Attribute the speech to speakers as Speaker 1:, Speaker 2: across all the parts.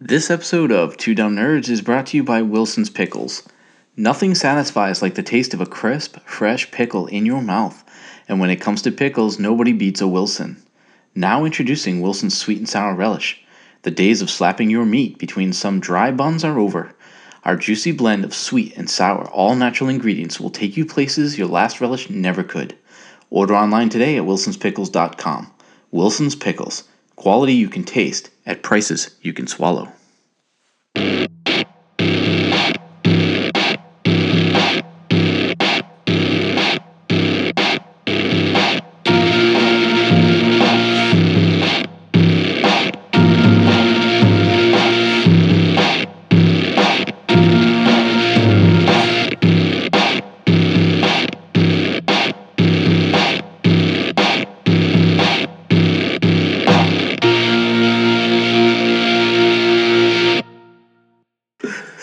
Speaker 1: This episode of Two Dumb Nerds is brought to you by Wilson's Pickles. Nothing satisfies like the taste of a crisp, fresh pickle in your mouth. And when it comes to pickles, nobody beats a Wilson. Now introducing Wilson's Sweet and Sour Relish. The days of slapping your meat between some dry buns are over. Our juicy blend of sweet and sour, all natural ingredients will take you places your last relish never could. Order online today at wilsonspickles.com. Wilson's Pickles. Quality you can taste at prices you can swallow.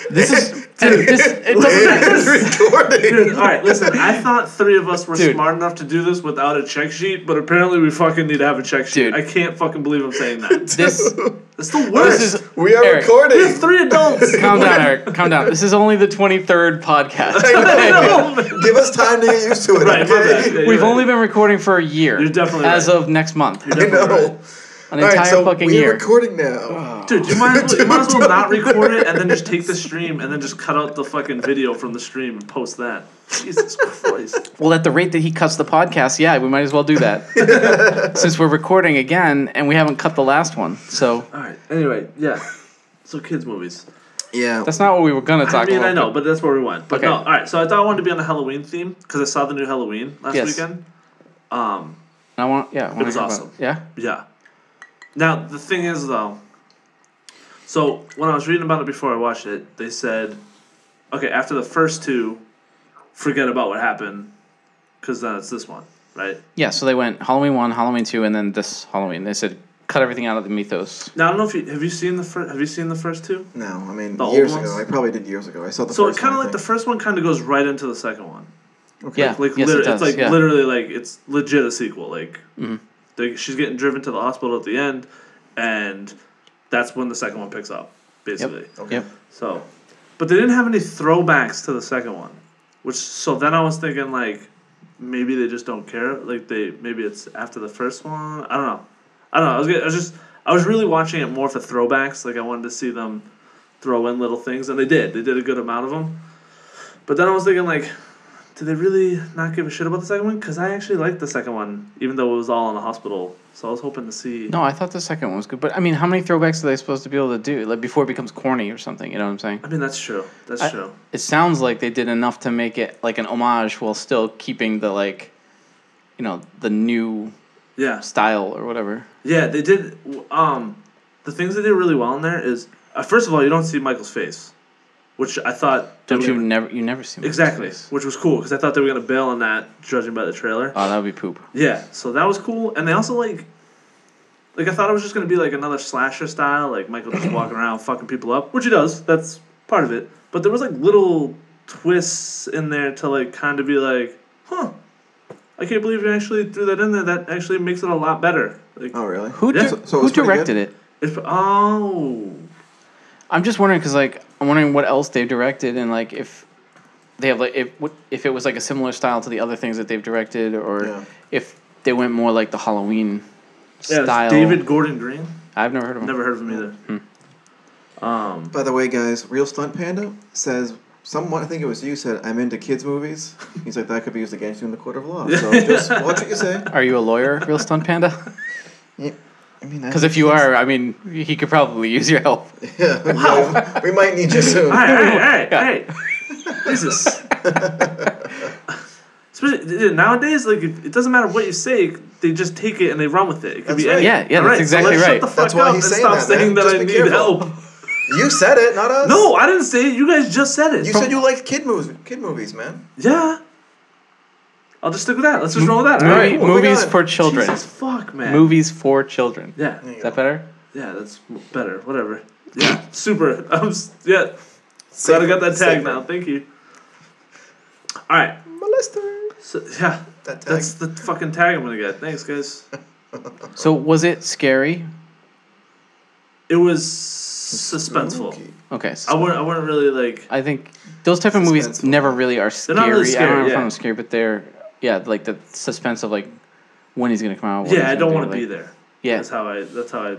Speaker 1: This is dude, this, it
Speaker 2: It's
Speaker 1: doesn't
Speaker 2: recording.
Speaker 3: Dude, all right, listen. I thought three of us were
Speaker 1: Dude.
Speaker 3: smart enough to do this without a check sheet, but apparently we fucking need to have a check
Speaker 1: Dude.
Speaker 3: sheet. I can't fucking believe I'm saying that.
Speaker 1: this
Speaker 3: That's the worst.
Speaker 1: This is-
Speaker 2: We are
Speaker 1: Eric.
Speaker 3: We're
Speaker 2: recording.
Speaker 3: three adults.
Speaker 1: calm down, Eric. Calm down. This is only the twenty third podcast.
Speaker 3: No, man.
Speaker 2: Give us time to get used to it.
Speaker 3: Right, my bad. Yeah,
Speaker 2: okay?
Speaker 3: you're
Speaker 1: We've
Speaker 3: right.
Speaker 1: only been recording for a year.
Speaker 3: You're definitely
Speaker 1: as
Speaker 3: right.
Speaker 1: of next month,
Speaker 2: I know.
Speaker 3: Right.
Speaker 1: an
Speaker 2: All
Speaker 1: entire
Speaker 2: right, so
Speaker 1: fucking
Speaker 2: we're
Speaker 1: year.
Speaker 2: recording now.
Speaker 3: Dude, you might, as well, you might as well not record it and then just take the stream and then just cut out the fucking video from the stream and post that. Jesus Christ.
Speaker 1: well, at the rate that he cuts the podcast, yeah, we might as well do that since we're recording again and we haven't cut the last one. So
Speaker 3: All right. Anyway, yeah. So kids movies.
Speaker 2: Yeah.
Speaker 1: that's not what we were gonna talk
Speaker 3: I mean,
Speaker 1: about.
Speaker 3: I know, but that's where we went. But
Speaker 1: Okay.
Speaker 3: no, all right. So I thought I wanted to be on the Halloween theme because I saw the new Halloween last
Speaker 1: Yes.
Speaker 3: weekend. Um,
Speaker 1: I want, yeah, I wanna
Speaker 3: was
Speaker 1: hear about
Speaker 3: awesome.
Speaker 1: Yeah,
Speaker 3: yeah. Now the thing is though. So when I was reading about it before I watched it, they said, okay, after the first two, forget about what happened, because then it's this one, right?
Speaker 1: yeah. So they went Halloween one, Halloween two, and then this Halloween. They said cut everything out of the mythos.
Speaker 3: Now I don't know if you have you seen the first have you seen the first two.
Speaker 2: No, I mean
Speaker 3: The old
Speaker 2: years
Speaker 3: ones?
Speaker 2: ago. I probably did years ago. I saw the
Speaker 3: So it
Speaker 2: first
Speaker 3: kind of
Speaker 2: one,
Speaker 3: like
Speaker 2: I
Speaker 3: the
Speaker 2: think.
Speaker 3: first one kind of goes right into the second one.
Speaker 1: Yeah,
Speaker 3: Like
Speaker 1: yes,
Speaker 3: liter-
Speaker 1: it does.
Speaker 3: it's like
Speaker 1: yeah. Mm-hmm.
Speaker 3: literally like it's legit a sequel. Like they- she's getting driven to the hospital at the end, and that's when the second one picks up, basically.
Speaker 1: Yep.
Speaker 3: So, but they didn't have any throwbacks to the second one, which so then I was thinking like maybe they just don't care. Like they maybe it's after the first one. I don't know. I don't know. I was get- I was just I was really watching it more for throwbacks. Like I wanted to see them throw in little things, and they did. They did a good amount of them. But then I was thinking like. Did they really not give a shit about the second one? Because I actually liked the second one, even though it was all in the hospital. So I was hoping to see.
Speaker 1: No, I thought the second one was good, but I mean, how many throwbacks are they supposed to be able to do? Like before it becomes corny or something. You know what I'm saying?
Speaker 3: I mean, that's true. That's true.
Speaker 1: It sounds like they did enough to make it like an homage while still keeping the like, you know, the new
Speaker 3: Yeah.
Speaker 1: style or whatever.
Speaker 3: Yeah, they did. Um, the things they did really well in there is, uh, first of all, you don't see Michael's face, which I thought. they
Speaker 1: Don't
Speaker 3: were
Speaker 1: you
Speaker 3: gonna-
Speaker 1: never you never see Michael's
Speaker 3: Exactly,
Speaker 1: face.
Speaker 3: which was cool because I thought they were gonna bail on that, judging by the trailer.
Speaker 1: Oh, that would be poop.
Speaker 3: Yeah, so that was cool, and they also like, like I thought it was just gonna be like another slasher style, like Michael just walking around fucking people up, which he does. That's part of it. But there was like little twists in there to like kind of be like, huh, I can't believe you actually threw that in there. That actually makes it a lot better. Like,
Speaker 2: Oh really?
Speaker 1: Who
Speaker 3: Yeah.
Speaker 1: di-
Speaker 3: So-
Speaker 2: so it
Speaker 1: who
Speaker 2: was pretty
Speaker 1: directed it?
Speaker 3: it's, oh.
Speaker 1: I'm just wondering because like I'm wondering what else they've directed and like if they have like if what- if it was like a similar style to the other things that they've directed or
Speaker 2: Yeah.
Speaker 1: if they went more like the Halloween
Speaker 3: Yeah,
Speaker 1: style.
Speaker 3: it's David Gordon Green.
Speaker 1: I've never heard of him.
Speaker 3: Never heard of him either.
Speaker 1: Hmm.
Speaker 3: Um,
Speaker 2: By the way, guys, Real Stunt Panda says someone. I think it was you said I'm into kids movies. He's like that could be used against you in the court of law. So just watch what you say.
Speaker 1: Are you a lawyer, real stunt panda?
Speaker 2: I mean,
Speaker 1: Because if you are, I mean, he could probably use your help.
Speaker 2: yeah, we might need you soon.
Speaker 3: all right, all right, all right, all right. Jesus. Especially dude, nowadays, like if, it doesn't matter what you say, they just take it and they run with it. It could
Speaker 2: That's
Speaker 3: be
Speaker 2: right.
Speaker 3: any-
Speaker 1: Yeah, yeah, that's
Speaker 3: All so
Speaker 1: exactly
Speaker 3: let's
Speaker 1: right.
Speaker 3: Shut the fuck
Speaker 2: That's why
Speaker 3: up
Speaker 2: he's
Speaker 3: and
Speaker 2: saying
Speaker 3: stop
Speaker 2: that, man.
Speaker 3: saying that
Speaker 2: Just
Speaker 3: I
Speaker 2: be
Speaker 3: need
Speaker 2: careful.
Speaker 3: help.
Speaker 2: You said it, not us.
Speaker 3: No, I didn't say it. You guys just said it.
Speaker 2: You said you liked kid movies. Kid movies, man.
Speaker 3: yeah. I'll just stick with that. Let's just roll with that. oh
Speaker 1: All right,
Speaker 2: moving
Speaker 1: movies
Speaker 2: on.
Speaker 1: for children.
Speaker 3: Jesus fuck, man.
Speaker 1: Movies for children.
Speaker 3: Yeah.
Speaker 2: There you
Speaker 1: Is
Speaker 2: go.
Speaker 1: that better?
Speaker 3: Yeah, that's better. Whatever. Yeah, super. I'm s- yeah.
Speaker 2: Safer,
Speaker 3: Glad I got that tag
Speaker 2: safer.
Speaker 3: now. Thank you. All right.
Speaker 2: Molester.
Speaker 3: So yeah,
Speaker 2: That tag.
Speaker 3: that's the fucking tag I'm gonna get. Thanks, guys.
Speaker 1: So was it scary?
Speaker 3: It was suspenseful.
Speaker 2: Spooky.
Speaker 1: Okay.
Speaker 3: I
Speaker 1: So
Speaker 3: wouldn't. I wouldn't really like.
Speaker 1: I think those type of movies
Speaker 2: Suspenseful.
Speaker 1: never really are
Speaker 3: They're
Speaker 1: scary.
Speaker 3: not really
Speaker 1: I don't
Speaker 3: scary,
Speaker 1: know if
Speaker 3: yeah.
Speaker 1: I'm scary, but they're yeah, like the suspense of like when he's gonna come out. what he's
Speaker 3: Yeah, I
Speaker 1: gonna
Speaker 3: don't
Speaker 1: do,
Speaker 3: want to
Speaker 1: like,
Speaker 3: be there.
Speaker 1: Yeah,
Speaker 3: That's how I. That's how I.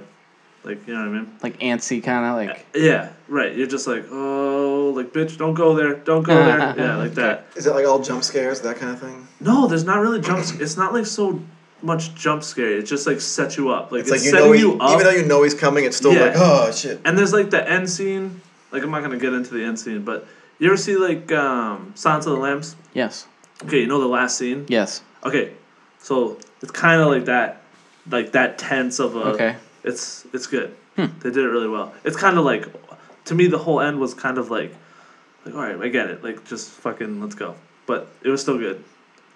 Speaker 3: Like you know what I mean. Uh,
Speaker 1: like antsy kind of like.
Speaker 3: Yeah, right. You're just like, oh, like bitch, don't go there, don't go there. Yeah, like that.
Speaker 2: Is it like all jump scares, that kind of thing?
Speaker 3: No, there's not really jump. sc- It's not like so much jump scare. It just like sets you up. Like
Speaker 2: It's,
Speaker 3: it's,
Speaker 2: like you
Speaker 3: setting
Speaker 2: know, he,
Speaker 3: you up.
Speaker 2: even though you know he's coming, it's still
Speaker 3: Yeah.
Speaker 2: like, oh shit.
Speaker 3: And there's like the end scene. Like I'm not gonna get into the end scene, but you ever see like um Silence of the Lambs?
Speaker 1: Yes.
Speaker 3: Okay, you know the last scene.
Speaker 1: Yes.
Speaker 3: Okay, so it's kind of like that, like that tense of a.
Speaker 1: Okay. Hmm.
Speaker 3: It's it's good. They did it really well. It's kind of like, to me, the whole end was kind of like, like all right, I get it. Like just fucking let's go. But it was still good.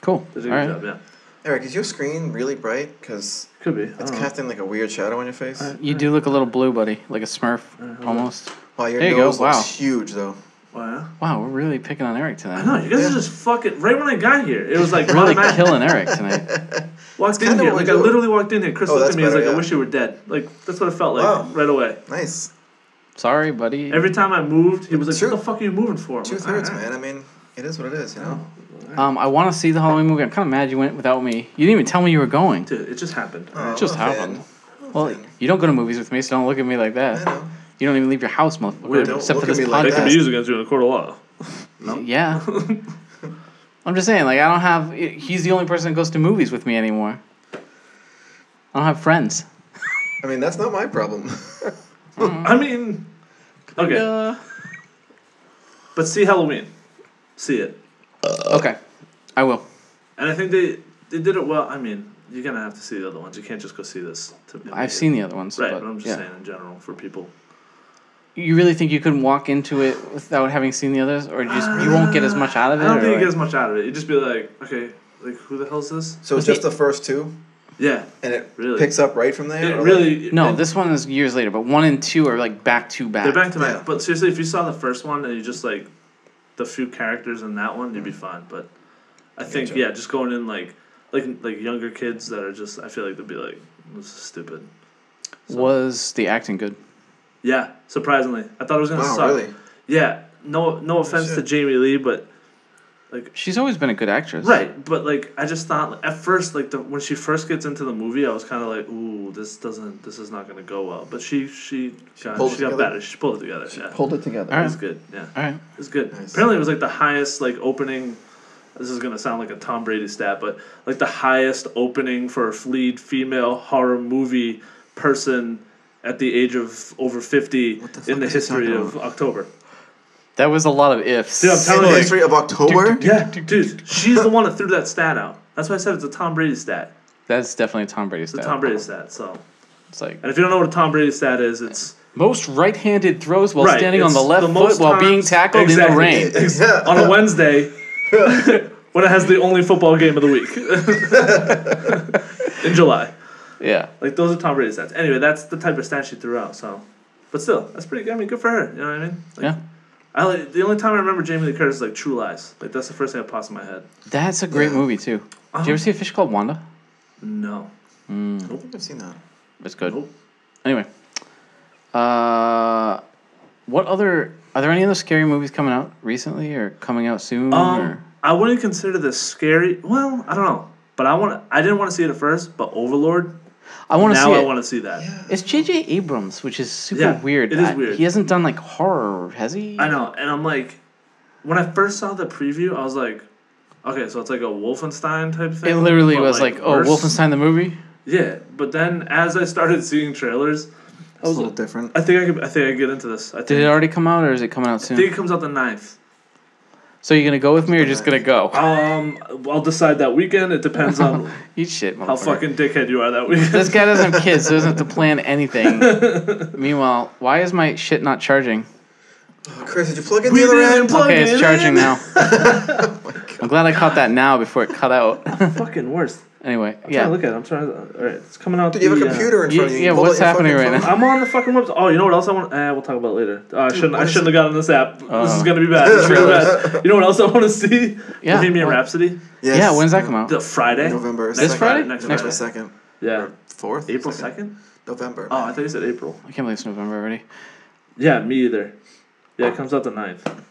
Speaker 1: Cool.
Speaker 3: They
Speaker 1: All
Speaker 3: did a good
Speaker 1: right.
Speaker 3: job. Yeah,
Speaker 2: Eric, is your screen really bright? Because
Speaker 3: could be. I
Speaker 2: it's
Speaker 3: don't know.
Speaker 2: casting like a weird shadow on your face.
Speaker 3: Uh,
Speaker 1: You do look a little blue, buddy, like a Smurf, almost.
Speaker 2: Wow, your
Speaker 1: There you go,
Speaker 2: nose
Speaker 1: wow.
Speaker 2: looks huge though.
Speaker 3: Oh, yeah?
Speaker 1: Wow, we're really picking on Eric tonight.
Speaker 3: I know you guys are
Speaker 2: Yeah.
Speaker 3: just fucking. Right when I got here, it was like
Speaker 1: Really
Speaker 3: automatic.
Speaker 1: killing Eric tonight.
Speaker 3: Walked in
Speaker 2: kinda
Speaker 3: here,
Speaker 2: what
Speaker 3: like
Speaker 2: we
Speaker 3: I
Speaker 2: do.
Speaker 3: literally walked in here. Chris
Speaker 2: Oh,
Speaker 3: looked at
Speaker 2: that's
Speaker 3: me. and was like,
Speaker 2: better,
Speaker 3: I
Speaker 2: yeah.
Speaker 3: wish you were dead. Like that's what it felt like
Speaker 2: Wow.
Speaker 3: right away.
Speaker 2: Nice.
Speaker 1: Sorry, buddy.
Speaker 3: Every time I moved, he was like,
Speaker 2: Two-
Speaker 3: "What the fuck are you moving for?" I'm
Speaker 2: Two
Speaker 3: like,
Speaker 2: thirds,
Speaker 3: "Alright."
Speaker 2: man. I mean, it is what it is, you know?
Speaker 1: Um, I want to see the Halloween movie. I'm kind of mad you went without me. You didn't even tell me you were going.
Speaker 3: Dude, it just happened.
Speaker 2: Oh,
Speaker 1: It just
Speaker 2: I'm a fan.
Speaker 1: happened.
Speaker 2: I'm a
Speaker 1: Well,
Speaker 2: fan.
Speaker 1: you don't go to movies with me, so don't look at me like
Speaker 2: I
Speaker 1: that.
Speaker 2: know.
Speaker 1: You don't even leave your house,
Speaker 2: Dude,
Speaker 1: motherfucker.
Speaker 2: don't
Speaker 1: Except for
Speaker 2: look at
Speaker 1: this
Speaker 2: me like
Speaker 3: They can
Speaker 1: podcast.
Speaker 3: be used against you in a court of law.
Speaker 1: Yeah. I'm just saying, like, I don't have. He's the only person that goes to movies with me anymore. I don't have friends.
Speaker 2: I mean, that's not my problem. Mm.
Speaker 3: I mean, okay,
Speaker 1: Uh,
Speaker 3: but see Halloween, see it,
Speaker 1: okay. I will.
Speaker 3: and I think they they did it well. I mean, you're gonna have to see the other ones. You can't just go see this. To
Speaker 1: I've seen the other ones.
Speaker 3: Right,
Speaker 1: but,
Speaker 3: but I'm just
Speaker 1: yeah.
Speaker 3: saying in general for people.
Speaker 1: You really think you could walk into it without having seen the others, or you just you won't get as much out of it?
Speaker 3: I don't
Speaker 1: or
Speaker 3: think you get
Speaker 1: like-
Speaker 3: as much out of it. You just be like, okay, like who the hell's this?
Speaker 2: So
Speaker 1: Was
Speaker 2: just
Speaker 1: the-
Speaker 2: the first two,
Speaker 3: Yeah,
Speaker 2: and it
Speaker 3: Really?
Speaker 2: picks up right from there.
Speaker 3: it
Speaker 2: or like-
Speaker 3: really.
Speaker 1: No,
Speaker 3: it-
Speaker 1: this one is years later, but one and two are like back to back.
Speaker 3: They're back to
Speaker 2: Yeah.
Speaker 3: back. But seriously, if you saw the first one and you just like the few characters in that one, you'd
Speaker 2: Mm.
Speaker 3: be fine. But I think
Speaker 2: Gotcha.
Speaker 3: yeah, just going in like like like younger kids that are just I feel like they'd be like this is stupid.
Speaker 1: Was the acting good?
Speaker 3: Yeah, surprisingly, I thought it was gonna
Speaker 2: wow,
Speaker 3: suck.
Speaker 2: really?
Speaker 3: Yeah, no no offense to
Speaker 2: shit.
Speaker 3: Jamie Lee, but
Speaker 1: She's always been a good actress.
Speaker 3: right, but like I just thought at first like the when she first gets into the movie, I was kind of like ooh this doesn't this is not gonna go well. But she she got,
Speaker 2: pulled
Speaker 3: she
Speaker 2: it
Speaker 3: got
Speaker 2: together.
Speaker 3: better. She pulled it together. yeah,
Speaker 2: Pulled it together.
Speaker 1: All
Speaker 3: it
Speaker 1: right.
Speaker 3: was good. Yeah.
Speaker 1: All right.
Speaker 3: It's good.
Speaker 2: Nice.
Speaker 3: Apparently, it was like the highest like opening. This is gonna sound like a Tom Brady stat, but like the highest opening for a lead female horror movie person at the age of over fifty
Speaker 2: the
Speaker 3: in
Speaker 2: fuck
Speaker 3: the
Speaker 2: is he
Speaker 3: history
Speaker 2: talking
Speaker 3: of October.
Speaker 1: That was a lot of ifs.
Speaker 3: Dude, I'm
Speaker 2: In
Speaker 3: telling
Speaker 2: the
Speaker 3: Like-
Speaker 2: history of October?
Speaker 3: Yeah, dude, she's the one that threw that stat out. That's why I said it's a Tom Brady stat.
Speaker 1: That's definitely a Tom Brady
Speaker 3: It's
Speaker 1: stat.
Speaker 3: a Tom Brady stat. So,
Speaker 1: It's like
Speaker 3: and if you don't know what a Tom Brady stat is, it's
Speaker 1: most right-handed throws while
Speaker 3: Right,
Speaker 1: standing on
Speaker 3: it's
Speaker 1: the left
Speaker 3: the
Speaker 1: foot
Speaker 3: most
Speaker 1: while being
Speaker 3: times-
Speaker 1: tackled in the
Speaker 3: Exactly.
Speaker 1: rain.
Speaker 2: yeah.
Speaker 3: on a Wednesday when it has the only football game of the week in July.
Speaker 1: Yeah.
Speaker 3: Like those are Tom Brady stats. Anyway, that's the type of stat she threw out. So, but still, that's pretty. good. I mean, good for her. You know what I mean? Like,
Speaker 1: Yeah.
Speaker 3: I like, the only time I remember Jamie Lee Curtis is like True Lies. Like that's the first thing that pops in my head.
Speaker 1: That's a great
Speaker 2: Yeah.
Speaker 1: movie too. Did you
Speaker 3: Um,
Speaker 1: ever see a fish called Wanda?
Speaker 3: No.
Speaker 2: I don't think I've seen that.
Speaker 1: It's good.
Speaker 3: Nope.
Speaker 1: Anyway, uh, what other are there any other scary movies coming out recently or coming out soon? or?
Speaker 3: Um, I wouldn't consider this scary. Well, I don't know, but I want. I didn't want to see it at first, but Overlord.
Speaker 1: I want to
Speaker 3: now
Speaker 1: see
Speaker 3: I
Speaker 1: it.
Speaker 3: want to see that.
Speaker 1: It's J.J. Abrams, which is super
Speaker 3: Yeah,
Speaker 1: weird.
Speaker 3: it is
Speaker 1: I-
Speaker 3: weird.
Speaker 1: He hasn't done like horror, has he?
Speaker 3: I know, and I'm like, when I first saw the preview, I was like, okay, so it's like a Wolfenstein type thing.
Speaker 1: It literally
Speaker 3: but,
Speaker 1: was like, oh,
Speaker 3: worse.
Speaker 1: Wolfenstein the movie.
Speaker 3: Yeah, but then as I started seeing trailers,
Speaker 2: It's a little different.
Speaker 3: I think I could. I think I could get into this. I think,
Speaker 1: Did it already come out or is it coming out
Speaker 3: I think
Speaker 1: soon?
Speaker 3: it comes out the 9th.
Speaker 1: So you're gonna go with me or just gonna go?
Speaker 3: Um, I'll decide that weekend. It depends on
Speaker 1: Eat shit, motherfucker.
Speaker 3: how fucking dickhead you are that weekend.
Speaker 1: This guy doesn't have kids, so he doesn't have to plan anything. Meanwhile, why is my shit not charging?
Speaker 2: Oh, Chris, did you plug in
Speaker 3: We
Speaker 2: the other
Speaker 3: didn't
Speaker 2: end?
Speaker 3: plug
Speaker 1: Okay, it's
Speaker 3: it
Speaker 1: charging
Speaker 3: in. Oh
Speaker 1: now. I'm glad I caught that now before it cut out.
Speaker 3: Fucking worst.
Speaker 1: anyway,
Speaker 3: Yeah,
Speaker 1: yeah.
Speaker 3: look at. It. I'm trying. to... All right, it's coming out.
Speaker 2: Dude, you have
Speaker 3: the,
Speaker 2: a
Speaker 3: uh,
Speaker 2: computer in
Speaker 1: yeah,
Speaker 2: front of you.
Speaker 1: yeah,
Speaker 2: you. can pull
Speaker 1: what's
Speaker 2: out your
Speaker 1: happening
Speaker 2: fucking
Speaker 1: right
Speaker 2: phone.
Speaker 3: I'm on the fucking website. Oh, you know what else I want? Eh, we'll talk about it later. Oh, I shouldn't.
Speaker 2: what
Speaker 3: I
Speaker 2: is- Uh-huh.
Speaker 3: shouldn't have gotten this app. this is gonna be bad. This is gonna be bad. You know what else I want to see?
Speaker 1: Yeah.
Speaker 3: Bohemian
Speaker 1: What?
Speaker 3: Rhapsody.
Speaker 2: Yes.
Speaker 1: Yeah, when's that come out?
Speaker 3: The Friday.
Speaker 2: November.
Speaker 1: This Friday?
Speaker 3: Next
Speaker 2: November
Speaker 3: Friday.
Speaker 2: 2nd.
Speaker 3: Yeah.
Speaker 2: 4th?
Speaker 3: April second.
Speaker 2: November.
Speaker 3: Oh, I thought you said April.
Speaker 1: I can't believe it's November already.
Speaker 3: Yeah, me either. Yeah, it comes out the 9th.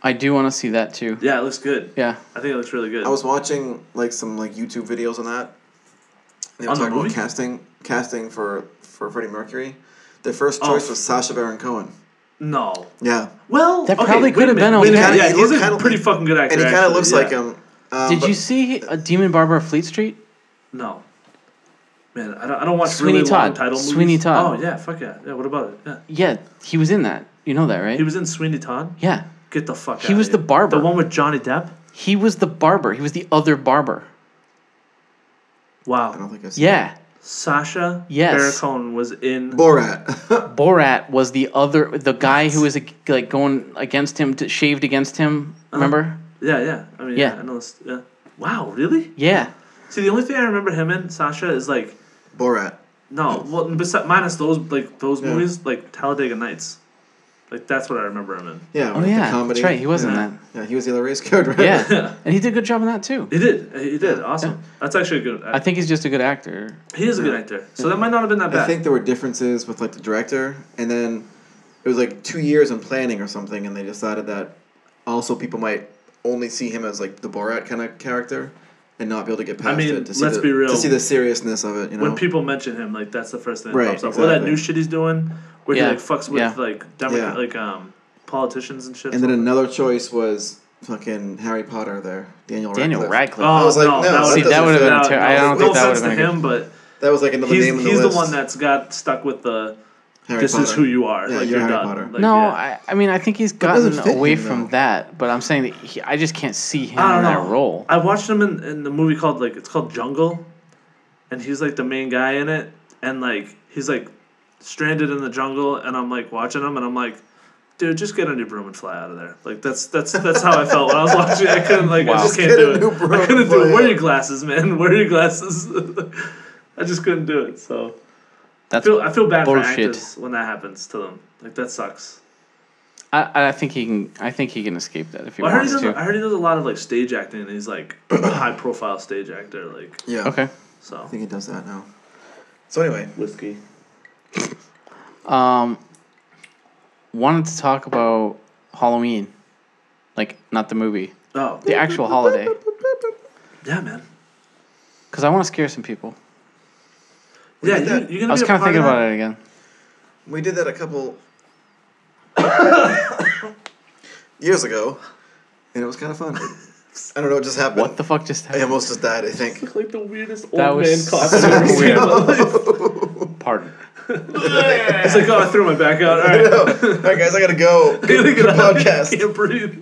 Speaker 1: I do want to see that too.
Speaker 3: Yeah, it looks good.
Speaker 1: Yeah.
Speaker 3: I think it looks really good.
Speaker 2: I was watching like some like YouTube videos on that. They were
Speaker 3: On the
Speaker 2: talking about
Speaker 3: movie?
Speaker 2: casting casting for for Freddie Mercury. Their first
Speaker 3: Oh.
Speaker 2: choice was Sasha Baron Cohen.
Speaker 3: no.
Speaker 2: Yeah,
Speaker 3: Well,
Speaker 1: That
Speaker 3: okay,
Speaker 1: probably
Speaker 3: wait
Speaker 1: could
Speaker 3: a
Speaker 1: have been
Speaker 3: minute,
Speaker 1: on
Speaker 3: wait a
Speaker 1: that.
Speaker 3: minute. Yeah,
Speaker 2: He
Speaker 3: he's a
Speaker 2: kinda-
Speaker 3: pretty fucking good actor.
Speaker 2: and he kind of
Speaker 3: actually,
Speaker 2: looks
Speaker 3: yeah.
Speaker 2: like him. Um,
Speaker 1: Did
Speaker 2: but
Speaker 1: you see uh, Demon Barber of Fleet Street?
Speaker 3: No. Man, I don't, I don't watch
Speaker 1: Sweeney
Speaker 3: really long
Speaker 1: Todd.
Speaker 3: title movies.
Speaker 1: Sweeney Todd.
Speaker 3: Oh, yeah, fuck yeah. Yeah, what about it? Yeah.
Speaker 1: Yeah, he was in that. You know that, right?
Speaker 3: He was in Sweeney Todd?
Speaker 1: yeah,
Speaker 3: Get the fuck
Speaker 1: He
Speaker 3: outta
Speaker 1: was the
Speaker 3: here.
Speaker 1: barber.
Speaker 3: The one with Johnny Depp?
Speaker 1: he was the barber. He was the other barber.
Speaker 2: I
Speaker 3: Wow.
Speaker 2: don't think I've seen
Speaker 1: Yeah,
Speaker 3: Sasha
Speaker 1: Yes.
Speaker 3: Baron Cohen was in.
Speaker 2: Borat.
Speaker 1: Borat was the other, the guy who was ag- like going against him, to, shaved against him.
Speaker 3: Uh-huh.
Speaker 1: Remember?
Speaker 3: yeah, yeah. I mean, yeah.
Speaker 1: Yeah.
Speaker 3: I know this. Yeah. Wow, really?
Speaker 1: Yeah,
Speaker 3: See, the only thing I remember him in, Sasha, is like,
Speaker 2: Borat.
Speaker 3: no, well, besi- minus those, like, those
Speaker 2: Yeah.
Speaker 3: movies, like Talladega Nights. Like, that's what I remember him in.
Speaker 2: Yeah.
Speaker 1: Oh,
Speaker 2: like, the
Speaker 1: yeah, that's
Speaker 2: comedy.
Speaker 1: right, he was in
Speaker 2: yeah.
Speaker 1: that.
Speaker 2: Yeah, he was the other race code. Right?
Speaker 1: yeah, and he did a good job in that too.
Speaker 3: He did. He did. Awesome. That's actually a good.
Speaker 1: I think he's just a good actor.
Speaker 3: he is a good actor. So that might not have been that bad.
Speaker 2: I think there were differences with like the director, and then it was like two years in planning or something, and they decided that also people might only see him as like the Borat kind of character, and not be able to get past
Speaker 3: mean,
Speaker 2: it to see
Speaker 3: let's
Speaker 2: the
Speaker 3: be real.
Speaker 2: to see the seriousness of it. You know,
Speaker 3: when people mention him, like that's the first thing that
Speaker 2: Right,
Speaker 3: pops up. Or that
Speaker 2: exactly.
Speaker 3: new shit he's doing, where
Speaker 1: Yeah,
Speaker 3: he like fucks with
Speaker 1: yeah.
Speaker 3: like Democrat,
Speaker 2: Yeah.
Speaker 3: like um politicians and shit.
Speaker 2: and then another choice was fucking Harry Potter. There, Daniel.
Speaker 1: Daniel
Speaker 2: Radcliffe.
Speaker 1: Radcliffe.
Speaker 3: oh
Speaker 2: was like,
Speaker 3: no,
Speaker 2: no,
Speaker 3: that
Speaker 2: that
Speaker 3: would
Speaker 2: doesn't
Speaker 3: have
Speaker 1: That would've
Speaker 2: fit.
Speaker 3: been
Speaker 1: been ter- I don't
Speaker 3: no
Speaker 1: think that
Speaker 3: offense
Speaker 1: would've
Speaker 3: to
Speaker 1: been
Speaker 3: him, but
Speaker 2: That was like another
Speaker 3: he's
Speaker 2: name in the
Speaker 3: he's the
Speaker 2: list.
Speaker 3: one that's got stuck with the
Speaker 2: Harry
Speaker 3: this is
Speaker 2: Potter.
Speaker 3: who you are.
Speaker 2: Yeah,
Speaker 3: like
Speaker 2: you're
Speaker 3: you're,
Speaker 2: Harry
Speaker 3: done.
Speaker 2: Potter.
Speaker 3: Like,
Speaker 1: no,
Speaker 3: yeah.
Speaker 1: I, I mean I think he's
Speaker 2: doesn't
Speaker 1: gotten
Speaker 2: fit
Speaker 1: away
Speaker 2: him,
Speaker 1: from
Speaker 2: though.
Speaker 1: that, but I'm saying that he, I just can't see him
Speaker 3: I
Speaker 1: in
Speaker 3: don't
Speaker 1: that
Speaker 3: know.
Speaker 1: role.
Speaker 3: I watched him in, in the movie called like it's called Jungle, and he's like the main guy in it, and like he's like stranded in the jungle, and I'm like watching him, and I'm like, dude, just get a new broom and fly out of there. Like that's that's that's how I felt when I was watching. it. I couldn't like I
Speaker 1: Wow.
Speaker 3: just can't
Speaker 2: Get a
Speaker 3: do
Speaker 2: new
Speaker 3: it.
Speaker 2: broom
Speaker 3: I
Speaker 2: and
Speaker 3: couldn't
Speaker 2: fly
Speaker 3: do it. Wear
Speaker 2: out.
Speaker 3: your glasses, man. Wear your glasses. I just couldn't do it. So I
Speaker 1: That's
Speaker 3: feel I feel bad for
Speaker 1: bullshit.
Speaker 3: actors when that happens to them. Like that sucks.
Speaker 1: I, I think he can. I think he can escape that if he
Speaker 3: Well, I heard he
Speaker 1: wants
Speaker 3: does.
Speaker 1: to.
Speaker 3: I heard he does a lot of like stage acting. and He's like a high profile stage actor. Like
Speaker 2: Yeah.
Speaker 1: Okay.
Speaker 3: so.
Speaker 2: I think he does that now. So anyway,
Speaker 3: whiskey.
Speaker 1: Um, wanted to talk about Halloween, like not the movie,
Speaker 3: Oh,
Speaker 1: the actual holiday,
Speaker 3: yeah, man.
Speaker 1: because I want to scare some people.
Speaker 3: Yeah,
Speaker 2: did
Speaker 3: you,
Speaker 2: that-
Speaker 3: you're
Speaker 1: I
Speaker 3: gonna.
Speaker 1: was
Speaker 3: be a
Speaker 1: kind of
Speaker 3: part
Speaker 1: thinking
Speaker 3: of that?
Speaker 1: about it again.
Speaker 2: we did that a couple years ago, and it was kind of fun. I don't know what just happened.
Speaker 1: What the fuck just
Speaker 2: I
Speaker 1: happened?
Speaker 2: almost just died, I think.
Speaker 3: Look like the weirdest old
Speaker 1: That
Speaker 3: man
Speaker 1: was
Speaker 3: costume.
Speaker 1: super
Speaker 3: I've seen in my life.
Speaker 1: Pardon.
Speaker 3: It's like, oh, I threw my back out. All right,
Speaker 2: All right, guys, I gotta go.
Speaker 3: Gotta
Speaker 2: Good
Speaker 3: get out.
Speaker 2: podcast.
Speaker 3: Can't breathe.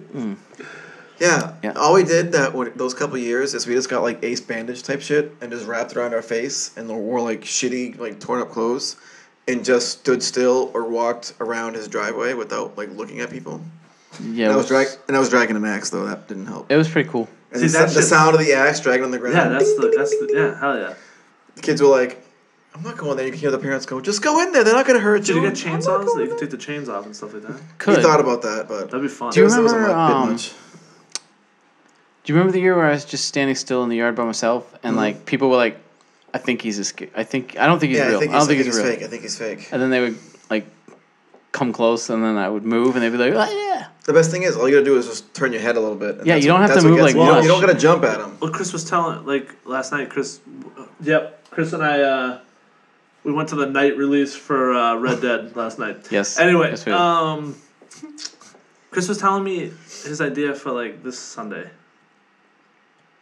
Speaker 2: Yeah.
Speaker 1: Yeah.
Speaker 2: All we did that when, those couple years is we just got like ace bandage type shit and just wrapped around our face and wore like shitty like torn up clothes and just stood still or walked around his driveway without like looking at people.
Speaker 1: Yeah.
Speaker 2: And
Speaker 1: It
Speaker 2: I was
Speaker 1: was,
Speaker 2: drag and I was dragging an axe though that didn't help.
Speaker 1: it was pretty cool.
Speaker 2: And
Speaker 3: See,
Speaker 2: the,
Speaker 3: that
Speaker 2: s- the
Speaker 3: shit's-
Speaker 2: sound of the axe dragging on the ground.
Speaker 3: Yeah, that's
Speaker 2: ding,
Speaker 3: the
Speaker 2: ding,
Speaker 3: that's
Speaker 2: ding,
Speaker 3: the
Speaker 2: ding.
Speaker 3: yeah, hell yeah.
Speaker 2: The kids were like, "I'm not going there." You can hear the parents go, "Just go in there. They're not gonna hurt you."
Speaker 3: Did you get
Speaker 2: I'm not going
Speaker 3: chainsaws? That you could
Speaker 2: there."
Speaker 3: take the chains off and stuff like that.
Speaker 1: Could.
Speaker 2: We thought about that, but
Speaker 3: That'd be fun.
Speaker 1: Do you
Speaker 2: it was- it was a
Speaker 1: remember,
Speaker 2: lot- bit
Speaker 1: um,
Speaker 2: much.
Speaker 1: Do you remember the year where I was just standing still in the yard by myself and
Speaker 2: Mm-hmm.
Speaker 1: like people were like, "I think he's a sca- I think I don't think he's
Speaker 2: Yeah,
Speaker 1: real.
Speaker 2: I think
Speaker 1: I
Speaker 2: he's,
Speaker 1: don't think he's, real."
Speaker 2: fake. I think he's fake.
Speaker 1: And then they would like come close, and then I would move, and they'd be like, "Oh yeah."
Speaker 2: The best thing is all you gotta do is just turn your head a little bit. and
Speaker 1: Yeah,
Speaker 2: that's
Speaker 1: you don't
Speaker 2: what-
Speaker 1: have
Speaker 2: that's
Speaker 1: to
Speaker 2: what
Speaker 1: move like
Speaker 2: gets me. you don't, you
Speaker 1: mush.
Speaker 2: don't gotta jump at him.
Speaker 3: Well, Chris was telling like last night. Chris, yep, Chris and I, uh, we went to the night release for uh, Red Dead last night.
Speaker 1: Yes,
Speaker 3: Anyway,
Speaker 1: yes, we did.
Speaker 3: um, Chris was telling me his idea for like this Sunday,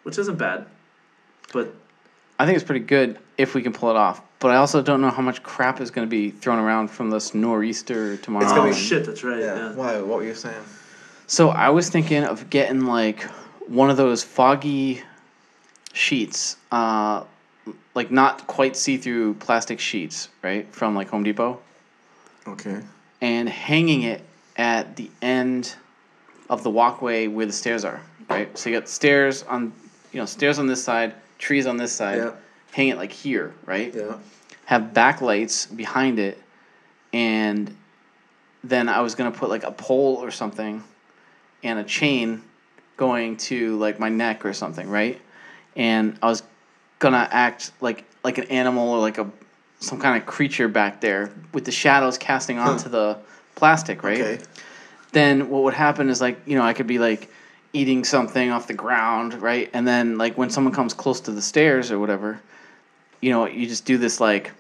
Speaker 3: which isn't bad, but
Speaker 1: I think it's pretty good if we can pull it off. But I also don't know how much crap is going to be thrown around from this nor'easter tomorrow.
Speaker 2: It's gonna
Speaker 3: oh
Speaker 2: be
Speaker 1: And
Speaker 3: shit, that's right.
Speaker 2: Yeah.
Speaker 3: Yeah.
Speaker 2: Why? What were you saying?
Speaker 1: so I was thinking of getting like one of those foggy sheets, uh, like not quite see through plastic sheets, right? From like Home Depot.
Speaker 2: Okay.
Speaker 1: and hanging it at the end of the walkway where the stairs are. Right, so you got stairs on, you know, stairs on this side, trees on this side.
Speaker 2: Yeah.
Speaker 1: Hang it like here, right?
Speaker 2: Yeah.
Speaker 1: Have backlights behind it, and then I was gonna put like a pole or something, and a chain going to like my neck or something, right? And I was gonna act like like an animal or like a some kind of creature back there with the shadows casting onto the plastic, right?
Speaker 2: Okay.
Speaker 1: Then what would happen is like you know I could be like eating something off the ground, right? And then like when someone comes close to the stairs or whatever, you know you just do this like,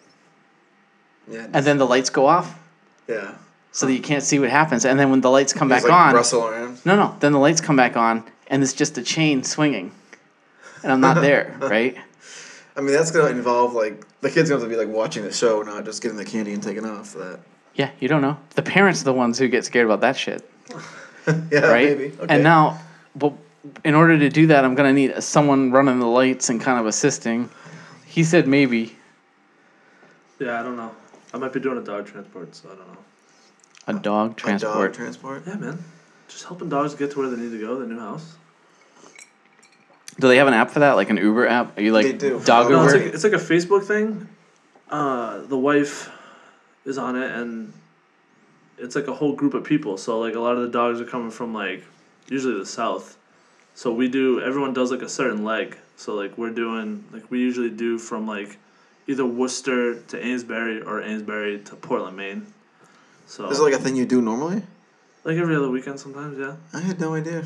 Speaker 2: Yeah.
Speaker 1: and then the lights go off
Speaker 2: yeah.
Speaker 1: so that you can't see what happens. And then when the lights come
Speaker 2: Just,
Speaker 1: back
Speaker 2: like,
Speaker 1: on,
Speaker 2: Rustle around.
Speaker 1: No, no. Then the lights come back on, and it's just a chain swinging, and I'm not there, right?
Speaker 2: I mean, that's gonna involve like the kid's gonna have to be like watching the show, not just getting the candy and taking off. That.
Speaker 1: Yeah, you don't know. The parents are the ones who get scared about that shit,
Speaker 2: Yeah.
Speaker 1: right?
Speaker 2: Maybe. Okay.
Speaker 1: And now, but in order to do that, I'm gonna need someone running the lights and kind of assisting. He said maybe
Speaker 3: Yeah, I don't know. I might be doing a dog transport, so I don't know.
Speaker 1: a dog
Speaker 2: Like
Speaker 1: transport.
Speaker 2: Dog transport.
Speaker 3: Yeah, man. Just helping dogs get to where they need to go, their new house.
Speaker 1: Do they have an app for that, like an Uber app? Are you like
Speaker 2: They do.
Speaker 1: dog
Speaker 2: No,
Speaker 3: No, it's
Speaker 1: Uber?
Speaker 3: like, it's like a Facebook thing. Uh, the wife is on it, and it's like a whole group of people. So like a lot of the dogs are coming from like usually the south. So we do everyone does like a certain leg. So like we're doing like we usually do from like either Worcester to Amesbury or Amesbury to Portland, Maine. So
Speaker 2: This is
Speaker 3: like,
Speaker 2: like a thing you do normally.
Speaker 3: every other weekend sometimes, yeah.
Speaker 2: I had no idea.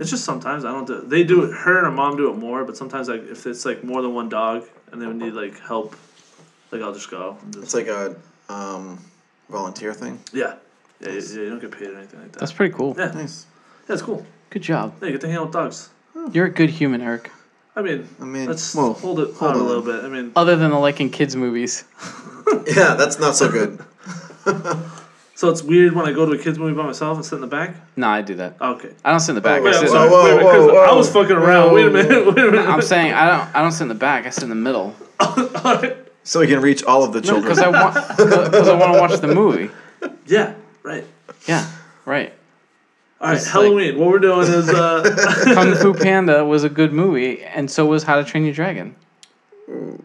Speaker 3: It's just sometimes I don't do. They do it. Her and her mom do it more, but sometimes like if it's like more than one dog and they would need like help, like I'll just go. and just-
Speaker 2: It's like a um, volunteer thing.
Speaker 3: Yeah. Yeah, you, yeah, you don't get paid or anything like that.
Speaker 1: That's pretty cool.
Speaker 3: yeah, yeah,
Speaker 2: Nice.
Speaker 3: it's cool.
Speaker 1: Good job.
Speaker 3: Yeah, you get to hang out with dogs.
Speaker 1: You're a good human, Eric.
Speaker 3: I mean,
Speaker 2: I mean,
Speaker 3: let's
Speaker 2: well,
Speaker 3: hold it
Speaker 2: hold
Speaker 3: on, a
Speaker 2: on.
Speaker 3: little bit. I mean,
Speaker 1: Other than the liking kids movies,
Speaker 2: yeah, that's not so good.
Speaker 3: so it's weird when I go to a kids movie by myself and sit in the back.
Speaker 1: nah, I do that.
Speaker 3: Okay.
Speaker 1: I don't sit in the back.
Speaker 2: Oh,
Speaker 1: I
Speaker 3: Wait,
Speaker 1: sit
Speaker 3: I'm
Speaker 1: in the
Speaker 3: sorry.
Speaker 2: whoa,
Speaker 3: wait, wait,
Speaker 2: whoa,
Speaker 3: 'cause
Speaker 2: whoa,
Speaker 3: I was fucking around.
Speaker 2: whoa.
Speaker 3: Wait a minute. Wait a minute.
Speaker 1: I'm saying I don't. I don't sit in the back. I sit in the middle
Speaker 2: So we can reach all of the children.
Speaker 1: because I want. Because I want to watch the movie.
Speaker 3: yeah. Right.
Speaker 1: Yeah. Right.
Speaker 3: All right.
Speaker 1: It's like-
Speaker 3: Halloween. what we're doing is uh,
Speaker 1: Kung Fu Panda was a good movie, and so was How to Train Your Dragon.
Speaker 2: all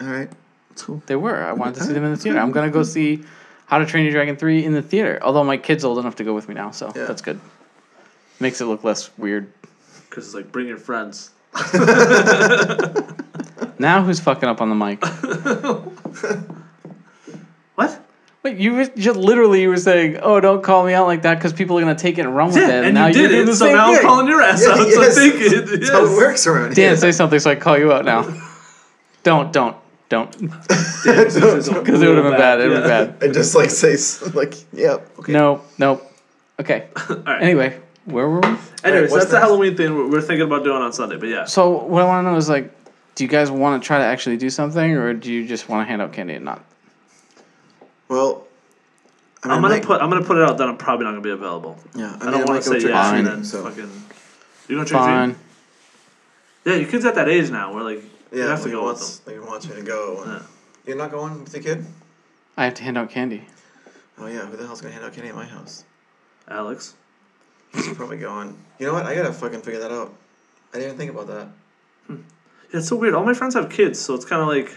Speaker 2: right. That's cool.
Speaker 1: They were. I wanted to see them in the theater. I'm gonna go see How to Train Your Dragon three in the theater. Although my kid's old enough to go with me now, so
Speaker 2: Yeah.
Speaker 1: that's good. Makes it look less weird.
Speaker 3: because it's like bring your friends.
Speaker 1: Now who's fucking up on the mic?
Speaker 3: What?
Speaker 1: Wait, you were- just literally you were saying, "Oh, don't call me out like that," because people are gonna take it and run with
Speaker 3: Yeah,
Speaker 1: it.
Speaker 3: and,
Speaker 1: now
Speaker 3: you
Speaker 1: you're
Speaker 3: did
Speaker 1: doing the
Speaker 3: it. So
Speaker 1: same
Speaker 3: now I'm
Speaker 1: thing.
Speaker 3: calling your ass
Speaker 2: Yeah,
Speaker 3: out.
Speaker 2: yes.
Speaker 3: So thank you.
Speaker 2: That's how it
Speaker 3: Yes.
Speaker 2: works around
Speaker 1: Dan,
Speaker 2: here.
Speaker 1: say something so I call you out now. don't, don't, don't, because it would have been bad. It would have been bad.
Speaker 2: and just like say s- like, yep. Okay.
Speaker 1: No, no. Okay.
Speaker 3: right.
Speaker 1: Anyway, where were we?
Speaker 2: Alright,
Speaker 3: Anyways,
Speaker 2: what's
Speaker 3: that's the
Speaker 2: next?
Speaker 3: Halloween thing we're- we're thinking about doing on Sunday. But yeah,
Speaker 1: So what I want to know is like, do you guys want to try to actually do something, or do you just want to hand out candy and not?
Speaker 2: Well, I mean,
Speaker 3: I'm gonna
Speaker 2: like-
Speaker 3: put I'm gonna put it out that I'm probably not gonna be available.
Speaker 2: Yeah,
Speaker 3: I don't want to say yeah,
Speaker 1: Fine.
Speaker 3: and
Speaker 2: yeah.
Speaker 3: then
Speaker 2: so.
Speaker 3: fucking. You gonna trick or
Speaker 1: Fine.
Speaker 3: treat? Yeah, your kid's at that age now where like you
Speaker 2: Yeah,
Speaker 3: have to
Speaker 2: like,
Speaker 3: go with
Speaker 2: wants,
Speaker 3: them.
Speaker 2: like, wants me to go. and- You're not going with the kid?
Speaker 1: I have to hand out candy.
Speaker 2: Oh yeah, who the hell's gonna hand out candy at my house?
Speaker 3: Alex,
Speaker 2: She's probably going. You know what? I gotta fucking figure that out. I didn't even think about that.
Speaker 3: yeah, it's so weird. All my friends have kids, so it's kind of like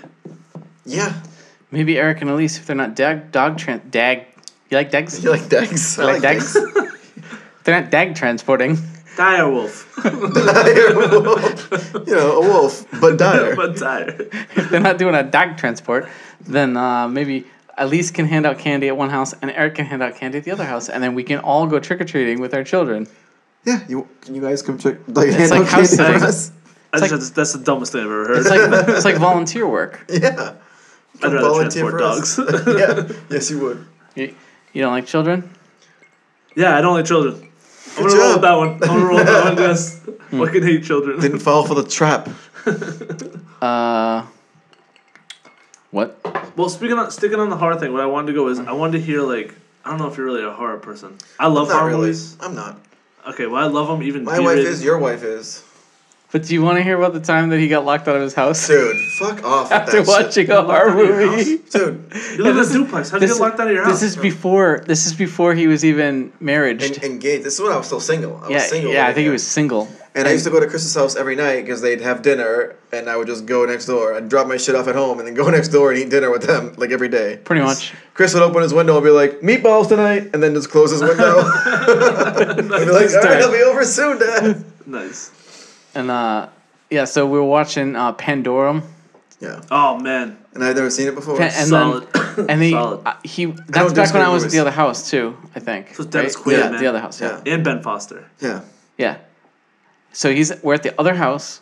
Speaker 2: Yeah,
Speaker 1: Maybe Eric and Elise, if they're not dag dog tran dag, you like dags?
Speaker 2: you like Dex? I
Speaker 1: You like dags? if they're not dag transporting.
Speaker 3: dire wolf,
Speaker 2: you know, a wolf, but dire.
Speaker 3: but dire.
Speaker 1: If they're not doing a dag transport, then uh, maybe. Elise can hand out candy at one house, and Eric can hand out candy at the other house, and then we can all go trick or treating with our children.
Speaker 2: yeah, you can you guys come check like hand
Speaker 1: like
Speaker 2: out
Speaker 1: house
Speaker 2: candy for
Speaker 1: sitting.
Speaker 2: us?
Speaker 3: I
Speaker 1: like-
Speaker 3: just, that's- that's the dumbest thing I've ever heard.
Speaker 1: It's like it's like volunteer work.
Speaker 2: Yeah.
Speaker 3: I'd
Speaker 2: Come
Speaker 3: rather
Speaker 2: volunteer
Speaker 3: transport
Speaker 2: for us.
Speaker 3: dogs.
Speaker 2: yeah. Yes, you would.
Speaker 1: You, you don't like children?
Speaker 3: yeah, I don't like children. I'm
Speaker 2: Good
Speaker 3: gonna roll
Speaker 2: job.
Speaker 3: with that one. I'm gonna roll with that one. Yes,
Speaker 1: Hmm.
Speaker 3: fucking hate children.
Speaker 2: Didn't fall for the trap.
Speaker 1: Uh, what?
Speaker 3: Well, speaking on sticking on the horror thing, what I wanted to go is I wanted to hear like I don't know if you're really a horror person. I love
Speaker 2: Not
Speaker 3: horror
Speaker 2: really.
Speaker 3: movies.
Speaker 2: I'm not.
Speaker 3: Okay, well I love them even.
Speaker 2: My wife
Speaker 3: B-rated.
Speaker 2: is. Your wife is.
Speaker 1: But do you want to hear about the time that he got locked out of his house
Speaker 2: Dude, fuck off. with
Speaker 1: after
Speaker 2: that shit.
Speaker 1: watching a horror
Speaker 3: out of your
Speaker 1: movie?
Speaker 2: Dude,
Speaker 3: You
Speaker 1: this
Speaker 3: live in a
Speaker 1: is-
Speaker 3: duplex. How'd you
Speaker 1: this-
Speaker 3: get locked out of your house?
Speaker 1: This is before. This is before he was even married.
Speaker 2: and, and gay. This is when I was still single. I was
Speaker 1: Yeah,
Speaker 2: single.
Speaker 1: yeah. I
Speaker 2: living
Speaker 1: think he
Speaker 2: here.
Speaker 1: was single.
Speaker 2: And I used to go to Chris's house every night because they'd have dinner, and I would just go next door. I'd drop my shit off at home, and then go next door and eat dinner with them like every day.
Speaker 1: Pretty much.
Speaker 2: Chris would open his window and be like, "Meatballs tonight," and then just close his window. I'd be like, "All right, it'll be over soon, Dad."
Speaker 3: nice.
Speaker 1: And uh, yeah. So we were watching uh, Pandorum.
Speaker 2: Yeah,
Speaker 3: Oh man,
Speaker 2: and I've never seen it before.
Speaker 1: And
Speaker 3: solid.
Speaker 1: then, and then
Speaker 3: solid.
Speaker 1: uh, he. That's
Speaker 2: don't
Speaker 1: back when
Speaker 2: disagree
Speaker 1: I was at
Speaker 2: with
Speaker 1: the
Speaker 2: Royce.
Speaker 1: other house too. I think.
Speaker 3: So Dennis
Speaker 1: right?
Speaker 3: Quaid,
Speaker 1: Yeah,
Speaker 3: man.
Speaker 1: the other house. Yeah.
Speaker 2: Yeah.
Speaker 3: and Ben Foster.
Speaker 2: yeah,
Speaker 1: Yeah. So he's we're at the other house,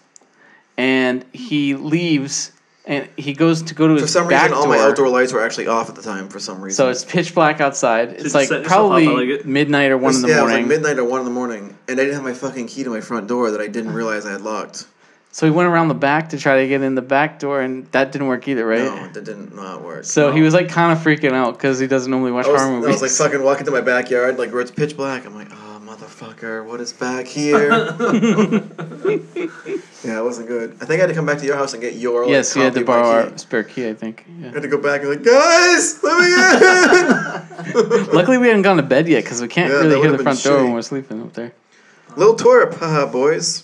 Speaker 1: and he leaves, and he goes to go to
Speaker 2: for
Speaker 1: his
Speaker 2: some
Speaker 1: back
Speaker 2: reason, all
Speaker 1: door.
Speaker 2: my outdoor lights were actually off at the time. For some reason,
Speaker 1: So it's pitch black outside.
Speaker 3: you
Speaker 1: It's like
Speaker 3: set yourself up, I
Speaker 1: probably
Speaker 3: like it.
Speaker 1: midnight or one in the
Speaker 2: yeah, it was
Speaker 1: morning.
Speaker 2: like midnight or one in the morning, and I didn't have my fucking key to my front door that I didn't realize I had locked.
Speaker 1: so he went around the back to try to get in the back door, and that didn't work either, right?
Speaker 2: No, that didn't not work.
Speaker 1: So he was like kind of freaking out because he doesn't normally watch
Speaker 2: I was,
Speaker 1: horror
Speaker 2: I
Speaker 1: movies.
Speaker 2: was like fucking walking to my backyard, like where it's pitch black. I'm like, oh motherfucker, what is back here? yeah, it wasn't good. I think I had to come back to your house and get your. Like,
Speaker 1: yes, he had to
Speaker 2: copy of my
Speaker 1: borrow
Speaker 2: key.
Speaker 1: our spare key, I think.
Speaker 2: I
Speaker 1: Yeah.
Speaker 2: had to go back and like, guys, let me in.
Speaker 1: Luckily, we hadn't gone to bed yet because we can't
Speaker 2: Yeah, that
Speaker 1: really hear
Speaker 2: would've
Speaker 1: the
Speaker 2: been
Speaker 1: front door when
Speaker 2: shitty.
Speaker 1: we're sleeping up there.
Speaker 2: Little Twerp, haha, boys.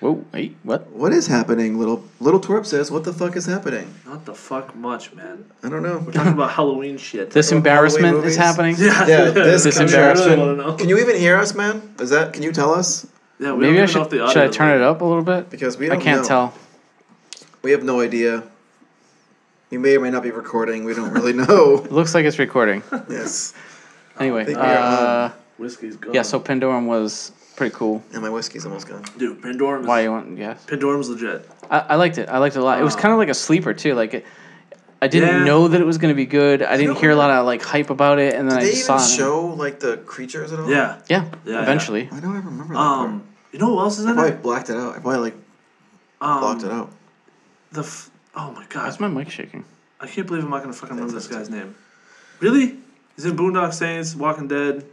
Speaker 1: Whoa, wait, what?
Speaker 2: What is happening? Little Little Twerp says, "What the fuck is happening?"
Speaker 3: Not the fuck much, man.
Speaker 2: I don't know.
Speaker 3: We're talking about Halloween shit.
Speaker 1: This
Speaker 2: Halloween
Speaker 1: embarrassment is
Speaker 2: movies?
Speaker 1: happening.
Speaker 2: Yeah, this
Speaker 1: This
Speaker 3: I mean, I really
Speaker 1: embarrassment.
Speaker 3: wanna know.
Speaker 2: Can you even hear us, man? Is that? Can you tell us?
Speaker 3: Yeah, we
Speaker 1: Maybe I
Speaker 3: don't even know if
Speaker 1: should.
Speaker 3: the
Speaker 1: Should I
Speaker 3: audio
Speaker 1: turn it up a little bit?
Speaker 2: Because we
Speaker 1: I
Speaker 2: don't
Speaker 1: can't
Speaker 2: know.
Speaker 1: tell.
Speaker 2: We have no idea. We may or may not be recording. We don't really know.
Speaker 1: It looks like it's recording.
Speaker 2: yes.
Speaker 1: Anyway,
Speaker 2: think we are
Speaker 1: uh,
Speaker 3: Whiskey's gone.
Speaker 1: yeah. So Pandorum was pretty cool.
Speaker 2: And my whiskey's almost gone.
Speaker 3: dude, Pandorum.
Speaker 1: Why
Speaker 3: Why?
Speaker 1: you want? Yes.
Speaker 3: Pandorum's legit.
Speaker 1: I, I liked it. I liked it a lot. It was
Speaker 3: Wow.
Speaker 1: kind of like a sleeper too. Like, it, I didn't
Speaker 3: Yeah.
Speaker 1: know that it was going to be good. I didn't hear a lot of like hype about it, and then I
Speaker 2: Did they
Speaker 1: just saw
Speaker 2: even
Speaker 1: it.
Speaker 2: show like the creatures at all?
Speaker 3: Yeah.
Speaker 1: yeah,
Speaker 3: yeah.
Speaker 1: eventually.
Speaker 2: Why don't I remember that? part?
Speaker 3: Um, you know who else is
Speaker 2: I
Speaker 3: in
Speaker 2: probably
Speaker 3: it?
Speaker 2: blacked it out. I probably like
Speaker 3: Um,
Speaker 2: blocked it out.
Speaker 3: The f- oh my god,
Speaker 1: That's my mic shaking.
Speaker 3: I can't believe I'm not gonna fucking remember this guy's name. Really? He's in Boondock Saints, Walking Dead.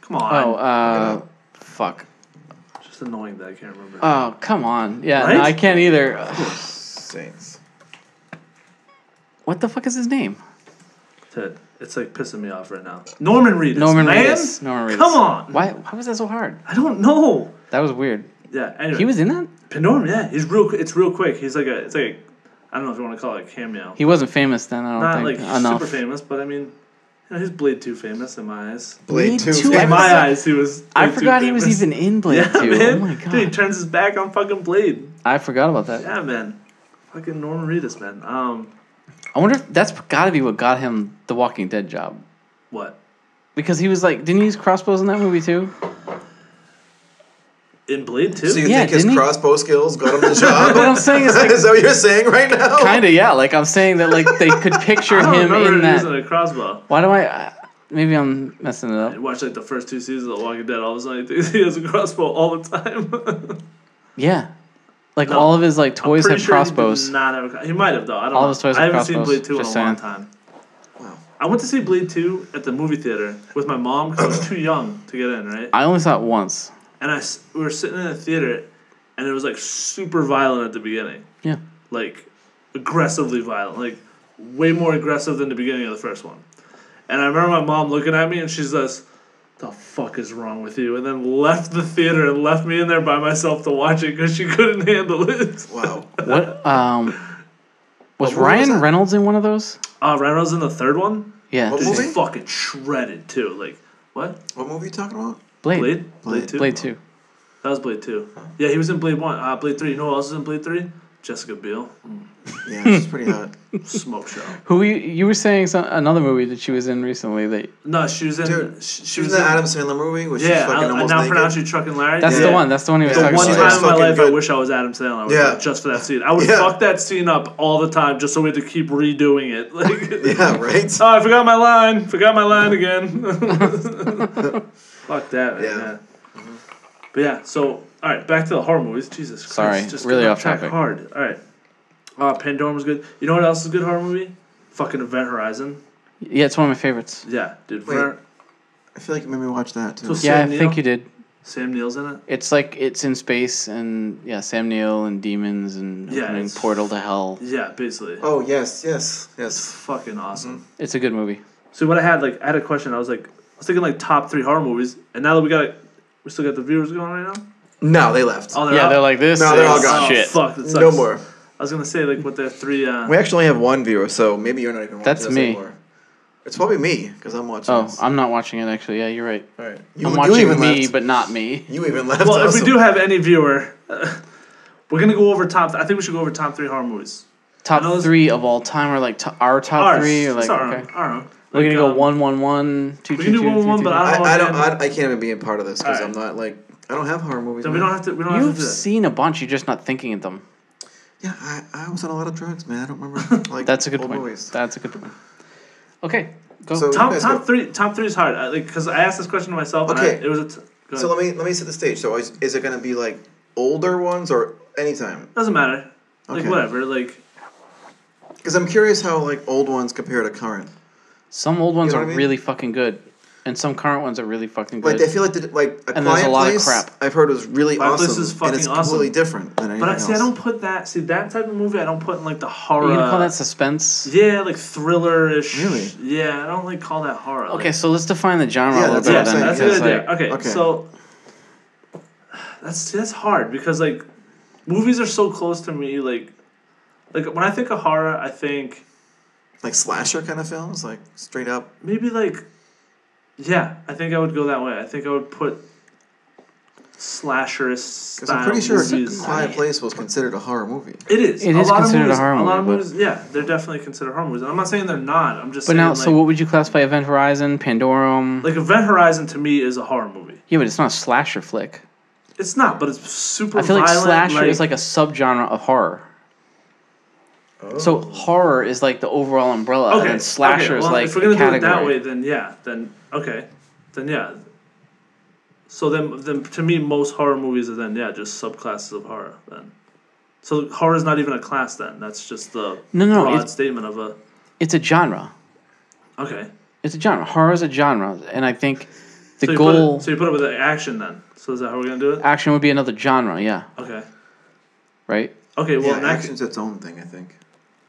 Speaker 3: Come on.
Speaker 1: Oh, uh, fuck.
Speaker 3: Just annoying that I can't remember.
Speaker 1: Oh, come on. Yeah,
Speaker 3: Right?
Speaker 1: no, I can't either. Ugh,
Speaker 2: Saints.
Speaker 1: What the fuck is his name?
Speaker 3: Ted, it's like pissing me off right now. Norman Reedus.
Speaker 1: Norman
Speaker 3: man?
Speaker 1: Reedus. Norman Reedus.
Speaker 3: Come on.
Speaker 1: Why? Why was that so hard?
Speaker 3: I don't know.
Speaker 1: That was weird.
Speaker 3: Yeah. Anyway,
Speaker 1: He was in that.
Speaker 3: Pandorum. Yeah, he's real. It's real quick. He's like a. It's like a, I don't know if you want to call it a cameo.
Speaker 1: He wasn't famous then. I don't
Speaker 3: Not like
Speaker 1: think Uh, enough.
Speaker 3: super famous, but I mean, you know, he's Blade Two famous in my eyes.
Speaker 1: Me
Speaker 2: Blade two.
Speaker 1: too,
Speaker 2: famous.
Speaker 3: In my eyes, he was.
Speaker 1: I
Speaker 3: Blade two
Speaker 1: forgot he was
Speaker 3: famous.
Speaker 1: even in Blade
Speaker 3: Yeah,
Speaker 1: 2.
Speaker 3: man.
Speaker 1: Oh my
Speaker 3: Dude, he
Speaker 1: god.
Speaker 3: turns his back on fucking Blade.
Speaker 1: I forgot about that.
Speaker 3: Yeah, man. Fucking Norman Reedus, man. Um,
Speaker 1: I wonder if that's gotta be what got him the Walking Dead job.
Speaker 3: what?
Speaker 1: Because he was like, didn't he use crossbows in that movie too?
Speaker 3: In Blade Two?
Speaker 2: So you
Speaker 1: Yeah,
Speaker 2: think his
Speaker 1: didn't he?
Speaker 2: crossbow skills got him the
Speaker 1: What
Speaker 2: job?
Speaker 1: I'm saying is like,
Speaker 2: is that what you're saying right now?
Speaker 1: kinda, yeah. Like, I'm saying that, like, they could picture
Speaker 3: I don't
Speaker 1: him
Speaker 3: remember
Speaker 1: in
Speaker 3: him
Speaker 1: that.
Speaker 3: using a crossbow.
Speaker 1: Why do I. Uh, maybe I'm messing it
Speaker 3: I
Speaker 1: up.
Speaker 3: watched like the first two seasons of The Walking Dead. All of a sudden, he thinks he has a crossbow all the time.
Speaker 1: Yeah. Like,
Speaker 3: No.
Speaker 1: all of his, like,
Speaker 3: Pretty
Speaker 1: toys had
Speaker 3: sure He,
Speaker 1: crossbows.
Speaker 3: did not have a, cro- he might have though. I don't
Speaker 1: All
Speaker 3: know.
Speaker 1: of his toys
Speaker 3: I
Speaker 1: had
Speaker 3: haven't seen
Speaker 1: crossbows,
Speaker 3: Blade Two in a
Speaker 1: just saying.
Speaker 3: long time.
Speaker 2: Wow.
Speaker 3: I went to see Blade Two at the movie theater with my mom because I was too young to get in. Right.
Speaker 1: I only saw it once.
Speaker 3: and I s- we were sitting in the theater, and it was like super violent at the beginning,
Speaker 1: Yeah.
Speaker 3: like aggressively violent, like way more aggressive than the beginning of the first one. And I remember my mom looking at me, and she's like, "The fuck is wrong with you?" And then left the theater and left me in there by myself to watch it because she couldn't handle it.
Speaker 2: Wow.
Speaker 1: What, um. Was
Speaker 2: What was
Speaker 1: Ryan
Speaker 2: that?
Speaker 1: Reynolds in one of those?
Speaker 3: Uh, Reynolds in the third one,
Speaker 1: Yeah.
Speaker 2: What
Speaker 3: dude,
Speaker 2: movie?
Speaker 3: he's fucking shredded too. Like what?
Speaker 2: What movie are you talking about?
Speaker 1: Blade. Blade,
Speaker 3: Blade? Blade two.
Speaker 1: Blade 2.
Speaker 3: That was Blade two. Yeah, he was in Blade one. Uh, Blade three. You know who else is in Blade three? Jessica Biel.
Speaker 2: Yeah, she's pretty hot.
Speaker 3: Smoke show.
Speaker 1: Who you, you were saying some, another movie that she was in recently that
Speaker 3: No, she was in.
Speaker 2: Dude,
Speaker 3: she, she
Speaker 2: She
Speaker 3: was
Speaker 2: was
Speaker 3: in.
Speaker 2: in that Adam Sandler movie where she's
Speaker 3: yeah,
Speaker 2: fucking
Speaker 3: I, I
Speaker 2: almost
Speaker 3: now
Speaker 2: naked.
Speaker 3: pronounce you Truck and Larry.
Speaker 1: That's
Speaker 3: Yeah.
Speaker 1: the one. That's the one he was
Speaker 2: Yeah.
Speaker 1: talking
Speaker 3: The
Speaker 1: about.
Speaker 3: one
Speaker 2: She's
Speaker 3: time in my
Speaker 2: fucking
Speaker 3: life I
Speaker 2: good.
Speaker 3: wish I was Adam Sandler. I was
Speaker 2: Yeah.
Speaker 3: like, just for that scene. I would
Speaker 2: Yeah.
Speaker 3: fuck that scene up all the time just so we had to keep redoing it. Like,
Speaker 2: Yeah, right.
Speaker 3: oh, I forgot my line. Forgot my line again. fuck that. Man. Yeah.
Speaker 2: Yeah.
Speaker 3: But yeah, so all right, back to the horror movies. Jesus Christ,
Speaker 1: Sorry, really
Speaker 3: get
Speaker 1: off
Speaker 3: track
Speaker 1: topic.
Speaker 3: Hard. All right. Uh, Pandorum was good. You know what else is a good horror movie? Fucking Event Horizon.
Speaker 1: Yeah, it's one of my favorites.
Speaker 3: Yeah, dude.
Speaker 2: Wait.
Speaker 3: Ver-
Speaker 2: I feel like you made me watch that too.
Speaker 3: So-
Speaker 1: Yeah,
Speaker 3: Sam
Speaker 1: I think
Speaker 3: Neill?
Speaker 1: you did.
Speaker 3: Sam Neill's in it.
Speaker 1: It's like it's in space and yeah, Sam Neill and demons and
Speaker 3: Yeah,
Speaker 1: opening
Speaker 3: it's-
Speaker 1: portal to hell.
Speaker 3: Yeah, basically.
Speaker 2: Oh yes, yes, yes.
Speaker 3: fucking awesome.
Speaker 1: It's a good movie.
Speaker 3: So what I had like I had a question. I was like I was thinking like top three horror movies, and now that we got we still got the viewers going right now.
Speaker 2: No, they left.
Speaker 3: Oh,
Speaker 1: yeah,
Speaker 3: out?
Speaker 1: they're like this.
Speaker 2: No, they're all
Speaker 1: is
Speaker 2: gone.
Speaker 3: oh,
Speaker 1: Shit.
Speaker 3: Fuck, that sucks.
Speaker 2: no more.
Speaker 3: I was gonna say like what their three. Uh,
Speaker 2: We actually have one viewer, so maybe you're not even watching
Speaker 1: That's
Speaker 2: this
Speaker 1: me.
Speaker 2: anymore. It's probably me because I'm watching.
Speaker 1: Oh,
Speaker 2: this.
Speaker 1: I'm not watching it actually. Yeah, you're right.
Speaker 2: all right. You,
Speaker 1: I'm
Speaker 2: you
Speaker 1: watching
Speaker 2: even
Speaker 1: me,
Speaker 2: left.
Speaker 1: but not me.
Speaker 2: you even left.
Speaker 3: well, if we
Speaker 2: also.
Speaker 3: do have any viewer, we're gonna go over top. I think we should go over top three horror movies.
Speaker 1: top
Speaker 3: I know it's-
Speaker 1: three of all time, or like to our top
Speaker 3: Ours.
Speaker 1: three, or
Speaker 3: It's
Speaker 1: like
Speaker 3: our
Speaker 1: okay,
Speaker 3: own. Our own.
Speaker 1: we're
Speaker 3: Like,
Speaker 1: gonna go
Speaker 3: um,
Speaker 1: one one one two
Speaker 3: we
Speaker 1: two
Speaker 3: can
Speaker 1: two
Speaker 3: do one,
Speaker 1: three
Speaker 3: one,
Speaker 1: two.
Speaker 3: but
Speaker 1: two.
Speaker 3: I
Speaker 2: I,
Speaker 3: don't
Speaker 2: I don't.
Speaker 3: know, man.
Speaker 2: I, I can't even be a part of this because
Speaker 3: Alright.
Speaker 2: I'm not like. I don't have horror movies.
Speaker 3: Then we
Speaker 2: man.
Speaker 3: don't have to. We don't have to
Speaker 1: You've
Speaker 3: do that.
Speaker 1: seen a bunch. You're just not thinking of them.
Speaker 2: Yeah, I, I was on a lot of drugs, man. I don't remember. Like
Speaker 1: That's a good
Speaker 2: old
Speaker 1: point.
Speaker 2: movies.
Speaker 1: That's a good point. Okay, go.
Speaker 2: So-
Speaker 3: Top
Speaker 2: Let's
Speaker 3: top
Speaker 2: go.
Speaker 3: three. Top three is hard. I, like because I asked this question to myself. Okay.
Speaker 2: Okay.
Speaker 3: And I, it was a. T- go
Speaker 2: So
Speaker 3: ahead.
Speaker 2: let me let me set the stage. So is, is it gonna be like older ones or anytime?
Speaker 3: Doesn't matter. Like
Speaker 2: Okay.
Speaker 3: whatever. Like
Speaker 2: Because I'm curious how like old ones compare to current.
Speaker 1: some old ones
Speaker 2: know
Speaker 1: are
Speaker 2: what I mean?
Speaker 1: really fucking good, and some current ones are really fucking
Speaker 2: Like
Speaker 1: good.
Speaker 2: I feel like the, like a
Speaker 1: And there's
Speaker 2: quiet
Speaker 1: a lot of
Speaker 2: place
Speaker 1: crap.
Speaker 2: I've heard was really
Speaker 3: Quiet Place
Speaker 2: awesome, and
Speaker 3: is
Speaker 2: it's
Speaker 3: fucking awesome.
Speaker 2: completely different than anything
Speaker 3: but I
Speaker 2: else.
Speaker 3: see. I don't put that. See that type of movie. I don't put in like the horror.
Speaker 1: Are you gonna call that suspense?
Speaker 3: uh, Yeah, like thriller ish.
Speaker 2: Really?
Speaker 3: Yeah, I don't like call that horror.
Speaker 1: Okay,
Speaker 3: Like,
Speaker 1: so let's define the genre
Speaker 2: Yeah,
Speaker 1: a little
Speaker 2: that's
Speaker 1: bit.
Speaker 2: what I'm
Speaker 1: then,
Speaker 2: saying,
Speaker 3: that's a
Speaker 2: yeah.
Speaker 1: because,
Speaker 3: good idea.
Speaker 1: like,
Speaker 3: Okay,
Speaker 2: Okay.
Speaker 3: so that's see, that's hard because like movies are so close to me. Like, like when I think of horror, I think
Speaker 2: like slasher kind of films, like straight up.
Speaker 3: maybe like, yeah, I think I would go that way. I think I would put slasherist
Speaker 2: Because
Speaker 3: style
Speaker 2: I'm pretty sure
Speaker 3: movies.
Speaker 2: a quiet place was considered a horror movie.
Speaker 3: It is.
Speaker 1: It is
Speaker 3: lot of
Speaker 1: considered a
Speaker 3: movies-
Speaker 1: horror
Speaker 3: lot of
Speaker 1: movie, but-
Speaker 3: movies, yeah, they're definitely considered horror movies. And I'm not saying they're not. I'm just
Speaker 1: But
Speaker 3: saying
Speaker 1: now,
Speaker 3: like,
Speaker 1: so what would you classify Event Horizon, Pandorum?
Speaker 3: like Event Horizon to me is a horror movie.
Speaker 1: yeah, but it's not a slasher flick.
Speaker 3: It's not, but it's super.
Speaker 1: I feel like
Speaker 3: violent,
Speaker 1: slasher is like a subgenre of horror. So horror is like the overall umbrella, and then slasher
Speaker 3: Oh. okay,
Speaker 1: is
Speaker 3: well,
Speaker 1: like
Speaker 3: if we're gonna
Speaker 1: a category.
Speaker 3: do it that way, then yeah, then okay, then yeah. So then, then to me, most horror movies are then yeah, just subclasses of horror. Then, so horror is not even a class. Then that's just the
Speaker 1: No, no,
Speaker 3: broad
Speaker 1: it's-
Speaker 3: statement of a
Speaker 1: It's a genre.
Speaker 3: okay.
Speaker 1: It's a genre. Horror is a genre, and I think the
Speaker 3: So you, put
Speaker 1: goal
Speaker 3: it, so you put it with the action then. So is that how we're gonna do it?
Speaker 1: action would be another genre. Yeah,
Speaker 3: Okay.
Speaker 1: right.
Speaker 3: Okay. Well,
Speaker 2: yeah,
Speaker 3: in that
Speaker 2: action's its own thing, I think.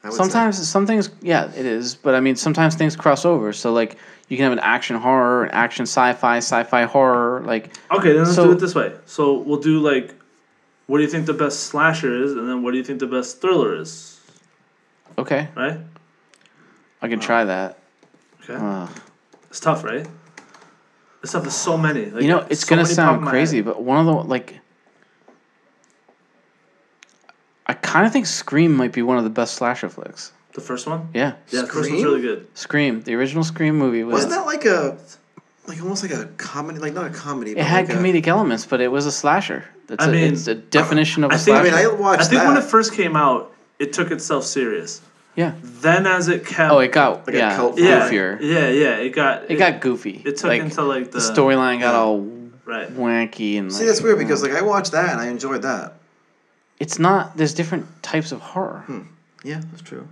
Speaker 2: I would say.
Speaker 1: Sometimes some things, yeah, it is. But I mean, sometimes things cross over. So like, you can have an action horror, an action sci-fi, sci-fi horror. Like,
Speaker 3: Okay, then let's
Speaker 1: So-
Speaker 3: do it this way. So we'll do like, what do you think the best slasher is, and then what do you think the best thriller is,
Speaker 1: okay,
Speaker 3: right?
Speaker 1: I can try that.
Speaker 3: Okay,
Speaker 1: Uh,
Speaker 3: it's tough, right? It's tough. There's so many. Like,
Speaker 1: you know, it's
Speaker 3: so
Speaker 1: gonna
Speaker 3: many pop in
Speaker 1: sound
Speaker 3: my
Speaker 1: crazy,
Speaker 3: head.
Speaker 1: but one of the like, I kind of think Scream might be one of the best slasher flicks.
Speaker 3: The first one.
Speaker 1: Yeah,
Speaker 3: Yeah, the first one's
Speaker 2: Scream?
Speaker 3: really good.
Speaker 1: Scream, the original Scream movie was.
Speaker 2: wasn't that like a like almost like a comedy, like not a comedy.
Speaker 1: It
Speaker 2: but
Speaker 1: had
Speaker 2: like a-
Speaker 1: comedic elements, but it was a slasher. That's
Speaker 3: I
Speaker 1: a,
Speaker 3: mean,
Speaker 1: it's a definition of a
Speaker 3: I think-
Speaker 2: I
Speaker 1: slasher.
Speaker 2: mean, I watched.
Speaker 3: I think
Speaker 2: that.
Speaker 3: when it first came out, it took itself serious.
Speaker 1: yeah.
Speaker 3: Then as it kept.
Speaker 1: Oh, it got
Speaker 2: Like a
Speaker 1: yeah
Speaker 2: cult
Speaker 3: yeah,
Speaker 1: goofier.
Speaker 3: Yeah, yeah, it got.
Speaker 1: It got goofy.
Speaker 3: It took
Speaker 1: like,
Speaker 3: into like
Speaker 1: the
Speaker 3: the,
Speaker 1: storyline got all
Speaker 3: Right.
Speaker 1: wanky and
Speaker 2: See,
Speaker 1: like,
Speaker 2: that's weird because like I watched that and I enjoyed that.
Speaker 1: it's not. There's different types of horror,
Speaker 2: Hmm. Yeah, that's true.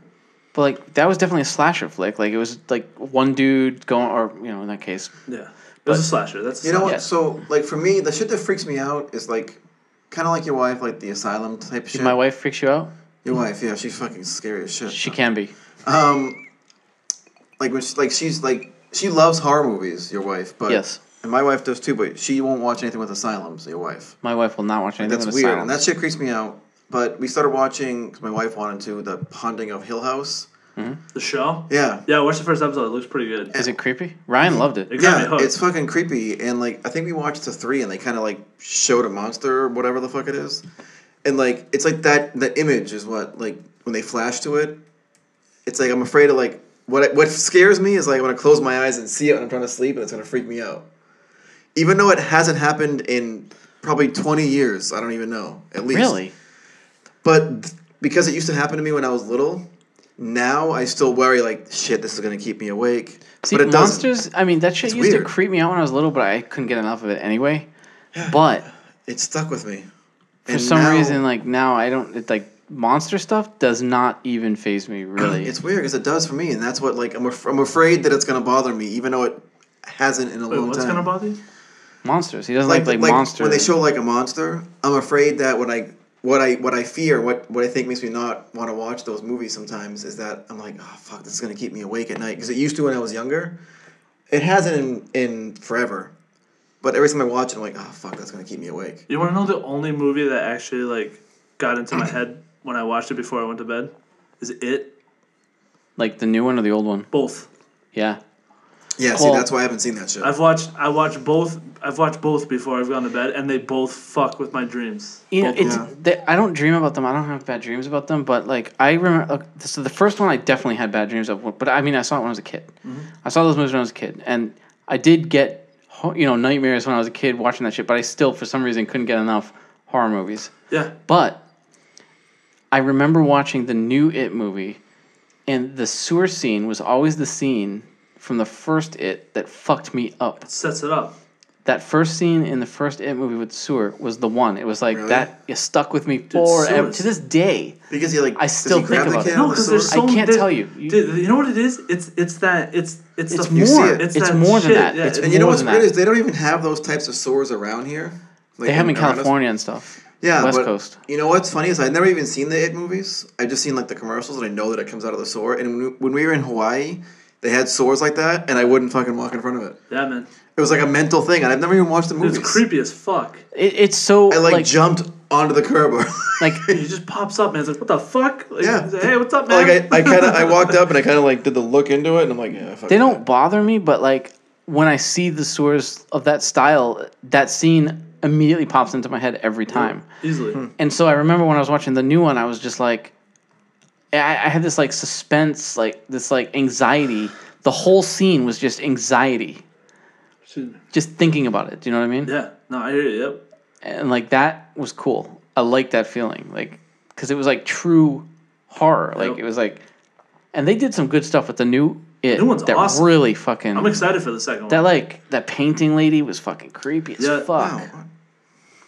Speaker 1: but like that was definitely a slasher flick. Like it was like one dude going, or you know, in that case,
Speaker 3: Yeah, it was a slasher. That's a
Speaker 2: You know what?
Speaker 1: Yeah.
Speaker 2: So like for me, the shit that freaks me out is like kind of like your wife, like the asylum type shit.
Speaker 1: my wife freaks you out.
Speaker 2: Your wife, yeah, she's fucking scary as shit.
Speaker 1: She can be.
Speaker 2: Um, like when she, like she's like she loves horror movies. Your wife, but
Speaker 1: Yes.
Speaker 2: and my wife does too. But she won't watch anything with asylums. Your wife,
Speaker 1: My wife will not watch anything.
Speaker 2: that's
Speaker 1: with
Speaker 2: weird,
Speaker 1: asylum.
Speaker 2: and that shit creeps me out. But we started watching 'cause my wife wanted to the Haunting of Hill House.
Speaker 3: The show.
Speaker 2: Yeah,
Speaker 3: Yeah, watch the first episode. It looks pretty good.
Speaker 1: Is it creepy? Ryan loved
Speaker 3: It
Speaker 1: it.
Speaker 3: got me
Speaker 2: Yeah,
Speaker 3: hooked.
Speaker 2: it's fucking creepy, and like I think we watched the three, and they kind of like showed a monster or whatever the fuck it is, and like it's like that the image is what like when they flash to it, it's like I'm afraid of like what I- what scares me is like when I close my eyes and see it when I'm trying to sleep, and it's gonna freak me out, even though it hasn't happened in probably 20 years. I don't even know at least.
Speaker 1: Really?
Speaker 2: But th- because it used to happen to me when I was little, now I still worry like shit. This is gonna keep me awake.
Speaker 1: See,
Speaker 2: but it doesn't.
Speaker 1: monsters. I mean, that shit
Speaker 2: It's
Speaker 1: used
Speaker 2: weird.
Speaker 1: to creep me out when I was little, but I couldn't get enough of it anyway. But
Speaker 2: It stuck with me.
Speaker 1: for some reason, like now, I don't. It, like monster stuff does not even phase me really.
Speaker 2: It's weird because it does for me, and that's what like I'm, af- I'm afraid that it's gonna bother me, even though it hasn't in a
Speaker 3: Wait,
Speaker 2: long
Speaker 3: what's
Speaker 2: time.
Speaker 3: gonna bother you?
Speaker 1: monsters. He doesn't like like, monsters.
Speaker 2: when they show like a monster, I'm afraid that when I what I what I fear, what what I think makes me not want to watch those movies sometimes is that I'm like, oh fuck, this is gonna keep me awake at night because it used to when I was younger. It hasn't in, in forever, but every time I watch it, I'm like, oh fuck, that's gonna keep me awake.
Speaker 3: You want to know the only movie that actually like got into my head when I watched it before I went to bed? Is it
Speaker 1: like the new one or the old one?
Speaker 3: both?
Speaker 1: Yeah.
Speaker 2: Yeah, see,
Speaker 1: Well-
Speaker 2: that's why I haven't seen that shit.
Speaker 3: I've watched I watched both I've watched both before I've gone to bed and they both fuck with my dreams.
Speaker 1: You know,
Speaker 3: Both of
Speaker 1: it's
Speaker 3: them.
Speaker 1: they, I don't dream about them. I don't have bad dreams about them. But like I remember, look, so the first one I definitely had bad dreams of. But I mean, I saw it when I was a kid.
Speaker 2: Mm-hmm.
Speaker 1: I saw those movies when I was a kid, and I did get ho- you know nightmares when I was a kid watching that shit. But I still, for some reason, couldn't get enough horror movies.
Speaker 3: yeah.
Speaker 1: But I remember watching the new It movie, and the sewer scene was always the scene from the first It that fucked me up.
Speaker 3: Sets it up.
Speaker 1: That first scene in the first It movie with the sewer was the one. It was like
Speaker 2: Really?
Speaker 1: that. It stuck with me forever
Speaker 3: sewers.
Speaker 1: to this day.
Speaker 2: because he like
Speaker 1: I still
Speaker 2: does he grab
Speaker 1: think
Speaker 2: the
Speaker 1: about it.
Speaker 2: can
Speaker 3: No,
Speaker 2: with the
Speaker 3: because there's
Speaker 2: sword?
Speaker 3: so
Speaker 1: I can't
Speaker 3: there's-
Speaker 1: tell you. You-
Speaker 3: dude, you know what it is? It's it's that it's it's
Speaker 1: It's
Speaker 3: the
Speaker 1: more.
Speaker 2: see it.
Speaker 1: It's,
Speaker 3: It's that
Speaker 1: more than
Speaker 3: shit,
Speaker 1: that.
Speaker 3: yeah,
Speaker 1: it's
Speaker 3: it's-
Speaker 2: And you know
Speaker 1: more
Speaker 2: what's
Speaker 1: than
Speaker 2: weird
Speaker 1: that.
Speaker 2: is they don't even have those types of swords around here. Like,
Speaker 1: they have in
Speaker 2: around us.
Speaker 1: California and stuff.
Speaker 2: Yeah,
Speaker 1: West
Speaker 2: but
Speaker 1: Coast.
Speaker 2: You know what's funny is I've never even seen the It movies. I've just seen like the commercials, and I know that it comes out of the sword. And when we, when we were in Hawaii, they had swords like that, and I wouldn't fucking walk in front of it.
Speaker 3: Yeah, man.
Speaker 2: It was like a mental thing, and I've never even watched the
Speaker 3: It's
Speaker 2: movies.
Speaker 3: creepy as fuck.
Speaker 1: It, it's so
Speaker 2: I like,
Speaker 1: like like,
Speaker 2: jumped onto the curb. Or,
Speaker 3: It just pops up, man. It's like, what the fuck? Like,
Speaker 2: Yeah.
Speaker 3: it's like, Hey, what's up, man?
Speaker 2: like I, I kind of I walked up and I kind of like did the look into it, and I'm like, yeah. Fuck
Speaker 1: they
Speaker 2: that.
Speaker 1: don't bother me, but like when I see the sewers of that style, that scene immediately pops into my head every time.
Speaker 3: Easily.
Speaker 1: And so I remember when I was watching the new one, I was just like, I, I had this like suspense, like this like anxiety. The whole scene was just anxiety,
Speaker 3: Excuse me.
Speaker 1: just thinking about it. Do you know what I mean?
Speaker 3: Yeah. No, I hear you. Yep.
Speaker 1: and like that was cool. I liked that feeling, like because it was like true horror. Like
Speaker 3: Yep.
Speaker 1: it was like, and they did some good stuff with the new it
Speaker 3: New one's
Speaker 1: that
Speaker 3: awesome.
Speaker 1: really fucking
Speaker 3: I'm excited for the second
Speaker 1: that
Speaker 3: one.
Speaker 1: like that painting lady was fucking creepy as
Speaker 3: Yeah.
Speaker 1: fuck.
Speaker 2: Wow.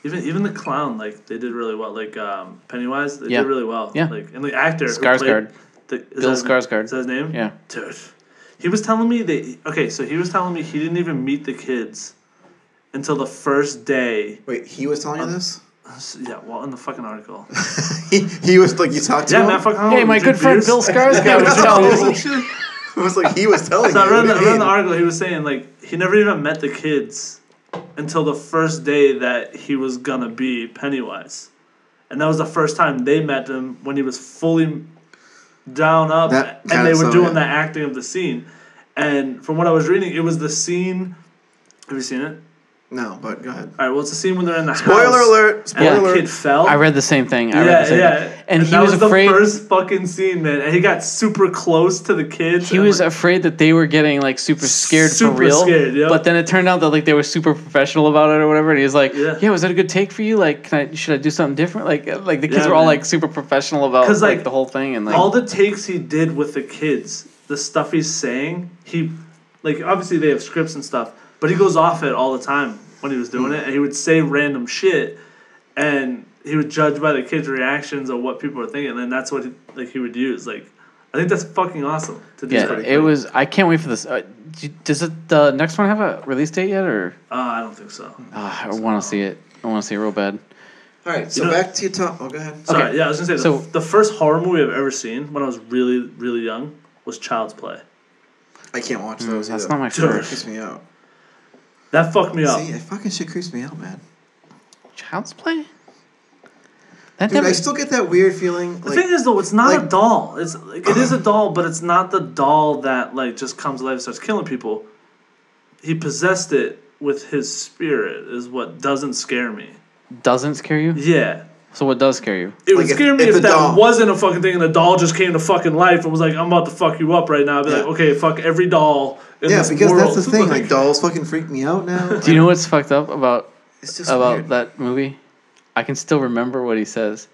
Speaker 3: Even even the clown, like they did really well. Like um, Pennywise, they
Speaker 1: Yeah.
Speaker 3: did really well.
Speaker 1: Yeah.
Speaker 3: Like and the actor who
Speaker 1: Skarsgård.
Speaker 3: played- The, is
Speaker 1: Bill
Speaker 3: that his-
Speaker 1: Skarsgård.
Speaker 3: Is that his name?
Speaker 1: Yeah.
Speaker 3: Dude, he was telling me that. Okay, so he was telling me he didn't even meet the kids until the first day.
Speaker 2: Wait, he was telling you
Speaker 1: Um,
Speaker 2: this?
Speaker 3: Yeah, well, in the fucking article.
Speaker 2: He, he was like you talked to
Speaker 3: Yeah,
Speaker 2: him.
Speaker 3: man, fucking.
Speaker 1: Hey, my good friend Bill Skarsgård was telling me.
Speaker 2: it was like he was telling
Speaker 3: So I
Speaker 2: you.
Speaker 3: read,
Speaker 2: What
Speaker 3: the,
Speaker 2: do you
Speaker 3: I read the
Speaker 2: mean?
Speaker 3: article. He was saying like he never even met the kids until the first day that he was gonna be Pennywise, and that was the first time they met him when he was fully down up,
Speaker 2: That
Speaker 3: and
Speaker 2: kinda
Speaker 3: they were
Speaker 2: sound-
Speaker 3: doing
Speaker 2: yeah.
Speaker 3: the acting of the scene. And from what I was reading, it was the scene. Have you seen it?
Speaker 2: No, but go ahead.
Speaker 3: All right. Well, it's the scene when they're in the house.
Speaker 2: Spoiler alert! Spoiler
Speaker 3: And the
Speaker 2: alert!
Speaker 3: kid fell.
Speaker 1: I read the same thing. I read the
Speaker 3: Yeah,
Speaker 1: same
Speaker 3: yeah.
Speaker 1: thing. And, he
Speaker 3: that
Speaker 1: was, afraid.
Speaker 3: the first fucking scene, man. And he got super close to the kids.
Speaker 1: he
Speaker 3: and I'm
Speaker 1: was
Speaker 3: like,
Speaker 1: afraid that they were getting like super scared
Speaker 3: Super
Speaker 1: for real.
Speaker 3: scared, yep.
Speaker 1: But then it turned out that like they were super professional about it or whatever. And he was like,
Speaker 3: Yeah.
Speaker 1: "Yeah, was that a good take for you? Like, can I should I do something different? Like, uh, like the kids
Speaker 3: Yeah,
Speaker 1: were all
Speaker 3: man.
Speaker 1: like super professional about
Speaker 3: 'Cause,
Speaker 1: like,
Speaker 3: like,
Speaker 1: the whole thing and like
Speaker 3: all the takes he did with the kids, the stuff he's saying, he like obviously they have scripts and stuff, but he goes off it all the time when he was
Speaker 1: Hmm.
Speaker 3: doing it, and he would say random shit, and he would judge by the kids' reactions or what people were thinking, and then that's what he, like he would use. Like, I think that's fucking awesome to do.
Speaker 1: yeah,
Speaker 3: that.
Speaker 1: it was. I can't wait for this. Uh, d- does it, the next one have a release date yet? Or
Speaker 3: Uh, I don't think so.
Speaker 1: Ah, I want to see it. I want to see it real bad.
Speaker 2: All right, so
Speaker 3: know-
Speaker 2: back to your top. Oh, go ahead.
Speaker 3: Sorry, yeah, I was gonna say
Speaker 1: So-
Speaker 3: the, the first horror movie I've ever seen when I was really really young was Child's Play.
Speaker 2: I can't watch those.
Speaker 1: Mm, That's
Speaker 2: either.
Speaker 1: not my
Speaker 3: Sure.
Speaker 2: It
Speaker 1: first.
Speaker 2: creeps me out.
Speaker 3: That fucked me up.
Speaker 2: See, it fucking shit creeps me out, man.
Speaker 1: Child's Play. That
Speaker 2: Dude,
Speaker 1: never.
Speaker 2: I still get that weird feeling.
Speaker 3: The
Speaker 2: Like,
Speaker 3: thing is, though, it's not a
Speaker 2: like-
Speaker 3: doll. It's like, it is a doll, but it's not the doll that like just comes alive and starts killing people. He possessed it with his spirit, is what doesn't scare me.
Speaker 1: doesn't scare you.
Speaker 3: Yeah,
Speaker 1: So what does scare you?
Speaker 3: it would
Speaker 2: Like, if-
Speaker 3: scare me
Speaker 2: if
Speaker 3: if,
Speaker 2: the
Speaker 3: that
Speaker 2: doll-
Speaker 3: wasn't a fucking thing, and the doll just came to fucking life and was like, "I'm about to fuck you up right now." I'd be like,
Speaker 2: Yeah.
Speaker 3: "Okay, fuck every doll." In
Speaker 2: yeah,
Speaker 3: this
Speaker 2: because
Speaker 3: world.
Speaker 2: that's the thing. Like, dolls fucking freak me out now.
Speaker 1: Do you know what's fucked up about
Speaker 2: it's just
Speaker 1: about
Speaker 2: weird.
Speaker 1: that movie? I can still remember what he says.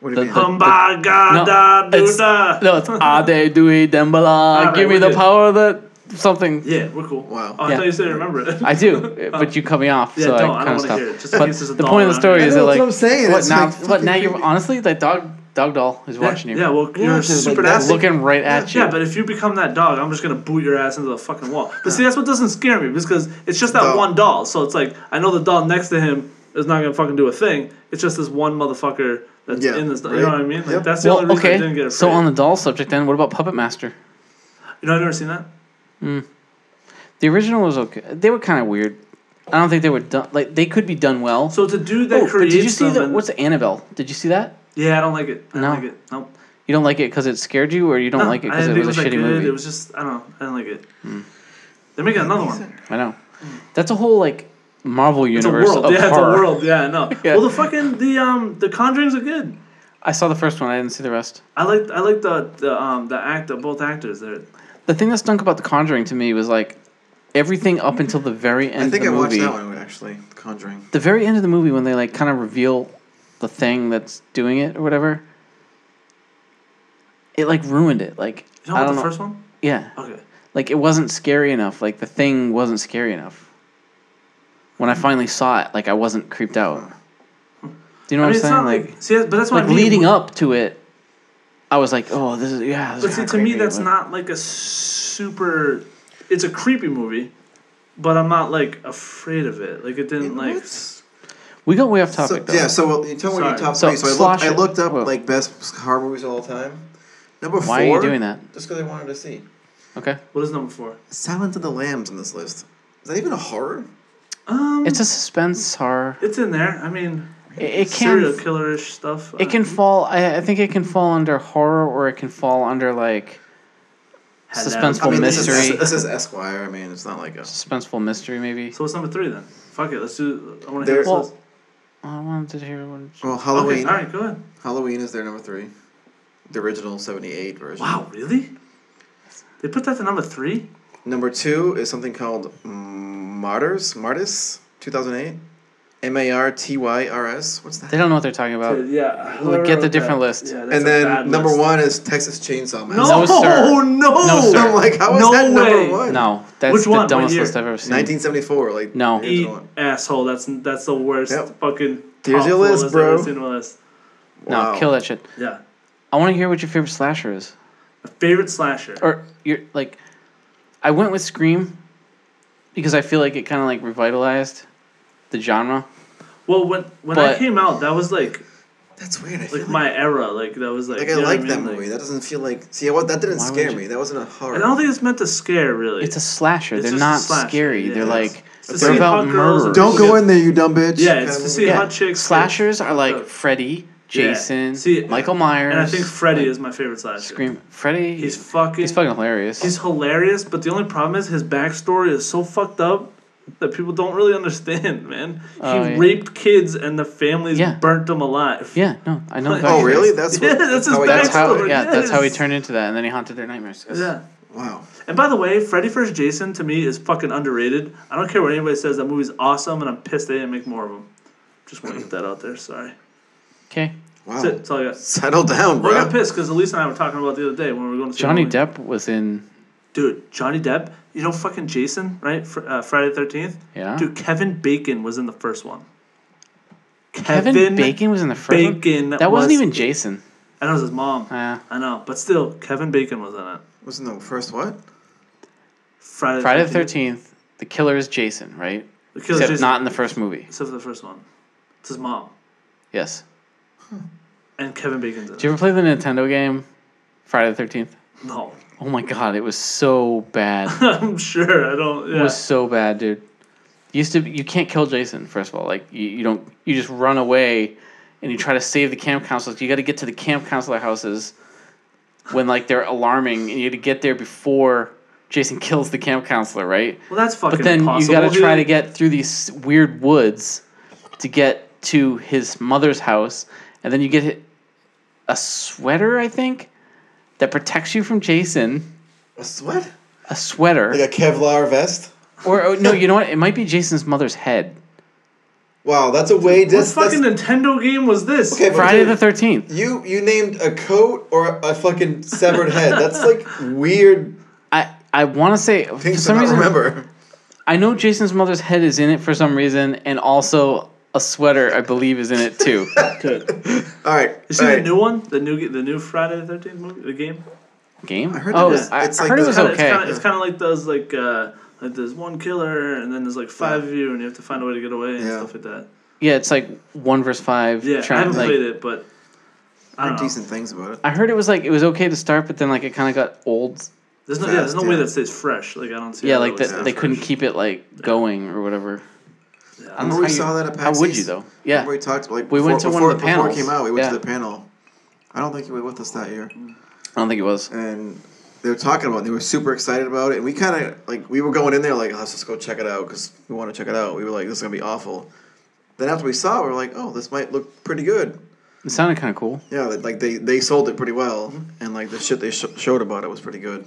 Speaker 2: What do you
Speaker 1: the-
Speaker 2: mean?
Speaker 3: Humba
Speaker 1: No,
Speaker 3: da do
Speaker 1: it's-
Speaker 3: da.
Speaker 1: No, it's Ade Dui Dembala.
Speaker 3: right,
Speaker 1: Give me
Speaker 3: we're
Speaker 1: the
Speaker 3: good.
Speaker 1: power that something.
Speaker 3: Yeah, we're cool.
Speaker 2: Wow.
Speaker 3: Oh, I
Speaker 1: Yeah.
Speaker 3: thought you said I remember it.
Speaker 1: I do, but you cut me off,
Speaker 3: Yeah,
Speaker 1: so
Speaker 3: don't. I
Speaker 1: I
Speaker 3: don't
Speaker 1: kind of
Speaker 3: wanna
Speaker 1: stopped.
Speaker 3: hear it. Just in
Speaker 1: but
Speaker 3: case there's a
Speaker 1: the
Speaker 3: doll
Speaker 1: point of the
Speaker 3: around.
Speaker 1: story
Speaker 2: I
Speaker 1: is
Speaker 2: know,
Speaker 1: that like
Speaker 2: that's what I'm saying,
Speaker 1: What
Speaker 2: it's,
Speaker 1: now?
Speaker 2: like,
Speaker 1: but now
Speaker 2: fucking
Speaker 1: you're
Speaker 2: creepy.
Speaker 1: honestly that dog dog doll is watching you.
Speaker 3: yeah, well,
Speaker 2: Yeah, dude,
Speaker 3: you're
Speaker 2: like,
Speaker 3: super
Speaker 2: that's-
Speaker 1: looking right at you.
Speaker 3: Yeah, but if you become that dog, I'm just gonna boot your ass into the fucking wall. But see, that's what doesn't scare me because it's just that
Speaker 2: Doll.
Speaker 3: one doll. So it's like I know the doll next to him is not gonna fucking do a thing. It's just this one motherfucker that's
Speaker 2: Yeah,
Speaker 3: in this. You
Speaker 2: right.
Speaker 3: know what I mean? Like
Speaker 2: Yep.
Speaker 3: that's the
Speaker 1: well,
Speaker 3: only reason I didn't
Speaker 1: okay.
Speaker 3: get afraid.
Speaker 1: So on the doll subject, then what about Puppet Master?
Speaker 3: you know, I've never seen that.
Speaker 1: The original was okay. They were kind of weird. I don't think they were done. Like they could be done well.
Speaker 3: So it's a dude that
Speaker 1: oh, but
Speaker 3: creates
Speaker 1: did you see
Speaker 3: them.
Speaker 1: the
Speaker 3: and-
Speaker 1: what's the Annabelle? Did you see that?
Speaker 3: yeah, I don't like it. I don't
Speaker 1: No.
Speaker 3: like it. Nope.
Speaker 1: You don't like it because it scared you, or you don't
Speaker 3: No,
Speaker 1: like it
Speaker 3: I
Speaker 1: because
Speaker 3: didn't
Speaker 1: it
Speaker 3: think
Speaker 1: was a
Speaker 3: that
Speaker 1: shitty
Speaker 3: good.
Speaker 1: movie. Hmm.
Speaker 3: It was just I don't know. I didn't like it. They're making another one.
Speaker 1: I know. That's a whole like Marvel
Speaker 3: It's a
Speaker 1: universe
Speaker 3: world.
Speaker 1: of
Speaker 3: Yeah, it's a
Speaker 1: horror.
Speaker 3: world. Yeah, I know.
Speaker 1: Yeah.
Speaker 3: Well, the fucking the um the Conjuring's are good.
Speaker 1: I saw the first one. I didn't see the rest.
Speaker 3: I like I like the the um the act of both actors. They're
Speaker 1: The thing that stunk about The Conjuring to me was like everything up until the very end.
Speaker 2: I think I
Speaker 1: of the
Speaker 2: watched
Speaker 1: movie.
Speaker 2: that one actually, Conjuring.
Speaker 1: The very end of the movie when they like kind of reveal the thing that's doing it or whatever. It like ruined it. Like I
Speaker 3: you know what
Speaker 1: don't
Speaker 3: the
Speaker 1: know.
Speaker 3: first one?
Speaker 1: yeah,
Speaker 3: Okay.
Speaker 1: like it wasn't scary enough. Like the thing wasn't scary enough. When I finally saw it, like I wasn't creeped out. Do you know
Speaker 3: I
Speaker 1: what
Speaker 3: mean, it's
Speaker 1: I'm saying?
Speaker 3: not like, see, that's- but that's
Speaker 1: like
Speaker 3: what I mean.
Speaker 1: leading up to it, I was like, "Oh, this is yeah." This
Speaker 3: But
Speaker 1: is
Speaker 3: see,
Speaker 1: kinda
Speaker 3: to me,
Speaker 1: creepy,
Speaker 3: that's
Speaker 1: but-
Speaker 3: not like a super. It's a creepy movie, but I'm not like afraid of it. Like it didn't like.
Speaker 1: We got way off
Speaker 2: So,
Speaker 1: topic though.
Speaker 2: yeah, so well, you tell me your
Speaker 3: Sorry.
Speaker 2: top
Speaker 1: So,
Speaker 2: three. So, I, looked, I
Speaker 1: Slosher.
Speaker 2: looked up
Speaker 1: Whoa.
Speaker 2: like best horror movies of all time. Number four.
Speaker 1: Why are you doing that?
Speaker 2: Just because I wanted to see.
Speaker 1: Okay,
Speaker 3: What is number four?
Speaker 2: Silence of the Lambs on this list. Is that even a horror?
Speaker 3: Um,
Speaker 1: it's a suspense horror.
Speaker 3: it's in there. I mean,
Speaker 1: It, it
Speaker 3: serial
Speaker 1: can
Speaker 3: killerish stuff. Uh,
Speaker 1: it can fall. I, I think it can fall under horror, or it can fall under like
Speaker 3: Hello.
Speaker 1: suspenseful
Speaker 2: I mean, this is,
Speaker 1: mystery.
Speaker 2: this is Esquire. I mean, it's not like a.
Speaker 1: Suspenseful mystery, maybe.
Speaker 3: So what's number three then? Fuck it. Let's do. I want to
Speaker 2: There-
Speaker 3: hear this.
Speaker 2: Well,
Speaker 3: list.
Speaker 1: I wanted to hear one.
Speaker 2: Well,
Speaker 3: Okay.
Speaker 2: Halloween.
Speaker 3: All right. Go ahead.
Speaker 2: Halloween is their number three. The original 78 version.
Speaker 3: Wow. Really? They put that to number three.
Speaker 2: Number two is something called Martyrs. Martyrs, 2008. M A R T Y R S. What's that?
Speaker 1: They don't know what they're talking
Speaker 3: Uh,
Speaker 1: about.
Speaker 3: yeah.
Speaker 1: Well, get the different list.
Speaker 2: and then number one is Texas Chainsaw Massacre.
Speaker 3: No,
Speaker 1: sir.
Speaker 3: no.
Speaker 1: No, sir.
Speaker 2: I'm like, how is
Speaker 3: No
Speaker 2: that
Speaker 3: way.
Speaker 2: number one?
Speaker 1: No, that's
Speaker 3: Which
Speaker 1: the
Speaker 3: one? What
Speaker 1: dumbest
Speaker 3: year?
Speaker 1: list I've ever seen.
Speaker 2: 1974. Like
Speaker 1: No.
Speaker 2: the
Speaker 3: Eat
Speaker 2: original one.
Speaker 3: asshole. That's that's the worst
Speaker 2: Yep.
Speaker 3: fucking.
Speaker 2: Here's
Speaker 3: top
Speaker 2: your
Speaker 3: four
Speaker 2: list,
Speaker 3: I've ever
Speaker 2: bro.
Speaker 3: seen on the list.
Speaker 1: no,
Speaker 2: Wow.
Speaker 1: kill that shit.
Speaker 3: Yeah.
Speaker 1: I want to hear what your favorite slasher is,
Speaker 3: My favorite slasher.
Speaker 1: or your like. I went with Scream because I feel like it kind of like revitalized the genre.
Speaker 3: well, when when
Speaker 1: But-
Speaker 3: I came out, that was like
Speaker 2: That's weird. I feel
Speaker 3: like
Speaker 2: like,
Speaker 3: my era. Like that was like.
Speaker 2: like,
Speaker 3: you
Speaker 2: I
Speaker 3: know what
Speaker 2: like
Speaker 3: mean?
Speaker 2: that
Speaker 3: Like,
Speaker 2: movie. That doesn't feel like. See, what that didn't
Speaker 1: Why would
Speaker 2: scare
Speaker 1: you-
Speaker 2: me. That wasn't a horror.
Speaker 3: I don't think it's meant to scare really.
Speaker 1: It's a slasher.
Speaker 3: It's
Speaker 1: they're
Speaker 3: just a
Speaker 1: not
Speaker 3: slasher,
Speaker 1: scary.
Speaker 3: yeah.
Speaker 1: they're
Speaker 2: Yes.
Speaker 1: like
Speaker 3: It's to
Speaker 1: they're
Speaker 3: see
Speaker 1: about
Speaker 3: hot
Speaker 1: murderers.
Speaker 3: girls and
Speaker 2: Don't go
Speaker 3: Yeah.
Speaker 2: in there, you dumb bitch.
Speaker 3: yeah,
Speaker 2: Kind
Speaker 3: it's
Speaker 2: of
Speaker 3: to
Speaker 2: movie.
Speaker 3: see hot chicks.
Speaker 1: slashers are
Speaker 3: Yeah.
Speaker 1: like Freddy, Jason,
Speaker 3: See,
Speaker 1: Michael Myers.
Speaker 3: And I think Freddy
Speaker 1: like,
Speaker 3: is my favorite slasher.
Speaker 1: Scream. Freddy. He's,
Speaker 3: He's fucking.
Speaker 1: fucking hilarious.
Speaker 3: He's hilarious, but the only problem is his backstory is so fucked up that people don't really understand, man. He
Speaker 1: Oh, yeah.
Speaker 3: raped kids and the families
Speaker 1: Yeah.
Speaker 3: burnt them alive.
Speaker 1: yeah, no, I know.
Speaker 3: Like-
Speaker 1: the
Speaker 2: Oh,
Speaker 1: backstory.
Speaker 2: really? That's
Speaker 3: Yeah,
Speaker 2: what,
Speaker 3: that's his
Speaker 2: how he
Speaker 1: That's
Speaker 2: got-
Speaker 1: how.
Speaker 3: Backstory,
Speaker 1: Yeah, that's how he
Speaker 3: yes.
Speaker 1: turned into that, and then he haunted their nightmares. Yes.
Speaker 3: Yeah.
Speaker 2: Wow.
Speaker 3: And by the way, Freddy vs. Jason to me is fucking underrated. I don't care what anybody says, that movie's awesome and I'm pissed they didn't make more of them. Just want to get that out there, sorry.
Speaker 1: Okay.
Speaker 2: Wow.
Speaker 3: That's it, that's all I got.
Speaker 2: Settle down,
Speaker 3: Well, I got
Speaker 2: bro.
Speaker 3: pissed because Elise and I were talking about the other day when we were going to see the
Speaker 1: Johnny
Speaker 3: movie.
Speaker 1: Depp was in.
Speaker 3: Dude, Johnny Depp, you know fucking Jason, right? Fr- uh, Friday the 13th?
Speaker 1: Yeah.
Speaker 3: Dude, Kevin Bacon was in the first one.
Speaker 1: Kevin, Bacon was in the first. one?
Speaker 3: Bacon
Speaker 1: That wasn't
Speaker 3: was-
Speaker 1: even Jason. Uh,
Speaker 3: I know it was his mom.
Speaker 1: Yeah.
Speaker 3: I know, but still, Kevin Bacon was in it.
Speaker 2: Wasn't the first what?
Speaker 3: Friday,
Speaker 1: Friday the Thirteenth. The killer is Jason, right?
Speaker 3: The killer's
Speaker 1: Except
Speaker 3: Jason,
Speaker 1: not in the first movie.
Speaker 3: except for the first one. It's his mom
Speaker 1: Yes.
Speaker 3: and Kevin Bacon's
Speaker 1: Did you
Speaker 3: in
Speaker 1: ever
Speaker 3: it.
Speaker 1: play the Nintendo game, Friday the Thirteenth?
Speaker 3: No,
Speaker 1: Oh my god, it was so bad.
Speaker 3: I'm sure I don't.
Speaker 1: It
Speaker 3: Yeah.
Speaker 1: was so bad, dude. Used to you can't kill Jason. First of all, like you, you don't you just run away, and you try to save the camp counselors. You got to get to the camp counselor houses when like they're alarming, and you got to get there before Jason kills the camp counselor, right?
Speaker 3: well, that's fucking.
Speaker 1: But then
Speaker 3: impossible,
Speaker 1: you got to try to
Speaker 3: dude.
Speaker 1: get through these weird woods to get to his mother's house, and then you get hit- a sweater, I think, that protects you from Jason.
Speaker 2: A s- what?
Speaker 1: A sweater,
Speaker 2: Like a Kevlar vest?
Speaker 1: or oh, no, you know what? It might be Jason's mother's head.
Speaker 2: Wow, that's a way.
Speaker 3: What
Speaker 2: That's, that's,
Speaker 3: fucking Nintendo game was this?
Speaker 2: okay, but
Speaker 1: Friday
Speaker 2: dude,
Speaker 1: the Thirteenth.
Speaker 2: You you named a coat or a fucking severed head. That's like weird
Speaker 1: I I want to say for
Speaker 2: things to
Speaker 1: some
Speaker 2: not
Speaker 1: reason
Speaker 2: remember.
Speaker 1: I know Jason's mother's head is in it for some reason, and also a sweater I believe is in it too.
Speaker 3: Good.
Speaker 2: All right.
Speaker 3: You see
Speaker 2: all
Speaker 3: the
Speaker 2: right.
Speaker 3: new one, the new ge- the new Friday the Thirteenth movie, the game.
Speaker 1: Game?
Speaker 2: I heard
Speaker 1: oh,
Speaker 2: it was-
Speaker 1: I,
Speaker 2: it's
Speaker 1: I
Speaker 2: like
Speaker 1: heard it
Speaker 2: the-
Speaker 1: was
Speaker 2: kinda-
Speaker 1: okay.
Speaker 3: Kinda, it's kind of like those like uh, like there's one killer and then there's like five of you and you have to find a way to get away and
Speaker 2: Yeah.
Speaker 3: stuff like that.
Speaker 1: yeah, it's like one versus five.
Speaker 3: Yeah, I
Speaker 1: trying-
Speaker 3: haven't
Speaker 1: like-
Speaker 3: played it, but I
Speaker 2: Heard
Speaker 3: don't know.
Speaker 2: decent things about it.
Speaker 1: I heard it was like it was okay to start, but then like it kind of got old.
Speaker 3: There's no yeah, there's no way
Speaker 2: Yeah.
Speaker 3: that stays fresh. Like I don't see.
Speaker 1: Yeah,
Speaker 3: how that
Speaker 1: like
Speaker 3: would
Speaker 1: the,
Speaker 3: stay
Speaker 1: they couldn't
Speaker 3: fresh.
Speaker 1: keep it like going or whatever.
Speaker 3: Yeah.
Speaker 1: I don't know
Speaker 2: Remember we
Speaker 1: how you-
Speaker 2: saw that at
Speaker 1: How
Speaker 2: PAX
Speaker 1: would you
Speaker 2: East?
Speaker 1: though? Yeah,
Speaker 2: Remember we talked like
Speaker 1: We
Speaker 2: before,
Speaker 1: went to one
Speaker 2: before,
Speaker 1: of the
Speaker 2: before it
Speaker 1: panels.
Speaker 2: came out. We went
Speaker 1: Yeah.
Speaker 2: to the panel. I don't think you were with us that year.
Speaker 1: I don't think it was.
Speaker 2: And they were talking about. It. They were super excited about it, and we kind of like we were going in there like, let's just go check it out because we want to check it out. We were like, this is gonna be awful. Then after we saw it, we were like, oh, this might look pretty good.
Speaker 1: It sounded kind of cool.
Speaker 2: Yeah, like- like they they sold it pretty well, and like the shit they sh- showed about it was pretty good.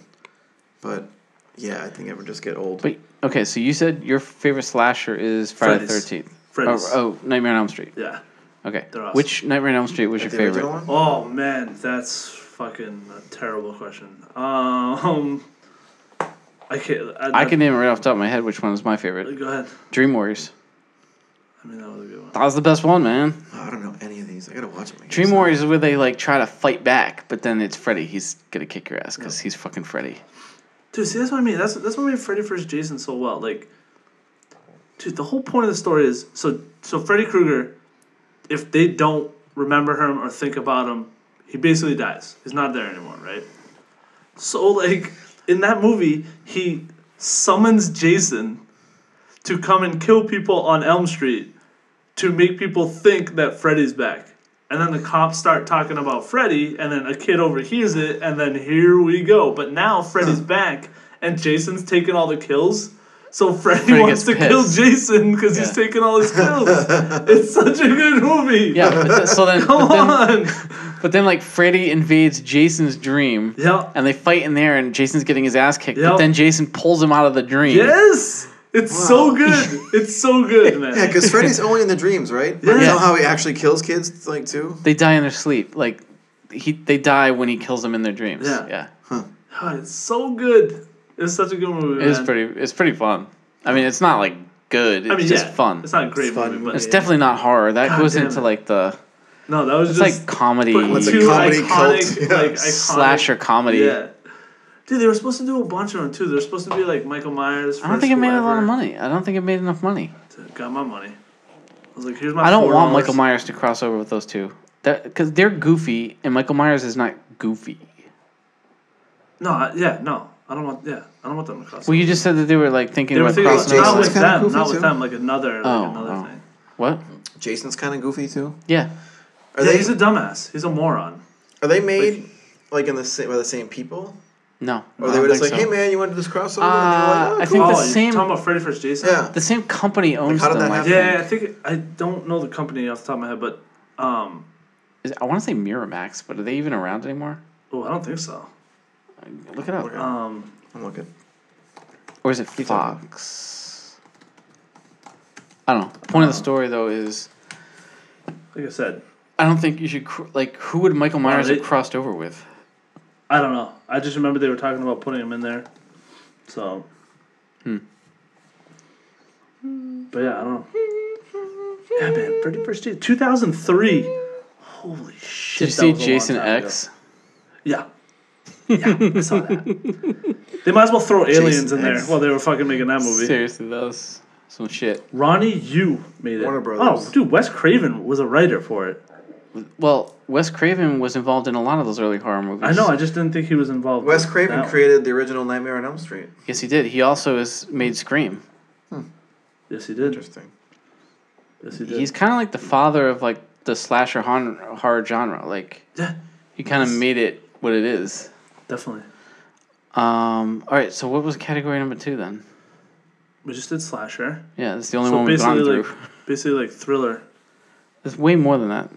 Speaker 2: But yeah, I think it would just get old.
Speaker 1: But okay, so you said your favorite slasher is Friday the
Speaker 3: Freddy's.
Speaker 1: Thirteenth.
Speaker 3: Freddy's.
Speaker 1: Oh, oh, Nightmare on Elm Street.
Speaker 3: Yeah.
Speaker 1: Okay,
Speaker 3: They're awesome.
Speaker 1: which Nightmare on Elm Street was
Speaker 2: Like
Speaker 1: your
Speaker 2: the original
Speaker 1: favorite?
Speaker 2: one?
Speaker 3: Oh man, that's fucking a terrible question. Um, I can't.
Speaker 1: I can name it right off the top of my head which one was my favorite.
Speaker 3: Go ahead.
Speaker 1: Dream Warriors.
Speaker 3: I mean, that was a good one.
Speaker 1: That was the best one, man.
Speaker 2: Oh, I don't know any of these. I gotta watch them. again.
Speaker 1: Dream Warriors is where they like try to fight back, but then it's Freddy. He's gonna kick your ass because he's fucking Freddy.
Speaker 3: Dude, see, that's what I mean. That's that's what made Freddy vs. Jason so well. Like, dude, the whole point of the story is so so Freddy Krueger, if they don't remember him or think about him, he basically dies. He's not there anymore, right? So like in that movie, he summons Jason to come and kill people on Elm Street to make people think that Freddy's back. And then the cops start talking about Freddy, and then a kid overhears it, and then here we go. But now Freddy's back, and Jason's taking all the kills. So Freddy,
Speaker 1: Freddy
Speaker 3: wants to
Speaker 1: gets
Speaker 3: kill
Speaker 1: pissed.
Speaker 3: Jason because he's
Speaker 1: Yeah.
Speaker 3: taking all his kills. it's such a good movie.
Speaker 1: Yeah, but th- so then,
Speaker 3: Come
Speaker 1: but then,
Speaker 3: on.
Speaker 1: but then like Freddy invades Jason's dream.
Speaker 3: yeah.
Speaker 1: And they fight in there, and Jason's getting his ass kicked. But
Speaker 3: Yep.
Speaker 1: then Jason pulls him out of the dream.
Speaker 3: Yes. It's so
Speaker 2: Wow.
Speaker 3: good. It's so good, man.
Speaker 2: Yeah, because Freddy's only in the dreams, right? Yeah. You
Speaker 3: Yeah.
Speaker 2: know how he actually kills kids, like too.
Speaker 1: They die in their sleep. Like he, they die when he kills them in their dreams.
Speaker 3: Yeah.
Speaker 1: yeah.
Speaker 3: God, it's so good. It's such a good movie.
Speaker 1: It is
Speaker 3: man.
Speaker 1: pretty. It's pretty fun. I mean, it's not like good. It's
Speaker 3: I mean,
Speaker 1: just
Speaker 3: yeah,
Speaker 1: fun.
Speaker 3: It's not a great
Speaker 2: It's fun
Speaker 3: movie, but
Speaker 1: It's definitely not horror. That
Speaker 3: God
Speaker 1: goes
Speaker 3: damn
Speaker 1: into
Speaker 3: it.
Speaker 1: like the.
Speaker 3: no, that was
Speaker 1: It's
Speaker 3: just
Speaker 1: like comedy
Speaker 3: putting
Speaker 2: It's a
Speaker 3: two
Speaker 2: comedy
Speaker 3: iconic,
Speaker 2: cult,
Speaker 3: like
Speaker 2: yeah.
Speaker 3: iconic
Speaker 1: slasher comedy.
Speaker 3: Yeah, dude, they were supposed to do a bunch of them too. They're supposed to be like Michael Myers.
Speaker 1: I don't
Speaker 3: first
Speaker 1: think it made a lot of
Speaker 3: whoever.
Speaker 1: money. I don't think it made enough money.
Speaker 3: Dude, Got my money. I was like, here's my.
Speaker 1: I don't
Speaker 3: four
Speaker 1: want
Speaker 3: dollars.
Speaker 1: Michael Myers to cross over with those two. That because they're goofy and Michael Myers is not goofy.
Speaker 3: No, I, yeah, no, I don't want. Yeah, I don't want them to cross.
Speaker 1: Well, you just said that they were like thinking
Speaker 3: they were
Speaker 1: about
Speaker 3: thinking
Speaker 1: crossing
Speaker 2: Jason
Speaker 3: not
Speaker 1: over.
Speaker 2: was
Speaker 3: with
Speaker 1: with-
Speaker 2: kinda
Speaker 3: them,
Speaker 2: goofy,
Speaker 3: not
Speaker 2: too?
Speaker 3: with them, like another, like
Speaker 1: Oh,
Speaker 3: another
Speaker 1: oh.
Speaker 3: thing.
Speaker 1: What?
Speaker 2: Jason's kind of goofy too.
Speaker 1: Yeah.
Speaker 2: Are
Speaker 3: yeah,
Speaker 2: they
Speaker 3: he's a dumbass. He's a moron.
Speaker 2: are they made like, in the same by the same people?
Speaker 1: No. I
Speaker 2: Or they
Speaker 1: don't
Speaker 2: were just like,
Speaker 1: think
Speaker 2: hey
Speaker 1: so.
Speaker 2: man, you went to this crossover?
Speaker 1: Uh,
Speaker 2: and
Speaker 1: I
Speaker 2: they were
Speaker 1: think
Speaker 2: like,
Speaker 3: oh,
Speaker 1: the
Speaker 3: you're
Speaker 1: same-
Speaker 3: talking about Freddy vs. Jason.
Speaker 2: Yeah.
Speaker 1: The same company owns
Speaker 2: how did
Speaker 1: them.
Speaker 2: that
Speaker 1: I
Speaker 2: happen?
Speaker 3: Yeah, I
Speaker 1: think.
Speaker 3: think I don't know the company off the top of my head, but um,
Speaker 1: Is- I want to say Miramax, but are they even around anymore?
Speaker 3: oh, I don't think so.
Speaker 1: Look it up.
Speaker 2: Look it up.
Speaker 3: Um,
Speaker 2: cool. I'm looking.
Speaker 1: Or is it
Speaker 2: talking.
Speaker 1: Fox? I don't know. Point of
Speaker 2: Um,
Speaker 1: the story though is
Speaker 3: like I said,
Speaker 1: I don't think you should cr- like who would Michael Myers
Speaker 3: they-
Speaker 1: have crossed over with?
Speaker 3: I don't know. I just remember they were talking about putting him in there. So.
Speaker 1: Hmm.
Speaker 3: But yeah, I don't know. Yeah, man, Freddy vs. Jason, 2003. Holy shit.
Speaker 1: Did you see
Speaker 3: that was a long
Speaker 1: Jason
Speaker 3: time ago.
Speaker 1: X?
Speaker 3: Yeah. Yeah, I saw that. They might as well throw aliens
Speaker 2: Jason
Speaker 3: in there
Speaker 2: X.
Speaker 3: while they were fucking making that movie.
Speaker 1: Seriously, that was some shit.
Speaker 3: Ronnie Yu made it.
Speaker 2: Warner Brothers.
Speaker 3: Oh, dude, Wes Craven was a writer for it.
Speaker 1: Well, Wes Craven was involved in a lot of those early horror movies.
Speaker 3: I know. I just didn't think he was involved.
Speaker 2: Wes
Speaker 3: with
Speaker 2: Craven
Speaker 3: that one.
Speaker 2: created the original Nightmare on Elm Street.
Speaker 1: Yes, he did. He also has made Scream.
Speaker 3: Yes, he did.
Speaker 2: Interesting.
Speaker 3: Yes, he did.
Speaker 1: He's kind of like the father of like the slasher hon- horror genre. Like
Speaker 3: yeah,
Speaker 1: he kind of made it what it is.
Speaker 3: definitely.
Speaker 1: Um, all right, so what was category number two then?
Speaker 3: We just did slasher.
Speaker 1: Yeah, that's the only
Speaker 3: So
Speaker 1: one we've
Speaker 3: basically,
Speaker 1: gone through.
Speaker 3: like basically like thriller.
Speaker 1: There's way more than that.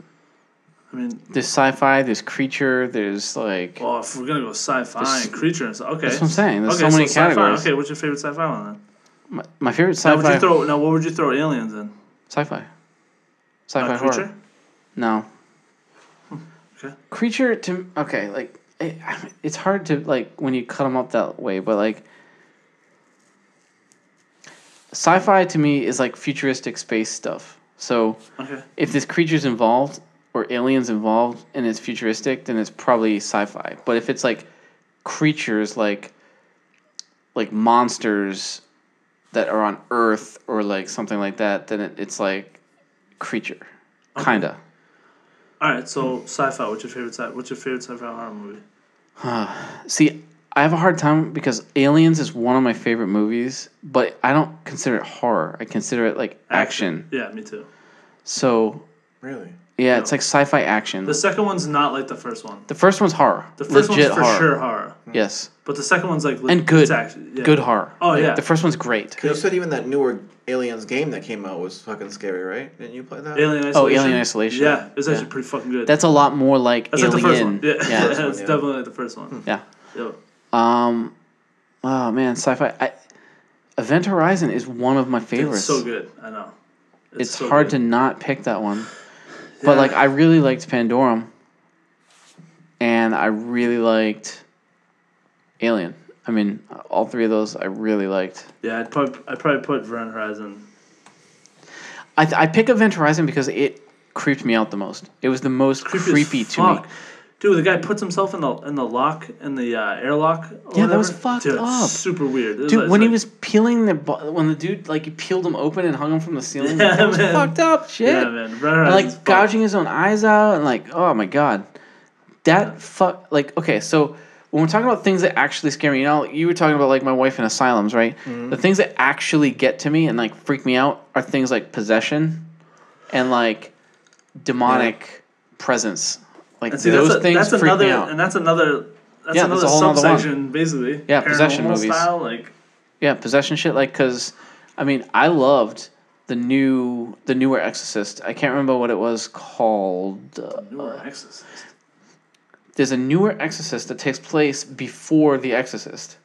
Speaker 3: I mean,
Speaker 1: There's sci-fi. There's creature. There's like
Speaker 3: oh, if we're gonna go sci-fi
Speaker 1: There's-
Speaker 3: and creature and stuff. Okay,
Speaker 1: that's what I'm saying. There's
Speaker 3: okay,
Speaker 1: so many
Speaker 3: sci-fi.
Speaker 1: categories.
Speaker 3: Okay, what's your favorite sci-fi one then?
Speaker 1: my, my favorite
Speaker 3: Now, would
Speaker 1: sci-fi.
Speaker 3: you throw? Now, what would you throw aliens in?
Speaker 1: sci-fi.
Speaker 3: Not
Speaker 1: Sci-fi horror.
Speaker 3: creature.
Speaker 1: No.
Speaker 3: Okay.
Speaker 1: Creature to okay, like it, it's hard to like when you cut them up that way, but like sci-fi to me is like futuristic space stuff. So
Speaker 3: Okay.
Speaker 1: if this creature's involved or aliens involved and it's futuristic, then it's probably sci-fi. But if it's like creatures like like monsters that are on Earth or like something like that, then it, it's like creature, kinda.
Speaker 3: All right. So sci-fi. What's your favorite sci? What's your favorite sci-fi horror movie?
Speaker 1: See, I have a hard time because Aliens is one of my favorite movies, but I don't consider it horror. I consider it like action.
Speaker 3: Yeah, me too.
Speaker 1: So
Speaker 2: Really?
Speaker 1: Yeah, it's like sci-fi action.
Speaker 3: The second one's not like the first one.
Speaker 1: The first one's horror.
Speaker 3: The first
Speaker 1: Legit
Speaker 3: one's for
Speaker 1: horror.
Speaker 3: sure horror,
Speaker 1: Yes,
Speaker 3: but the second one's like le-
Speaker 1: and good,
Speaker 3: it's actually- yeah.
Speaker 1: good horror.
Speaker 3: Oh, yeah.
Speaker 1: the first one's great.
Speaker 2: You said even that newer Aliens game that came out was fucking scary, right? Didn't you play that?
Speaker 3: Alien Isolation.
Speaker 1: Oh, Alien Isolation.
Speaker 3: Yeah, it's actually
Speaker 1: Yeah.
Speaker 3: pretty fucking good.
Speaker 1: That's a lot more like
Speaker 3: That's like
Speaker 1: Alien.
Speaker 3: the first one. Yeah,
Speaker 1: yeah.
Speaker 3: that's
Speaker 2: yeah.
Speaker 3: definitely like the first one.
Speaker 1: yeah.
Speaker 3: Yo,
Speaker 1: Um, oh man, sci-fi. I, Event Horizon is one of my favorites.
Speaker 3: it's so good. I know.
Speaker 1: It's, hard to not pick that one. But like, I really liked Pandorum, and I really liked Alien. I mean, all three of those I really liked.
Speaker 3: Yeah, I'd probably I probably put Vern Horizon.
Speaker 1: I th- I pick Event Horizon because it creeped me out the most. It was the most
Speaker 3: Creepy,
Speaker 1: creepy,
Speaker 3: as
Speaker 1: to
Speaker 3: fuck.
Speaker 1: me.
Speaker 3: Dude, the guy puts himself in the in the lock in the uh, airlock. or
Speaker 1: Yeah, that was
Speaker 3: whatever.
Speaker 1: fucked
Speaker 3: Dude, it's
Speaker 1: up.
Speaker 3: Super weird. It
Speaker 1: Dude,
Speaker 3: like-
Speaker 1: when he
Speaker 3: like-
Speaker 1: was peeling the bo- when the dude like he peeled him open and hung him from the ceiling,
Speaker 3: Yeah,
Speaker 1: that was
Speaker 3: man.
Speaker 1: fucked up shit.
Speaker 3: yeah, man, Vern
Speaker 1: And,
Speaker 3: Horizon's
Speaker 1: like gouging his own eyes out and like oh my god that fuck like okay so when we're talking about things that actually scare me you know you were talking about like my wife in asylums right
Speaker 3: Mm-hmm.
Speaker 1: the things that actually get to me and like freak me out are things like possession and like demonic presence like
Speaker 3: And see,
Speaker 1: those
Speaker 3: that's a-
Speaker 1: things
Speaker 3: that's
Speaker 1: freak
Speaker 3: another,
Speaker 1: me out
Speaker 3: And that's another. That's
Speaker 1: Yeah,
Speaker 3: another
Speaker 1: that's a whole nother one.
Speaker 3: subsection, basically.
Speaker 1: Yeah, possession
Speaker 3: Paranormal
Speaker 1: movies.
Speaker 3: Style, like
Speaker 1: yeah possession shit like because i mean i loved the new the newer exorcist i can't remember what it was called uh,
Speaker 3: newer Exorcist.
Speaker 1: there's a newer Exorcist that takes place before the Exorcist.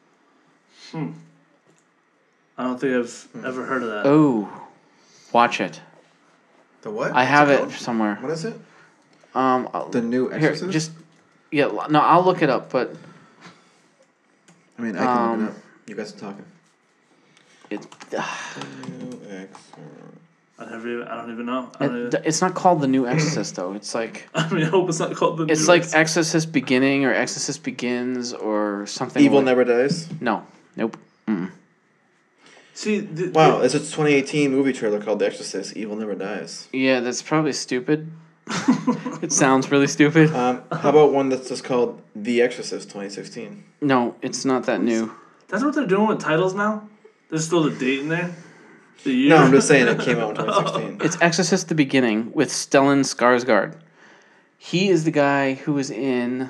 Speaker 3: I don't think I've
Speaker 2: hmm.
Speaker 3: ever heard of that.
Speaker 1: Oh, watch it.
Speaker 2: The what?
Speaker 1: I
Speaker 2: What's
Speaker 1: have it
Speaker 2: called?
Speaker 1: somewhere.
Speaker 2: What is it?
Speaker 1: Um, I'll-
Speaker 2: The new
Speaker 1: here,
Speaker 2: Exorcist.
Speaker 1: just yeah. l- No, I'll look it up, but
Speaker 2: I mean, I can
Speaker 1: um,
Speaker 2: look it up. You guys are talking.
Speaker 1: it's
Speaker 2: New Exorcist.
Speaker 3: I never even, I don't even know. I, don't
Speaker 1: it,
Speaker 3: even,
Speaker 1: it's not called the new Exorcist though. It's like
Speaker 3: I mean, I hope it's not called the.
Speaker 1: it's
Speaker 3: newer
Speaker 1: like
Speaker 3: Exorcist.
Speaker 1: Exorcist Beginning or Exorcist Begins or something.
Speaker 2: Evil
Speaker 1: like-
Speaker 2: Never Dies.
Speaker 1: No, nope. Mm-mm.
Speaker 3: see. The,
Speaker 2: Wow, there's a 2018 movie trailer called The Exorcist. Evil Never Dies.
Speaker 1: Yeah, that's probably stupid. it sounds really stupid.
Speaker 2: Um, how about one that's just called The Exorcist 2016?
Speaker 1: No, it's not that new.
Speaker 3: That's what they're doing with titles now. There's still the date in there. The year.
Speaker 2: No, I'm just saying it came out in 2016.
Speaker 1: It's Exorcist the Beginning with Stellan Skarsgård. He is the guy who was in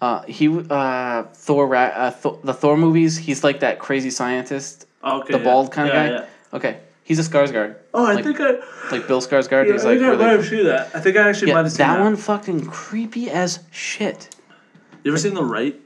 Speaker 1: uh, he uh, Thor, Ra- uh, Thor the Thor movies. He's like that crazy scientist,
Speaker 3: Oh, okay,
Speaker 1: the
Speaker 3: yeah.
Speaker 1: bald kind of
Speaker 3: Yeah,
Speaker 1: guy.
Speaker 3: yeah.
Speaker 1: Okay, he's a Skarsgård,
Speaker 3: Oh, I
Speaker 1: Like-
Speaker 3: think I.
Speaker 1: like Bill Skarsgård.
Speaker 3: Yeah, I
Speaker 1: he's
Speaker 3: think
Speaker 1: like
Speaker 3: I might
Speaker 1: really,
Speaker 3: have seen that. I think I actually
Speaker 1: yeah,
Speaker 3: might have
Speaker 1: that,
Speaker 3: seen that,
Speaker 1: one fucking creepy as shit.
Speaker 3: You ever seen The Right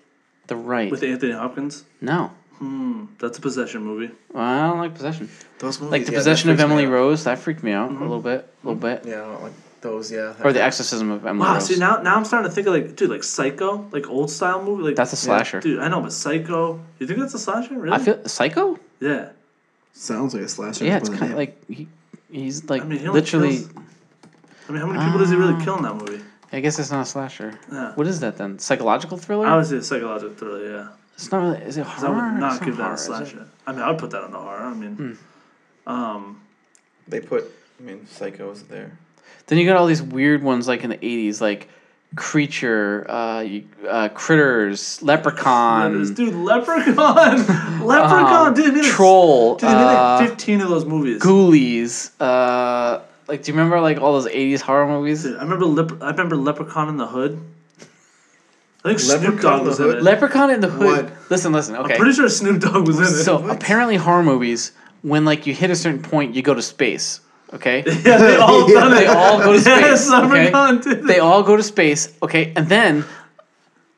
Speaker 1: The right?
Speaker 3: with Anthony Hopkins?
Speaker 1: no,
Speaker 3: Hmm, that's a possession movie.
Speaker 1: Well, I don't like possession.
Speaker 2: Those movies,
Speaker 1: Like the
Speaker 2: yeah, that
Speaker 1: possession of
Speaker 2: freaks me
Speaker 1: Emily
Speaker 2: out.
Speaker 1: Rose that freaked me
Speaker 3: Mm-hmm.
Speaker 1: out a little bit, a little bit.
Speaker 2: Yeah, I don't like those. Yeah.
Speaker 1: Or the exorcism of Emily
Speaker 3: Wow,
Speaker 1: Rose.
Speaker 3: see now now I'm starting to think of like dude, like Psycho, like old style movie, like
Speaker 1: That's a slasher.
Speaker 3: dude. I know, but Psycho. You think that's a slasher? Really?
Speaker 1: I feel psycho.
Speaker 3: yeah.
Speaker 2: Sounds like a slasher.
Speaker 1: Yeah, it's
Speaker 2: but-
Speaker 1: kind of like he, he's like
Speaker 3: I mean, he only
Speaker 1: literally.
Speaker 3: kills- I mean, how many people does he really kill in that movie?
Speaker 1: I guess it's not a slasher.
Speaker 3: Yeah.
Speaker 1: What is that then? Psychological thriller?
Speaker 3: I would say a psychological thriller. Yeah,
Speaker 1: it's not really. Is it
Speaker 3: 'Cause I
Speaker 1: horror?
Speaker 3: would
Speaker 1: It's
Speaker 3: not give that
Speaker 1: horror,
Speaker 3: a
Speaker 1: is it? Hmm.
Speaker 3: slasher. I mean, I would put that on the horror. I mean, um,
Speaker 2: They put, I mean, Psycho was there.
Speaker 1: Then you got all these weird ones like in the eighties, like creature, uh, you, uh, critters, leprechaun,
Speaker 3: this dude, Leprechaun, Leprechaun,
Speaker 1: um,
Speaker 3: dude, they made like-
Speaker 1: troll,
Speaker 3: dude, they made
Speaker 1: uh,
Speaker 3: like fifteen of those movies.
Speaker 1: ghoulies. Uh, like, do you remember like all those eighties horror movies?
Speaker 3: Dude, I remember Lep- I remember Leprechaun in the Hood. I think Snoop
Speaker 2: Leprechaun in
Speaker 3: Dogg
Speaker 2: the
Speaker 3: was in
Speaker 2: Hood?
Speaker 3: it.
Speaker 1: Leprechaun in the Hood.
Speaker 2: What?
Speaker 1: Listen, listen. Okay.
Speaker 3: Pretty sure Snoop Dogg was in it.
Speaker 1: So apparently, horror movies, when like you hit a certain point, you go to space. Okay.
Speaker 3: Yeah, they all done
Speaker 1: They
Speaker 3: it.
Speaker 1: all go to space.
Speaker 3: Yes,
Speaker 1: okay?
Speaker 3: Leprechaun did it.
Speaker 1: They all go to space. Okay, and then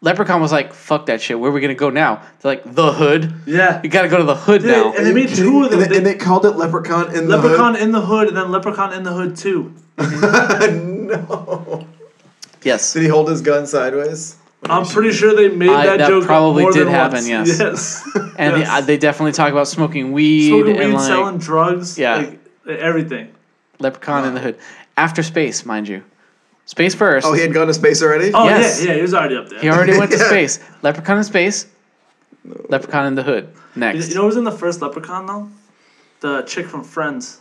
Speaker 1: Leprechaun was like, "Fuck that shit. Where are we gonna go now?" They're like, "The hood.
Speaker 3: yeah.
Speaker 1: You gotta go to the hood
Speaker 3: Dude,
Speaker 1: now."
Speaker 3: and they made two of them.
Speaker 2: And they,
Speaker 3: They-
Speaker 2: and they called it Leprechaun in
Speaker 3: Leprechaun in the Hood and then Leprechaun in the Hood 2.
Speaker 2: the Hood. no.
Speaker 1: yes.
Speaker 2: Did he hold his gun sideways?
Speaker 3: I'm pretty sure they made
Speaker 1: I-
Speaker 3: that,
Speaker 1: that
Speaker 3: joke.
Speaker 1: probably
Speaker 3: more
Speaker 1: did
Speaker 3: than
Speaker 1: happen,
Speaker 3: once.
Speaker 1: yes.
Speaker 3: Yes.
Speaker 1: And
Speaker 3: yes.
Speaker 1: They, uh, they definitely talk about smoking weed
Speaker 3: Smoking
Speaker 1: and
Speaker 3: weed,
Speaker 1: like
Speaker 3: selling drugs.
Speaker 1: Yeah.
Speaker 3: Like, everything.
Speaker 1: Leprechaun in the hood. After space, mind you. Space first.
Speaker 2: Oh, he had gone to space already?
Speaker 3: Oh,
Speaker 1: Yes.
Speaker 3: yeah, yeah, he was already up there.
Speaker 1: He already went to
Speaker 2: Yeah.
Speaker 1: space. Leprechaun in space. Leprechaun in the hood. Next.
Speaker 3: you know who was in the first Leprechaun, though? The chick from Friends.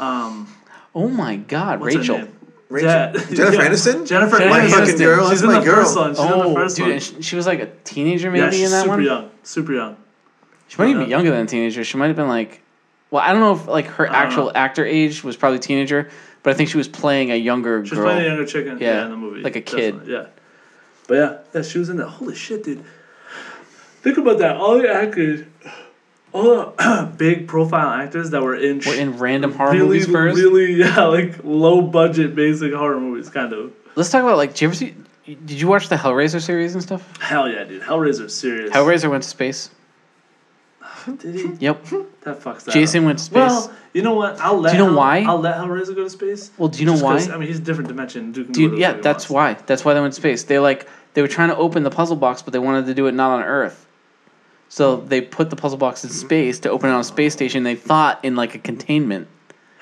Speaker 3: Um,
Speaker 1: oh my God,
Speaker 3: what's her
Speaker 1: Rachel.
Speaker 3: name?
Speaker 2: Rachel-
Speaker 3: Yeah.
Speaker 2: Jennifer
Speaker 3: Yeah.
Speaker 2: Aniston?
Speaker 1: Jennifer
Speaker 3: Jennifer Aniston.
Speaker 2: My fucking
Speaker 1: Aniston.
Speaker 2: girl.
Speaker 3: She's
Speaker 2: That's
Speaker 3: in
Speaker 2: my
Speaker 3: the
Speaker 2: girl.
Speaker 3: first one. She's in the
Speaker 1: Oh,
Speaker 3: first
Speaker 1: dude,
Speaker 3: one.
Speaker 1: and she, she was like a teenager maybe
Speaker 3: yeah, she's
Speaker 1: in that
Speaker 3: super
Speaker 1: one.
Speaker 3: young. Super young.
Speaker 1: She might even
Speaker 3: Yeah.
Speaker 1: be younger than a teenager. She might have been like, well, I don't know if like her
Speaker 3: don't
Speaker 1: actual
Speaker 3: know.
Speaker 1: actor age was probably teenager, But I think she was playing a younger
Speaker 3: She was
Speaker 1: girl.
Speaker 3: playing the younger chicken. Yeah,
Speaker 1: Yeah,
Speaker 3: in the movie,
Speaker 1: like a kid.
Speaker 3: definitely, Yeah, but yeah, yeah, she was in that. Holy shit, dude! Think about that. All the actors, all the big profile actors that were in, sh-
Speaker 1: We're in random horror
Speaker 3: really,
Speaker 1: movies first.
Speaker 3: really, yeah, like low budget, basic horror movies, kind of.
Speaker 1: Let's talk about like. Did you ever see? Did you watch the Hellraiser series and stuff?
Speaker 3: Hell yeah, dude! Hellraiser, serious.
Speaker 1: Hellraiser went to space.
Speaker 3: Did he?
Speaker 1: Yep.
Speaker 3: That fucks that.
Speaker 1: Jason
Speaker 3: up.
Speaker 1: went to space.
Speaker 3: Well, you know what? I'll let.
Speaker 1: Do you know
Speaker 3: Hell-
Speaker 1: why?
Speaker 3: I'll let Hellraiser go to space.
Speaker 1: Well, do you know
Speaker 3: Just 'cause,
Speaker 1: why?
Speaker 3: I mean, he's a different dimension. Dude, can go
Speaker 1: Dude,
Speaker 3: to
Speaker 1: yeah,
Speaker 3: where he
Speaker 1: that's
Speaker 3: wants.
Speaker 1: why. That's why they went to space. They like they were trying to open the puzzle box, but they wanted to do it not on Earth. So they put the puzzle box in
Speaker 3: Mm-hmm.
Speaker 1: space to open it on a space station. They thought in like a containment.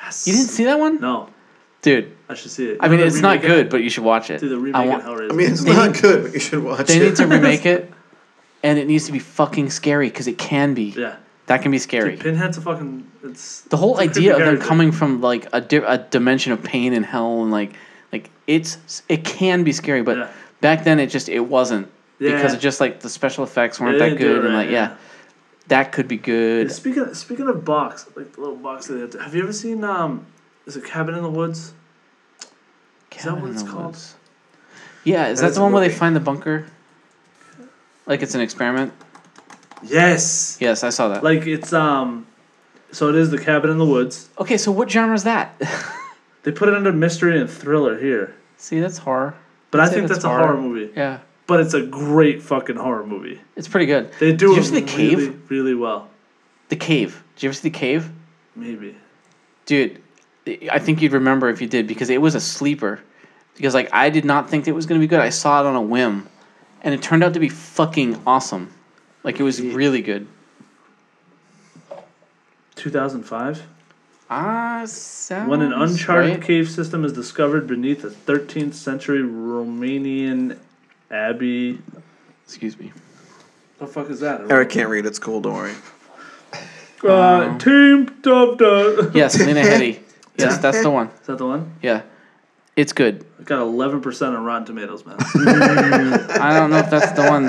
Speaker 3: Yes.
Speaker 1: You didn't see that one,
Speaker 3: No,
Speaker 1: dude.
Speaker 3: I should see it.
Speaker 1: I mean,
Speaker 3: They're
Speaker 1: it's not
Speaker 3: remaking-
Speaker 1: good, but you should watch it.
Speaker 3: Dude, they're
Speaker 1: I
Speaker 3: remaking
Speaker 1: want,
Speaker 3: Hellraiser.
Speaker 2: I mean, it's
Speaker 1: They
Speaker 2: not
Speaker 1: need-
Speaker 2: good, but you should watch
Speaker 1: they
Speaker 2: it.
Speaker 1: need to remake it, and it needs to be fucking scary because it can be.
Speaker 3: yeah.
Speaker 1: That can be scary.
Speaker 3: Pinhead's a fucking. It's
Speaker 1: the whole
Speaker 3: it's a
Speaker 1: idea of
Speaker 3: creepy
Speaker 1: them
Speaker 3: character.
Speaker 1: coming from like a, di- a dimension of pain and hell and like like it's it can be scary but
Speaker 3: Yeah.
Speaker 1: back then it just it wasn't because
Speaker 3: Yeah.
Speaker 1: of just like the special effects
Speaker 3: They
Speaker 1: weren't that
Speaker 3: didn't do it
Speaker 1: good and
Speaker 3: right,
Speaker 1: like yeah.
Speaker 3: yeah.
Speaker 1: that could be good
Speaker 3: And Speaking of, speaking of box, like the little box that they have, to- have you ever seen? Um, is it Cabin in the Woods? that
Speaker 1: Cabin
Speaker 3: what
Speaker 1: in
Speaker 3: it's
Speaker 1: the
Speaker 3: called?
Speaker 1: Woods. yeah is
Speaker 2: That
Speaker 1: that
Speaker 2: is
Speaker 1: the
Speaker 2: a
Speaker 1: one where they
Speaker 2: movie.
Speaker 1: find the bunker like it's an experiment
Speaker 3: Yes.
Speaker 1: yes I saw that
Speaker 3: Like it's um, so it is the Cabin in the Woods.
Speaker 1: okay so what genre is that
Speaker 3: They put it under mystery and thriller here,
Speaker 1: see that's horror
Speaker 3: but
Speaker 1: I'd
Speaker 3: I
Speaker 1: say
Speaker 3: think that's, a horror. movie.
Speaker 1: yeah
Speaker 3: But it's a great fucking horror movie.
Speaker 1: it's pretty good
Speaker 3: They do
Speaker 1: Did you
Speaker 3: it
Speaker 1: see The Cave?
Speaker 3: really, really well.
Speaker 1: the cave did you ever see the cave
Speaker 3: Maybe.
Speaker 1: dude i think you'd remember if you did because it was a sleeper because like i did not think it was going to be good i saw it on a whim and it turned out to be fucking awesome like it was really good
Speaker 3: 2005.
Speaker 1: ah sounds
Speaker 3: When an uncharted
Speaker 1: right.
Speaker 3: cave system is discovered beneath a 13th century Romanian abbey.
Speaker 1: excuse me
Speaker 3: The fuck is that?
Speaker 2: Eric can't read. It's cool. Don't worry.
Speaker 3: Uh, team Dub Dub.
Speaker 1: yes lena headey yes that's the one
Speaker 3: Is that the one?
Speaker 1: yeah it's good
Speaker 3: I got 11% on Rotten Tomatoes, man.
Speaker 1: i don't know if that's the one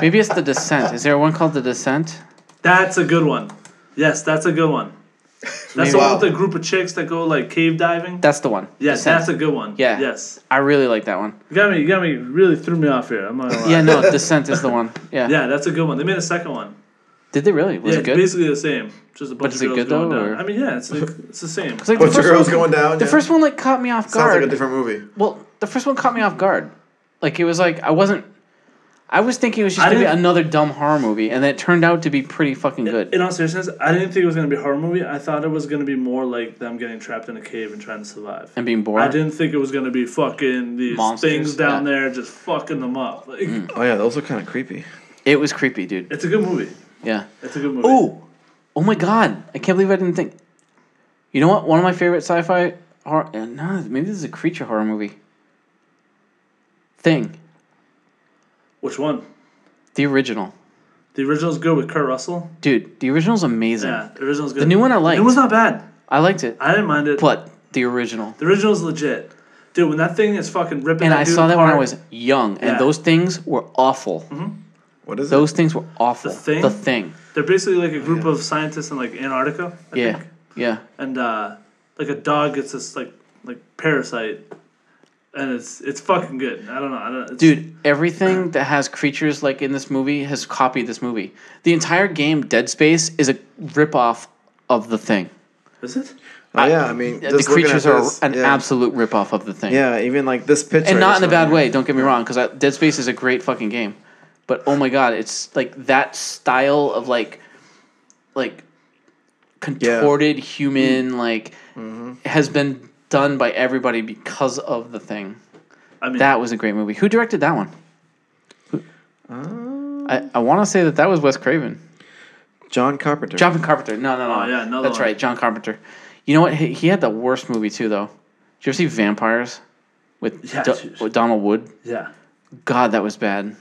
Speaker 1: maybe it's the descent is there one called the descent
Speaker 3: that's a good one. Yes, that's a good one. That's the
Speaker 1: Maybe-
Speaker 3: one with the group of chicks that go like cave diving.
Speaker 1: that's the one
Speaker 3: Yes,
Speaker 1: Descent.
Speaker 3: that's a good one.
Speaker 1: Yeah.
Speaker 3: Yes.
Speaker 1: i really like that one
Speaker 3: You got me. You got me. Really threw me off here. I'm not gonna lie.
Speaker 1: yeah no descent is the one yeah,
Speaker 3: Yeah, that's a good one. They made a second one.
Speaker 1: did they really was
Speaker 3: yeah,
Speaker 1: it good
Speaker 3: it's basically the same. Just a bunch
Speaker 1: is
Speaker 3: of
Speaker 1: it
Speaker 3: girls
Speaker 1: good,
Speaker 3: going
Speaker 1: though,
Speaker 3: down.
Speaker 1: or-
Speaker 3: I mean, yeah, it's like, it's the same.
Speaker 1: 'Cause, like,
Speaker 2: Bunch of
Speaker 1: first one-
Speaker 2: girls going down.
Speaker 1: the
Speaker 2: yeah.
Speaker 1: first one like caught me off
Speaker 2: sounds
Speaker 1: guard
Speaker 2: like a different movie.
Speaker 1: Well, the first one caught me off guard. Like it was like I wasn't. I was thinking it was just
Speaker 3: I
Speaker 1: gonna be
Speaker 3: didn't-
Speaker 1: another dumb horror movie, and then it turned out to be pretty fucking good.
Speaker 3: In all seriousness, I didn't think it was gonna be a horror movie. I thought it was gonna be more like them getting trapped in a cave and trying to survive.
Speaker 1: and being bored.
Speaker 3: I didn't think it was gonna be fucking these
Speaker 1: Monsters,
Speaker 3: things down
Speaker 1: yeah. Mm.
Speaker 3: there just fucking them up. Like,
Speaker 2: Oh yeah, those are kind of creepy.
Speaker 1: It was creepy, dude.
Speaker 3: It's a good movie.
Speaker 1: Yeah.
Speaker 3: It's a good movie.
Speaker 1: Oh, oh my god! I can't believe I didn't think. You know what? One of my favorite sci-fi horror. uh, No, maybe this is a creature horror movie. Thing,
Speaker 3: Which one?
Speaker 1: the original,
Speaker 3: The original's good with Kurt Russell.
Speaker 1: dude. The original's amazing.
Speaker 3: Yeah, the original's good.
Speaker 1: The new one I
Speaker 3: It
Speaker 1: liked.
Speaker 3: was not bad.
Speaker 1: I liked it,
Speaker 3: I didn't mind it.
Speaker 1: but the original.
Speaker 3: The original's legit, dude. When that thing is fucking ripping,
Speaker 1: And
Speaker 3: that
Speaker 1: I
Speaker 3: dude
Speaker 1: saw that when I
Speaker 3: apart-
Speaker 1: was young, and
Speaker 3: Yeah. Mm-hmm.
Speaker 1: those things were awful.
Speaker 2: What is
Speaker 1: Those things were awful.
Speaker 3: The Thing?
Speaker 1: The thing.
Speaker 3: They're basically like a group of scientists in like Antarctica. I
Speaker 1: Yeah.
Speaker 3: Think.
Speaker 1: Yeah.
Speaker 3: and uh, like a dog gets this like like parasite, and it's it's fucking good. I don't know. I don't. It's,
Speaker 1: Dude, everything that has creatures like in this movie has copied this movie. The entire game, Dead Space, is a ripoff of the thing.
Speaker 3: is it?
Speaker 2: it? Oh, yeah, I mean,
Speaker 1: The
Speaker 2: just looking at
Speaker 1: creatures are
Speaker 2: this,
Speaker 1: an
Speaker 2: yeah.
Speaker 1: absolute ripoff of the thing.
Speaker 2: Yeah, even like this picture.
Speaker 1: And not in a
Speaker 2: is um,
Speaker 1: bad
Speaker 2: on-
Speaker 1: way, don't get me wrong, because Dead Space is a great fucking game. But oh my god, it's like that style of like like contorted
Speaker 3: Mm-hmm.
Speaker 1: human like has been done by everybody because of the thing.
Speaker 3: I mean,
Speaker 1: That was a great movie. Who directed that one?
Speaker 3: Um.
Speaker 1: I, I want to say that that was Wes Craven.
Speaker 2: John Carpenter.
Speaker 1: John Carpenter. No, no, no.
Speaker 3: Oh, yeah, another
Speaker 1: That's
Speaker 3: one.
Speaker 1: right, John Carpenter. You know what? He, he had the worst movie too, though. Did you ever see Vampires with
Speaker 3: Yeah,
Speaker 1: Do-
Speaker 3: dude.
Speaker 1: with Donald Wood?
Speaker 3: yeah,
Speaker 1: God, that was bad.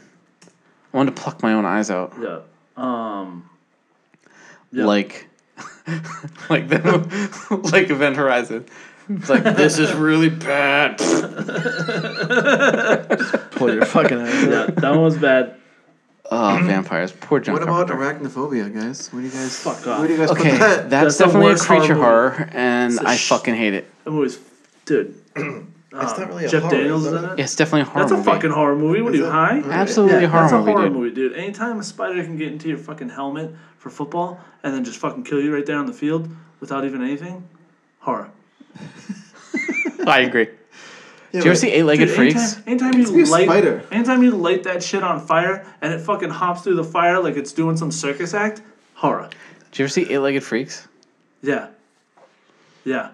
Speaker 1: I wanted to pluck my own eyes out,
Speaker 3: yeah. Um, Yeah.
Speaker 1: like, like the, like Event Horizon. It's like this is really bad.
Speaker 2: pull your fucking eyes
Speaker 3: yeah, that one was bad.
Speaker 1: Oh, vampires! Poor John.
Speaker 2: What about
Speaker 1: Carpenter.
Speaker 2: arachnophobia, guys? What do you guys?
Speaker 3: Fuck
Speaker 2: Where do
Speaker 3: off.
Speaker 2: you guys
Speaker 1: Okay,
Speaker 2: put that?
Speaker 1: that's
Speaker 3: the
Speaker 1: definitely a
Speaker 3: worst horror
Speaker 1: creature
Speaker 3: movie.
Speaker 1: horror, and
Speaker 3: It's a
Speaker 1: I
Speaker 3: sh-
Speaker 1: fucking hate it.
Speaker 3: That movie's dude. uh,
Speaker 2: It's not really a
Speaker 3: Jeff
Speaker 2: horror,
Speaker 3: Daniels
Speaker 2: is
Speaker 3: is
Speaker 2: it?
Speaker 3: in it.
Speaker 1: Yeah, it's definitely a horror
Speaker 3: That's a
Speaker 1: movie.
Speaker 3: fucking horror movie. What are
Speaker 2: Is
Speaker 3: you
Speaker 2: it?
Speaker 3: high?
Speaker 2: Alright.
Speaker 1: Absolutely a horror
Speaker 3: that's
Speaker 1: movie,
Speaker 3: a horror
Speaker 1: dude.
Speaker 3: movie, dude. Anytime a spider can get into your fucking helmet for football and then just fucking kill you right there on the field without even anything, horror.
Speaker 1: I agree.
Speaker 2: Yeah,
Speaker 1: Do you ever
Speaker 2: but-
Speaker 1: see Eight Legged
Speaker 3: Dude,
Speaker 1: Freaks?
Speaker 3: anytime, anytime you
Speaker 2: gonna be a
Speaker 3: light,
Speaker 2: spider.
Speaker 3: anytime you light that shit on fire and it fucking hops through the fire like it's doing some circus act, horror.
Speaker 1: Do you ever see Eight Legged Freaks?
Speaker 3: Yeah, yeah.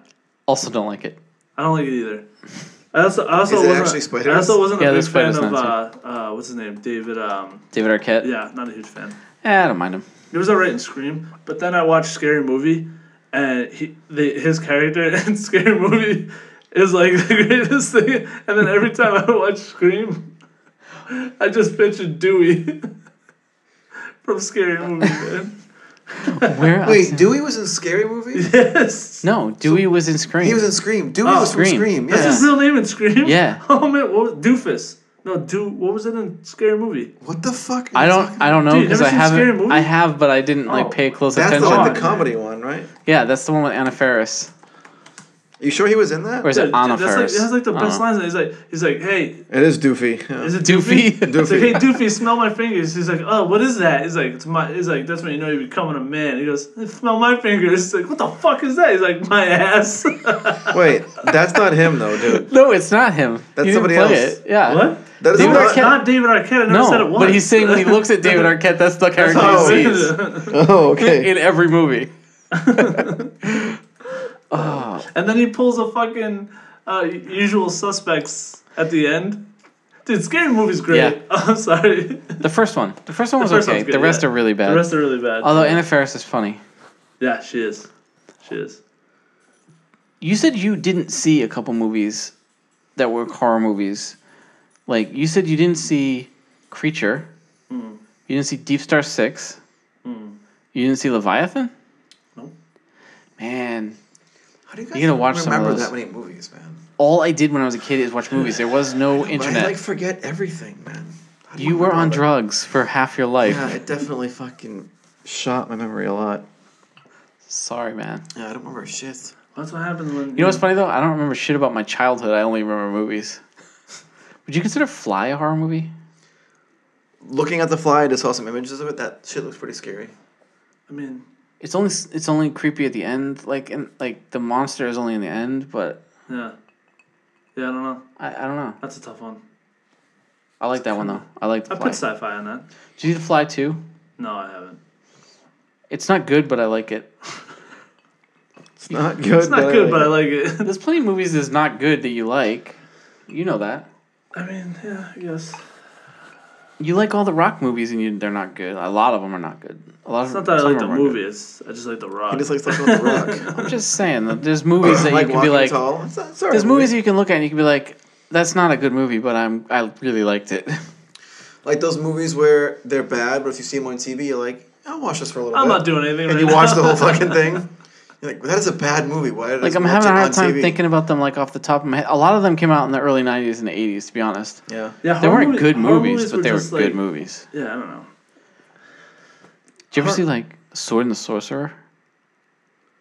Speaker 1: Also, don't like it.
Speaker 3: I don't like it either. I also, I also
Speaker 2: Is it
Speaker 3: wasn't,
Speaker 2: actually spiders?
Speaker 3: I also wasn't
Speaker 1: Yeah,
Speaker 3: a
Speaker 1: the
Speaker 3: big fan
Speaker 1: spider's
Speaker 3: of uh,
Speaker 1: nuts,
Speaker 3: uh, what's his name, David. Um,
Speaker 1: David Arquette.
Speaker 3: yeah, not a huge fan.
Speaker 1: Eh, I don't mind him.
Speaker 3: It was alright in Scream, but then I watched Scary Movie, and he, the, his character in Scary Movie is like the greatest thing. And then every time I watch Scream, I just picture Dewey from Scary Movie. Man.
Speaker 1: Where?
Speaker 2: Wait, Dewey was in Scary Movie?
Speaker 3: Yes,
Speaker 1: No, Dewey was in Scream.
Speaker 2: He was in Scream. Dewey
Speaker 3: Oh,
Speaker 2: was from
Speaker 1: Scream.
Speaker 2: Scream.
Speaker 3: that's
Speaker 2: Yeah.
Speaker 3: his real name in Scream.
Speaker 1: Yeah.
Speaker 3: Oh man, what was, Doofus? No, do what was it in Scary Movie?
Speaker 2: What the fuck? are
Speaker 1: I
Speaker 2: you
Speaker 1: don't.
Speaker 2: talking
Speaker 1: I don't know
Speaker 3: Dude, you
Speaker 1: because I
Speaker 3: never seen Scary
Speaker 1: haven't.
Speaker 3: Movie?
Speaker 1: I have, but I didn't
Speaker 3: Oh.
Speaker 1: like pay close
Speaker 2: That's the,
Speaker 1: attention.
Speaker 2: like
Speaker 3: Oh,
Speaker 2: the comedy one, right?
Speaker 1: yeah, that's the one with Anna Faris.
Speaker 2: You sure he was in that?
Speaker 1: Or is it
Speaker 3: Dude,
Speaker 1: Anna
Speaker 3: that's like
Speaker 1: Faris?
Speaker 3: that's like the
Speaker 1: I
Speaker 3: best
Speaker 1: don't know.
Speaker 3: lines. He's like he's like, hey,
Speaker 2: It is Doofy. yeah.
Speaker 3: Is it
Speaker 1: Doofy?
Speaker 3: Doofy?
Speaker 1: Doofy.
Speaker 3: It's like, hey, Doofy, smell my fingers. He's like, oh, what is that? He's like, it's my. He's like, that's when you know you're becoming a man. He goes, smell my fingers. He's like, what the fuck is that? He's like, my ass.
Speaker 2: Wait, that's not him though, dude.
Speaker 1: No, it's not him.
Speaker 2: That's
Speaker 1: You didn't
Speaker 2: somebody
Speaker 1: play
Speaker 2: else.
Speaker 1: It. Yeah.
Speaker 3: what?
Speaker 2: That is
Speaker 1: David
Speaker 2: not.
Speaker 3: It's not David Arquette. I never
Speaker 1: No,
Speaker 3: said it once. Oh.
Speaker 1: but he's saying when he looks at David Arquette, that's the character
Speaker 2: how
Speaker 1: he
Speaker 2: it
Speaker 1: sees.
Speaker 2: is. Oh, okay.
Speaker 1: in every movie. oh,
Speaker 3: and then he pulls a fucking uh, usual suspects at the end. Dude, scary movie's great.
Speaker 1: Yeah.
Speaker 3: I'm sorry. The
Speaker 1: the first one. The first one was
Speaker 3: first
Speaker 1: okay.
Speaker 3: one's good,
Speaker 1: the rest
Speaker 3: yeah.
Speaker 1: are really bad.
Speaker 3: rest are really bad.
Speaker 1: Although Anna Faris is funny.
Speaker 3: yeah, she is. She is.
Speaker 1: You said you didn't see a couple movies that were horror movies. Like you said, you didn't see Creature.
Speaker 2: Hmm.
Speaker 1: You didn't see Deep Star Six. You didn't see Leviathan.
Speaker 3: Nope.
Speaker 1: Man,
Speaker 2: How do you guys
Speaker 1: You gotta watch some of
Speaker 2: remember
Speaker 1: those.
Speaker 2: that many movies, man?
Speaker 1: all I did when I was a kid is watch movies. There was no
Speaker 2: But
Speaker 1: internet.
Speaker 2: I like forget everything, man. How do
Speaker 1: you were on
Speaker 2: remember all
Speaker 1: drugs for half your life.
Speaker 2: that? Yeah, it definitely fucking shot my memory a lot.
Speaker 1: Sorry, man.
Speaker 2: Yeah, I don't remember shit.
Speaker 3: That's what happens when
Speaker 1: You know what's funny though? I don't remember shit about my childhood. I only remember movies. Would you consider Fly a horror movie?
Speaker 2: Looking at the fly, I just saw some images of it. That shit looks pretty scary.
Speaker 3: I mean,
Speaker 1: It's only it's only creepy at the end. Like and like the monster is only in the end, but
Speaker 3: yeah, yeah. I don't know.
Speaker 1: I, I don't know.
Speaker 3: That's a tough one.
Speaker 1: I like that one though. I like the
Speaker 3: I put
Speaker 1: Fly.
Speaker 3: sci-fi on that.
Speaker 1: Did you see the Fly too?
Speaker 3: No, I haven't.
Speaker 1: It's not good, but I like it.
Speaker 2: It's not good.
Speaker 3: It's not good, but I like it.
Speaker 1: There's plenty of movies that's not good that you like. You know that.
Speaker 3: I mean, yeah, I guess.
Speaker 1: You like all the rock movies and you, they're not good. A lot of them are not good. A lot
Speaker 3: It's
Speaker 1: of
Speaker 3: not that I
Speaker 1: some
Speaker 3: like
Speaker 1: of
Speaker 3: the
Speaker 1: 'em aren't good.
Speaker 3: movie. It's I just like the rock.
Speaker 2: He just likes looking at the rock.
Speaker 1: I'm just saying that there's movies that
Speaker 2: like
Speaker 1: you can be
Speaker 2: Walking
Speaker 1: like.
Speaker 2: Tall. It's, it's all right,
Speaker 1: There's
Speaker 2: movie.
Speaker 1: movies that you can look at and you can be like, that's not a good movie, but I'm I really liked it.
Speaker 2: Like those movies where they're bad, but if you see them on TV, you're like, I'll watch this for a little
Speaker 3: I'm
Speaker 2: bit.
Speaker 3: not doing anything.
Speaker 2: And
Speaker 3: right
Speaker 2: you
Speaker 3: now.
Speaker 2: watch the whole fucking thing. You're like, that is a bad movie. Why did I
Speaker 1: Like
Speaker 2: just
Speaker 1: I'm
Speaker 2: watch
Speaker 1: having a
Speaker 2: it
Speaker 1: hard
Speaker 2: on
Speaker 1: time
Speaker 2: TV?
Speaker 1: thinking about them like off the top of my head. A lot of them came out in the early '90s and '80s, to be honest.
Speaker 2: Yeah.
Speaker 3: Yeah,
Speaker 1: They
Speaker 3: horror
Speaker 1: weren't
Speaker 3: movie-
Speaker 1: good
Speaker 3: horror
Speaker 1: movies, but
Speaker 3: were
Speaker 1: they were
Speaker 3: just,
Speaker 1: good
Speaker 3: like-
Speaker 1: movies.
Speaker 3: Yeah, I don't know.
Speaker 1: Did you ever
Speaker 2: Hor-
Speaker 1: see like Sword and the Sorcerer?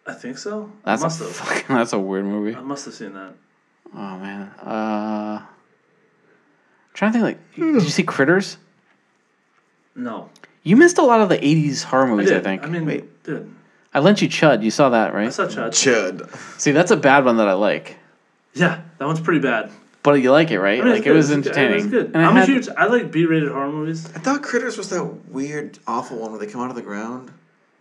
Speaker 3: I think so.
Speaker 1: That's
Speaker 3: I
Speaker 1: a
Speaker 3: must have.
Speaker 1: fucking that's a weird movie.
Speaker 3: I must have seen that.
Speaker 1: Oh man, uh, I'm trying to think. Like,
Speaker 3: Hmm.
Speaker 1: did you see Critters?
Speaker 3: No,
Speaker 1: You missed a lot of the '80s horror
Speaker 3: I
Speaker 1: movies. I,
Speaker 3: did. I,
Speaker 1: think I,
Speaker 3: mean,
Speaker 2: Wait.
Speaker 3: dude,
Speaker 1: lent you Chud. You saw that,
Speaker 3: I
Speaker 1: right?
Speaker 3: saw Chud.
Speaker 2: Chud.
Speaker 1: See, that's a bad one that I like.
Speaker 3: Yeah, that one's pretty bad.
Speaker 1: But you like it, right?
Speaker 3: I mean,
Speaker 1: like
Speaker 3: it's
Speaker 1: it
Speaker 3: good,
Speaker 1: was
Speaker 3: it's good,
Speaker 1: entertaining.
Speaker 3: It was good.
Speaker 1: And I
Speaker 3: I'm
Speaker 1: had-
Speaker 3: a huge. I like B-rated horror movies.
Speaker 2: I thought Critters was that weird, awful one where they come out of the ground.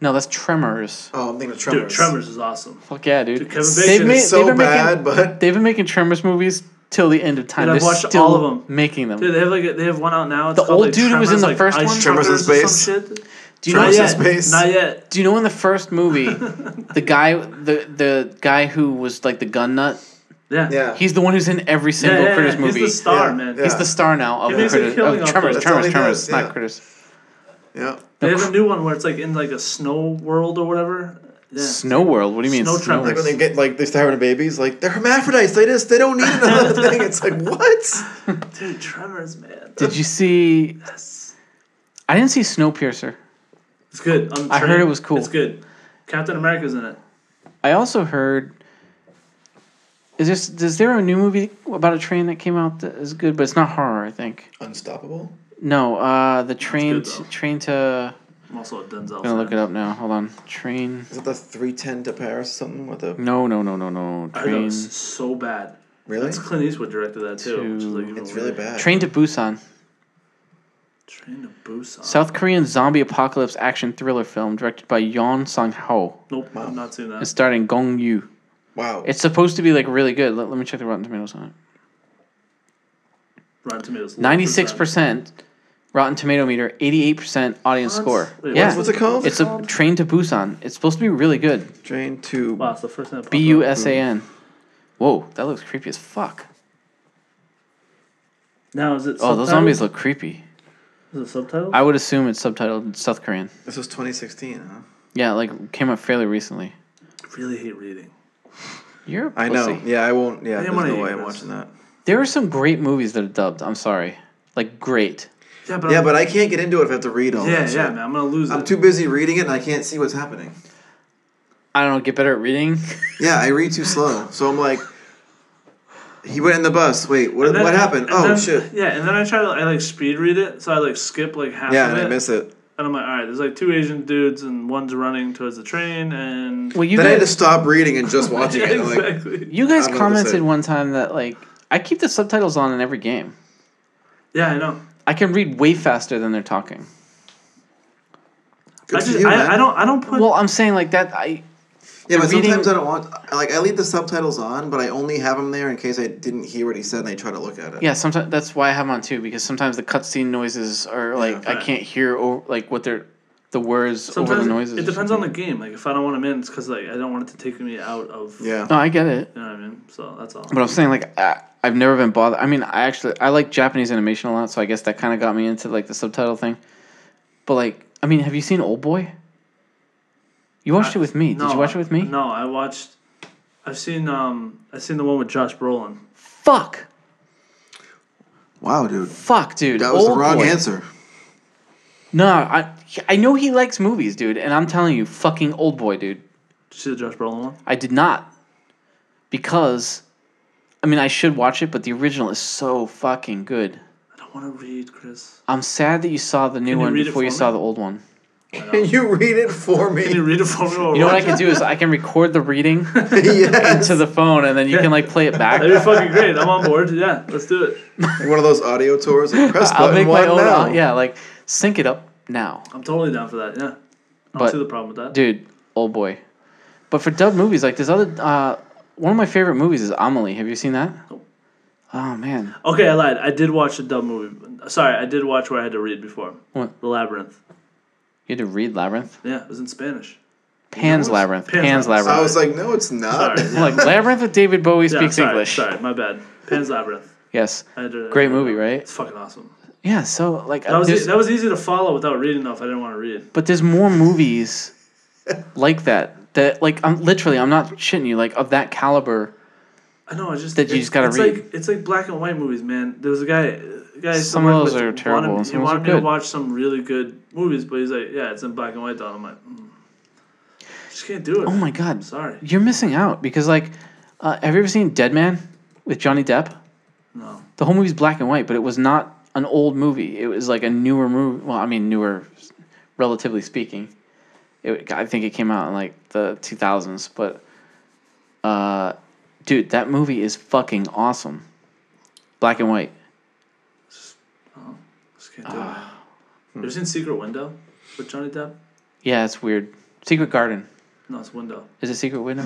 Speaker 1: No, that's Tremors.
Speaker 2: Oh, I'm thinking of Tremors.
Speaker 3: Dude, Tremors is awesome.
Speaker 1: Fuck yeah, dude.
Speaker 3: Dude, Kevin Bacon
Speaker 1: They've
Speaker 3: is
Speaker 1: made-
Speaker 2: so
Speaker 1: they've been making,
Speaker 2: bad, but-
Speaker 1: they've been making Tremors movies till the end of time.
Speaker 3: Dude, I've
Speaker 1: They're
Speaker 3: watched
Speaker 1: still
Speaker 3: all of 'em.
Speaker 1: Making them.
Speaker 3: Dude, they have like a, they have one out now. It's
Speaker 1: The
Speaker 3: called,
Speaker 1: old
Speaker 3: like,
Speaker 1: dude who was in the
Speaker 3: Tremors, like,
Speaker 1: first
Speaker 3: Ice
Speaker 1: one?
Speaker 2: Tremors in
Speaker 3: Truckers or
Speaker 2: Space.
Speaker 3: some shit.
Speaker 1: do you know?
Speaker 3: Not
Speaker 2: Tremors in
Speaker 3: yet.
Speaker 2: Space.
Speaker 3: Not yet.
Speaker 1: Do you know in the first movie, the guy, the the guy who was like the gun nut,
Speaker 3: Yeah.
Speaker 2: Yeah.
Speaker 1: he's the one who's in every
Speaker 3: Yeah,
Speaker 1: single
Speaker 3: yeah,
Speaker 1: Critters
Speaker 3: yeah.
Speaker 1: movie.
Speaker 3: He's the star,
Speaker 2: Yeah,
Speaker 3: man.
Speaker 2: yeah.
Speaker 1: He's the star now of,
Speaker 3: He
Speaker 1: the
Speaker 3: makes a
Speaker 1: Critters,
Speaker 3: killing
Speaker 1: of
Speaker 3: off
Speaker 1: Tremors.
Speaker 3: those.
Speaker 2: That's all
Speaker 1: Tremors,
Speaker 2: he
Speaker 1: Tremors,
Speaker 2: does,
Speaker 1: not
Speaker 2: yeah.
Speaker 1: Critters.
Speaker 2: yeah.
Speaker 3: They have a new one where it's like in like a snow world or whatever. Yeah.
Speaker 1: Snow World. What do you mean?
Speaker 3: Snow
Speaker 1: Snow
Speaker 2: Like
Speaker 1: World?
Speaker 2: when they get like they start having babies, like they're hermaphrodites. They just they don't need another thing. It's like what?
Speaker 3: Dude, Tremors, man.
Speaker 1: Did you see?
Speaker 3: Yes.
Speaker 1: I didn't see Snowpiercer.
Speaker 3: It's good. I'm
Speaker 1: I heard
Speaker 3: trained.
Speaker 1: it was cool.
Speaker 3: It's good. Captain America's in it.
Speaker 1: I also heard Is this is there a new movie about a train that came out that is good, but it's not horror, I think.
Speaker 2: Unstoppable.
Speaker 1: No, uh the train
Speaker 3: good,
Speaker 1: t-
Speaker 3: though.
Speaker 1: train to
Speaker 3: I'm also a Denzel.
Speaker 1: I'm gonna look
Speaker 3: fan.
Speaker 1: it up now. Hold on. Train
Speaker 2: Is it the three ten to Paris something with the
Speaker 1: No no no no no.
Speaker 3: I know
Speaker 1: Train
Speaker 3: it's so bad.
Speaker 2: really?
Speaker 3: That's Clint Eastwood directed that too. which is, like, even
Speaker 2: it's really
Speaker 3: weirder.
Speaker 2: bad.
Speaker 1: Train to Busan.
Speaker 3: Train to Busan.
Speaker 1: South Korean zombie apocalypse action thriller film directed by Yon Sung Ho
Speaker 3: Nope, I'm not seeing
Speaker 1: and
Speaker 3: that.
Speaker 1: starring Gong Yoo.
Speaker 2: wow.
Speaker 1: It's supposed to be like really good. Let, let me check the Rotten Tomatoes on it.
Speaker 3: Rotten Tomatoes.
Speaker 1: 96% Rotten Tomato meter, 88% audience
Speaker 3: What?
Speaker 1: score.
Speaker 3: Wait,
Speaker 1: yeah.
Speaker 3: what's-
Speaker 2: What's it called?
Speaker 1: It's a train to Busan. It's supposed to be really good.
Speaker 2: train to
Speaker 3: Wow, it's the first time.
Speaker 1: B U S A N. Whoa, that looks creepy as fuck.
Speaker 3: Now is it?
Speaker 1: Oh, those
Speaker 3: subtitled?
Speaker 1: zombies look creepy.
Speaker 3: Is it subtitled?
Speaker 1: I would assume it's subtitled South Korean.
Speaker 2: This was 2016, huh?
Speaker 1: Yeah, like came out fairly recently.
Speaker 3: really hate reading.
Speaker 1: You're a pussy.
Speaker 2: I know. Yeah, I won't. Yeah,
Speaker 3: I
Speaker 2: there's
Speaker 3: wanna
Speaker 2: no
Speaker 3: eat
Speaker 2: way I'm
Speaker 3: this.
Speaker 2: watching that.
Speaker 1: There are some great movies that are dubbed. I'm sorry, like great.
Speaker 3: Yeah, but
Speaker 2: Yeah,
Speaker 3: I'm-
Speaker 2: but I can't get into it if I have to read all
Speaker 3: yeah,
Speaker 2: that.
Speaker 3: yeah,
Speaker 2: shit.
Speaker 3: man, I'm gonna lose
Speaker 2: I'm
Speaker 3: it.
Speaker 2: too busy reading it and I can't see what's happening.
Speaker 1: I don't know. Get better at reading.
Speaker 2: Yeah, I read too slow. So I'm like, he went in the bus. Wait, what,
Speaker 3: And then-
Speaker 2: what happened?
Speaker 3: and
Speaker 2: Oh,
Speaker 3: then-
Speaker 2: shit.
Speaker 3: Yeah, and then I try to I like speed read it, so I like skip like half.
Speaker 2: Yeah,
Speaker 3: of
Speaker 2: and
Speaker 3: it,
Speaker 2: I miss it.
Speaker 3: And I'm like, all right, there's like two Asian dudes, and one's running towards the train, and
Speaker 1: Well, you
Speaker 2: Then I had to
Speaker 1: guys,
Speaker 2: stop reading and just watching
Speaker 3: yeah,
Speaker 2: it. I'm like,
Speaker 3: exactly.
Speaker 1: you guys
Speaker 2: I don't know what to say.
Speaker 1: commented one time that like I keep the subtitles on in every game.
Speaker 3: yeah, I know.
Speaker 1: I can read way faster than they're talking.
Speaker 2: good
Speaker 3: I
Speaker 2: for
Speaker 3: just
Speaker 2: you, man.
Speaker 3: I, I don't I don't put
Speaker 1: Well, I'm saying like that. I
Speaker 2: yeah, but
Speaker 1: reading-
Speaker 2: sometimes I don't want. Like, I leave the subtitles on, but I only have them there in case I didn't hear what he said and I try to look at it.
Speaker 1: yeah. Sometimes that's why I have 'em on too because sometimes the cutscene noises are like I
Speaker 3: right.
Speaker 1: can't hear over, like what they're the words over
Speaker 3: sometimes
Speaker 1: the noises.
Speaker 3: it
Speaker 1: or
Speaker 3: depends on
Speaker 1: something.
Speaker 3: the game. Like if I don't want him in, it's because like I don't want it to take me out of.
Speaker 2: Yeah.
Speaker 1: No, I get it.
Speaker 3: You know what I mean? So that's all.
Speaker 1: But I'm saying like I, I've never been bothered. I mean, I actually I like Japanese animation a lot, so I guess that kind of got me into like the subtitle thing. But like, I mean, have you seen Old Boy? You watched it with me. Did
Speaker 3: No,
Speaker 1: you watch it with me?
Speaker 3: No, I watched. I've seen um I've seen the one with Josh Brolin.
Speaker 1: Fuck,
Speaker 2: Wow, dude.
Speaker 1: fuck, dude.
Speaker 2: That was the
Speaker 1: Old
Speaker 2: wrong
Speaker 1: Boy.
Speaker 2: answer.
Speaker 1: No, I I know he likes movies, dude, and I'm telling you, fucking Old Boy, dude.
Speaker 3: Did you see the Josh Brolin one?
Speaker 1: I did not because, I mean, I should watch it, but the original is so fucking good.
Speaker 3: I don't want to read, Chris.
Speaker 1: I'm sad that you saw the new
Speaker 3: you
Speaker 1: one
Speaker 3: read it
Speaker 1: before you
Speaker 3: for
Speaker 1: saw
Speaker 3: me?
Speaker 1: the old one.
Speaker 2: Can you read it for me?
Speaker 3: Can you read it for me? or
Speaker 1: You know what I
Speaker 3: watch
Speaker 1: can do is I can record the reading
Speaker 2: yes.
Speaker 1: to the phone, and then you can like play it back.
Speaker 3: it? That'd be fucking great. I'm on board. Yeah, let's do it.
Speaker 2: One of those audio tours. Like, press
Speaker 1: I'll
Speaker 2: button
Speaker 1: make my
Speaker 2: one
Speaker 1: own.
Speaker 2: now.
Speaker 1: Yeah, like sync it up now,
Speaker 3: I'm totally down for that. Yeah, I don't
Speaker 1: But-
Speaker 3: see the problem with that.
Speaker 1: dude. Old boy. But for dub movies, like there's other. Uh, one of my favorite movies is Amelie. Have you seen that?
Speaker 3: Nope.
Speaker 1: Oh man,
Speaker 3: Okay, I lied. I did watch a dumb movie. Sorry, I did watch where I had to read before.
Speaker 1: What?
Speaker 3: The Labyrinth.
Speaker 1: you had to read Labyrinth.
Speaker 3: Yeah, it was in Spanish.
Speaker 1: Pan's
Speaker 2: What was-
Speaker 1: Labyrinth.
Speaker 3: Pan's
Speaker 1: Pan's,
Speaker 3: Labyrinth.
Speaker 2: I
Speaker 1: Labyrinth.
Speaker 2: was like, no, it's not.
Speaker 3: Sorry.
Speaker 1: Like Labyrinth with David Bowie
Speaker 3: Yeah,
Speaker 1: speaks
Speaker 3: sorry,
Speaker 1: English.
Speaker 3: Sorry, my bad. Pan's Labyrinth.
Speaker 1: Yes.
Speaker 3: I had to-
Speaker 1: Great movie, right?
Speaker 3: It's fucking awesome.
Speaker 1: Yeah. So like,
Speaker 3: That was,
Speaker 1: there's-
Speaker 3: e- that was easy to follow without reading enough. I didn't want to read.
Speaker 1: but there's more movies like that. That like I'm literally I'm not shitting you. Like of that caliber.
Speaker 3: I know. I just
Speaker 1: That you
Speaker 3: it's-
Speaker 1: just gotta
Speaker 3: it's
Speaker 1: read.
Speaker 3: Like, it's like black and white movies, man. There was a guy. a guy I used to
Speaker 1: Some of
Speaker 3: work
Speaker 1: those
Speaker 3: with
Speaker 1: are
Speaker 3: wanted-
Speaker 1: terrible, and
Speaker 3: He
Speaker 1: some of those
Speaker 3: wanted
Speaker 1: are
Speaker 3: me to
Speaker 1: good.
Speaker 3: watch some really good movies, but he's like, "Yeah, it's in black and white." Don, I'm like, mm. just can't do it.
Speaker 1: Oh my
Speaker 3: I'm
Speaker 1: god.
Speaker 3: sorry.
Speaker 1: You're missing out because like, uh, have you ever seen Dead Man with Johnny Depp?
Speaker 3: No.
Speaker 1: The whole movie's black and white, but it was not an old movie. It was like a newer movie. Well, I mean newer, relatively speaking. It, I think it came out in like the 2000s, but uh, dude, that movie is fucking awesome. Black and white.
Speaker 3: Just can't do it.
Speaker 1: Ah.
Speaker 3: man. You ever seen Secret Window with Johnny Depp?
Speaker 1: Yeah, it's weird. Secret Garden.
Speaker 3: No, it's Window.
Speaker 1: Is it Secret Window?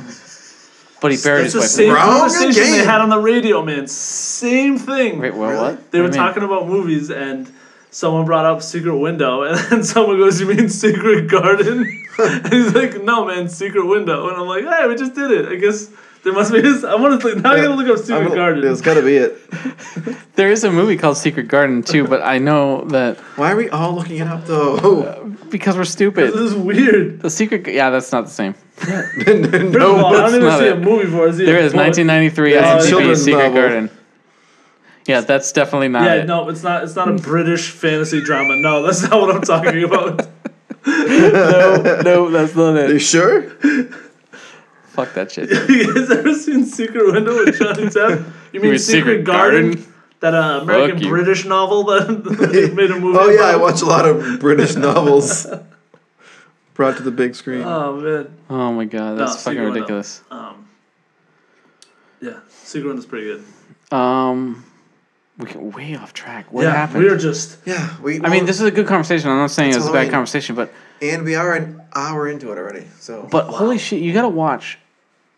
Speaker 1: But he buried
Speaker 3: It's the
Speaker 1: his wife.
Speaker 3: same
Speaker 2: Wrong
Speaker 3: conversation they
Speaker 2: again.
Speaker 3: had on the radio, man. Same thing.
Speaker 1: Wait, well,
Speaker 2: Really?
Speaker 1: what?
Speaker 3: They
Speaker 1: What
Speaker 3: were
Speaker 1: do you mean?
Speaker 3: talking about movies and someone brought up Secret Window and then someone goes, You mean Secret Garden? and he's like, No man, Secret Window and I'm like, Hey, we just did it. I guess there must be this I wanna think now I gotta look up Secret
Speaker 2: I'm gonna-
Speaker 3: Garden.
Speaker 2: It's gotta be it.
Speaker 1: There is a movie called Secret Garden too, but I know that
Speaker 2: Why are we all looking it up though?
Speaker 1: because we're stupid.
Speaker 3: This is weird.
Speaker 1: The Secret, yeah, that's not the same.
Speaker 3: First of all, I don't even
Speaker 1: not
Speaker 3: see a
Speaker 1: it.
Speaker 3: movie for it.
Speaker 1: There is 1993
Speaker 3: Yeah,
Speaker 1: IMDb
Speaker 2: children's
Speaker 1: Secret
Speaker 2: novel.
Speaker 1: Garden. Yeah, that's definitely not
Speaker 3: Yeah,
Speaker 1: it.
Speaker 3: no, it's not it's not a British fantasy drama. No, that's not what I'm talking about.
Speaker 1: no, that's not
Speaker 2: you
Speaker 1: it.
Speaker 2: sure?
Speaker 1: Fuck that shit.
Speaker 3: you guys ever seen Secret Window with Johnny Depp? You mean
Speaker 1: mean
Speaker 3: Secret,
Speaker 1: Secret
Speaker 3: Garden?
Speaker 1: Garden?
Speaker 3: That uh, American
Speaker 1: you.
Speaker 3: British novel that they made a movie.
Speaker 2: Oh yeah, I
Speaker 3: about?
Speaker 2: watch a lot of British novels brought to the big screen.
Speaker 3: Oh man,
Speaker 1: Oh my god, that's
Speaker 3: No,
Speaker 1: fucking
Speaker 3: Secret Window.
Speaker 1: ridiculous.
Speaker 3: Um, yeah, Secret Window's pretty good.
Speaker 1: Um, we get way off track. What
Speaker 3: yeah,
Speaker 1: happened?
Speaker 3: we were just
Speaker 2: yeah, we.
Speaker 1: I mean, this is a good conversation. I'm not saying it was a bad
Speaker 2: Halloween.
Speaker 1: conversation, but
Speaker 2: and we are an hour into it already. So
Speaker 1: but holy shit, you gotta watch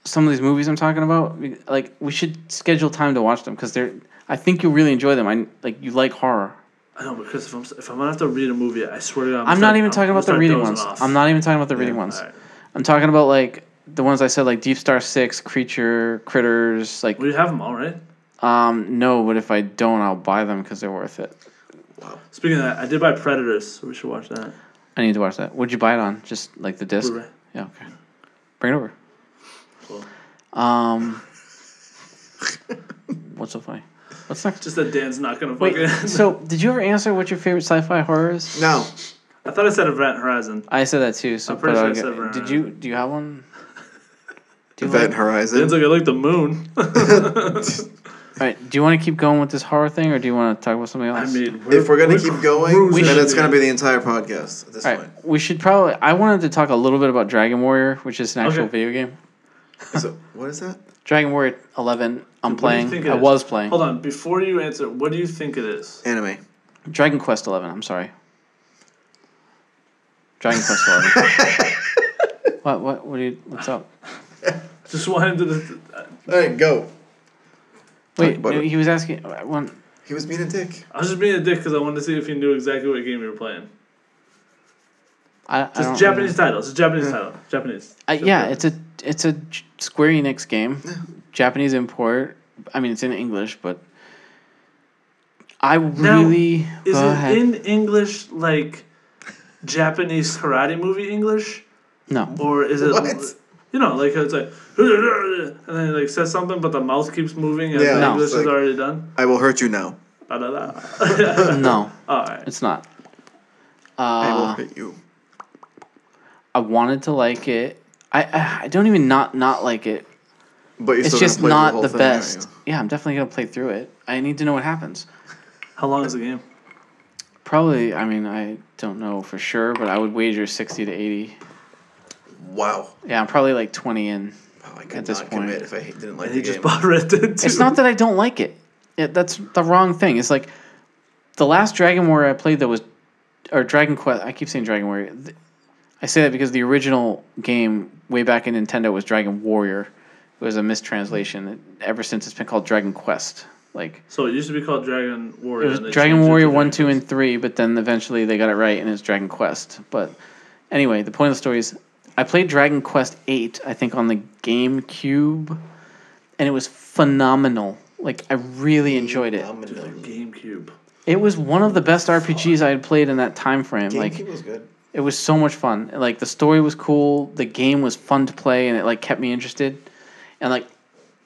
Speaker 1: some of these movies I'm talking about. We- Like we should schedule time to watch them because they're. I think you really enjoy them. I like you like horror.
Speaker 3: I know, but Chris, if I'm, if I'm gonna have to read a movie, I swear to God, I'm,
Speaker 1: I'm
Speaker 3: gonna
Speaker 1: not even
Speaker 3: start-
Speaker 1: talking
Speaker 3: I'm
Speaker 1: about the
Speaker 3: gonna
Speaker 1: reading
Speaker 3: start
Speaker 1: ones.
Speaker 3: dozing off.
Speaker 1: I'm not even talking about the reading ones.
Speaker 3: All right.
Speaker 1: I'm talking about like the ones I said, like Deep Star Six, Creature, Critters. Like,
Speaker 3: We have them all, right?
Speaker 1: um, no, but if I don't, I'll buy them because they're worth it.
Speaker 3: Speaking of that, I did buy Predators, so we should watch that.
Speaker 1: I need to watch that. What'd you buy it on? Just like the disc?
Speaker 3: Blu-ray.
Speaker 1: Yeah. Okay. Bring it over.
Speaker 3: Cool.
Speaker 1: Um. what's so funny? What's next?
Speaker 3: Just that Dan's not gonna fucking.
Speaker 1: Wait. so, did you ever answer what your favorite sci-fi horror is?
Speaker 2: no,
Speaker 3: I thought I said Event Horizon.
Speaker 1: I said that too. So,
Speaker 3: I'm pretty
Speaker 1: but
Speaker 3: sure
Speaker 1: I'll
Speaker 3: I
Speaker 1: get-
Speaker 3: said Ryan.
Speaker 1: did you do you have one? Do you
Speaker 2: Event
Speaker 1: want,
Speaker 2: Horizon.
Speaker 3: Dan's like, I like the moon.
Speaker 1: all right. Do you want to keep going with this horror thing, or do you want to talk about something
Speaker 3: I
Speaker 1: else?
Speaker 3: mean,
Speaker 2: if we're gonna keep going,
Speaker 3: cruising,
Speaker 2: then it's
Speaker 3: dude.
Speaker 2: gonna be the entire podcast at this
Speaker 1: all right.
Speaker 2: point.
Speaker 1: We should probably. I wanted to talk a little bit about Dragon Warrior, which is an actual
Speaker 3: Okay.
Speaker 1: video game.
Speaker 2: So, what is that?
Speaker 1: Dragon Warrior Eleven. I'm
Speaker 3: What do you
Speaker 1: playing.
Speaker 3: think it
Speaker 1: I
Speaker 3: is?
Speaker 1: was playing.
Speaker 3: Hold on, before you answer, what do you think it is?
Speaker 2: Anime.
Speaker 1: Dragon Quest Eleven. I'm sorry. Dragon Quest Eleven. what? What? What? Are you, what's up?
Speaker 3: Just wanted to.
Speaker 2: All right, go.
Speaker 1: Wait,
Speaker 2: about
Speaker 1: no,
Speaker 2: it.
Speaker 1: he was asking. uh, One.
Speaker 2: He was being a dick.
Speaker 3: I was just being a dick because I wanted to see if he knew exactly what game you were playing.
Speaker 1: I, I
Speaker 3: Just
Speaker 1: don't
Speaker 3: Japanese title. It's a Japanese title. Japanese.
Speaker 1: really- I, Uh, yeah, it's a it's a J- Square Enix game, Japanese import. I mean, it's in English, but I really
Speaker 3: Is
Speaker 1: go
Speaker 3: it
Speaker 1: ahead.
Speaker 3: in English like Japanese karate movie English,
Speaker 1: no,
Speaker 3: or is it?
Speaker 2: What?
Speaker 3: You know, like it's like, and then it like says something, but the mouth keeps moving, and
Speaker 2: Yeah,
Speaker 3: the
Speaker 1: No.
Speaker 3: English
Speaker 2: it's
Speaker 3: is
Speaker 2: like-
Speaker 3: already done.
Speaker 2: I will hurt you now.
Speaker 3: Da, da, da.
Speaker 1: no,
Speaker 3: All right.
Speaker 1: it's not.
Speaker 2: I will
Speaker 1: Uh,
Speaker 2: hurt you.
Speaker 1: I wanted to like it. I, I I don't even not not like it.
Speaker 2: But you're
Speaker 1: it's
Speaker 2: still
Speaker 1: just
Speaker 2: gonna play
Speaker 1: not
Speaker 2: the, whole
Speaker 1: the
Speaker 2: thing, aren't
Speaker 1: best. Yeah, I'm definitely gonna play through it. I need to know what happens.
Speaker 3: How long is the game?
Speaker 1: Probably, I mean, I don't know for sure, but I would wager sixty to eighty.
Speaker 2: you? Wow.
Speaker 1: Yeah, I'm probably like twenty in.
Speaker 2: Wow, I could
Speaker 1: At this
Speaker 2: not
Speaker 1: point.
Speaker 2: commit if I hate- didn't like
Speaker 3: And
Speaker 2: the
Speaker 3: he
Speaker 2: game.
Speaker 3: just bought Red Dead 2.
Speaker 1: It's not that I don't like it. it. That's the wrong thing. It's like the last Dragon Warrior I played that was, or Dragon Quest. I keep saying Dragon Warrior. Th- I say that because the original game way back in Nintendo was Dragon Warrior. It was a mistranslation. It- ever since it's been called Dragon Quest. Like
Speaker 3: So it used to be called Dragon Warrior.
Speaker 1: It was
Speaker 3: and they
Speaker 1: Dragon
Speaker 3: changed it
Speaker 1: Warrior
Speaker 3: to
Speaker 1: one,
Speaker 3: Dragon
Speaker 1: two,
Speaker 3: Quest.
Speaker 1: and three, but then eventually they got it right, and it's Dragon Quest. But anyway, the point of the story is, I played Dragon Quest eight, I think, on the GameCube, and it was phenomenal. Like I really enjoyed it.
Speaker 2: I'm gonna-
Speaker 3: GameCube.
Speaker 1: It was one of the best RPGs I had played in that time frame.
Speaker 2: GameCube
Speaker 1: Like
Speaker 2: was good.
Speaker 1: it was so much fun. Like the story was cool, the game was fun to play, and it like kept me interested. And like,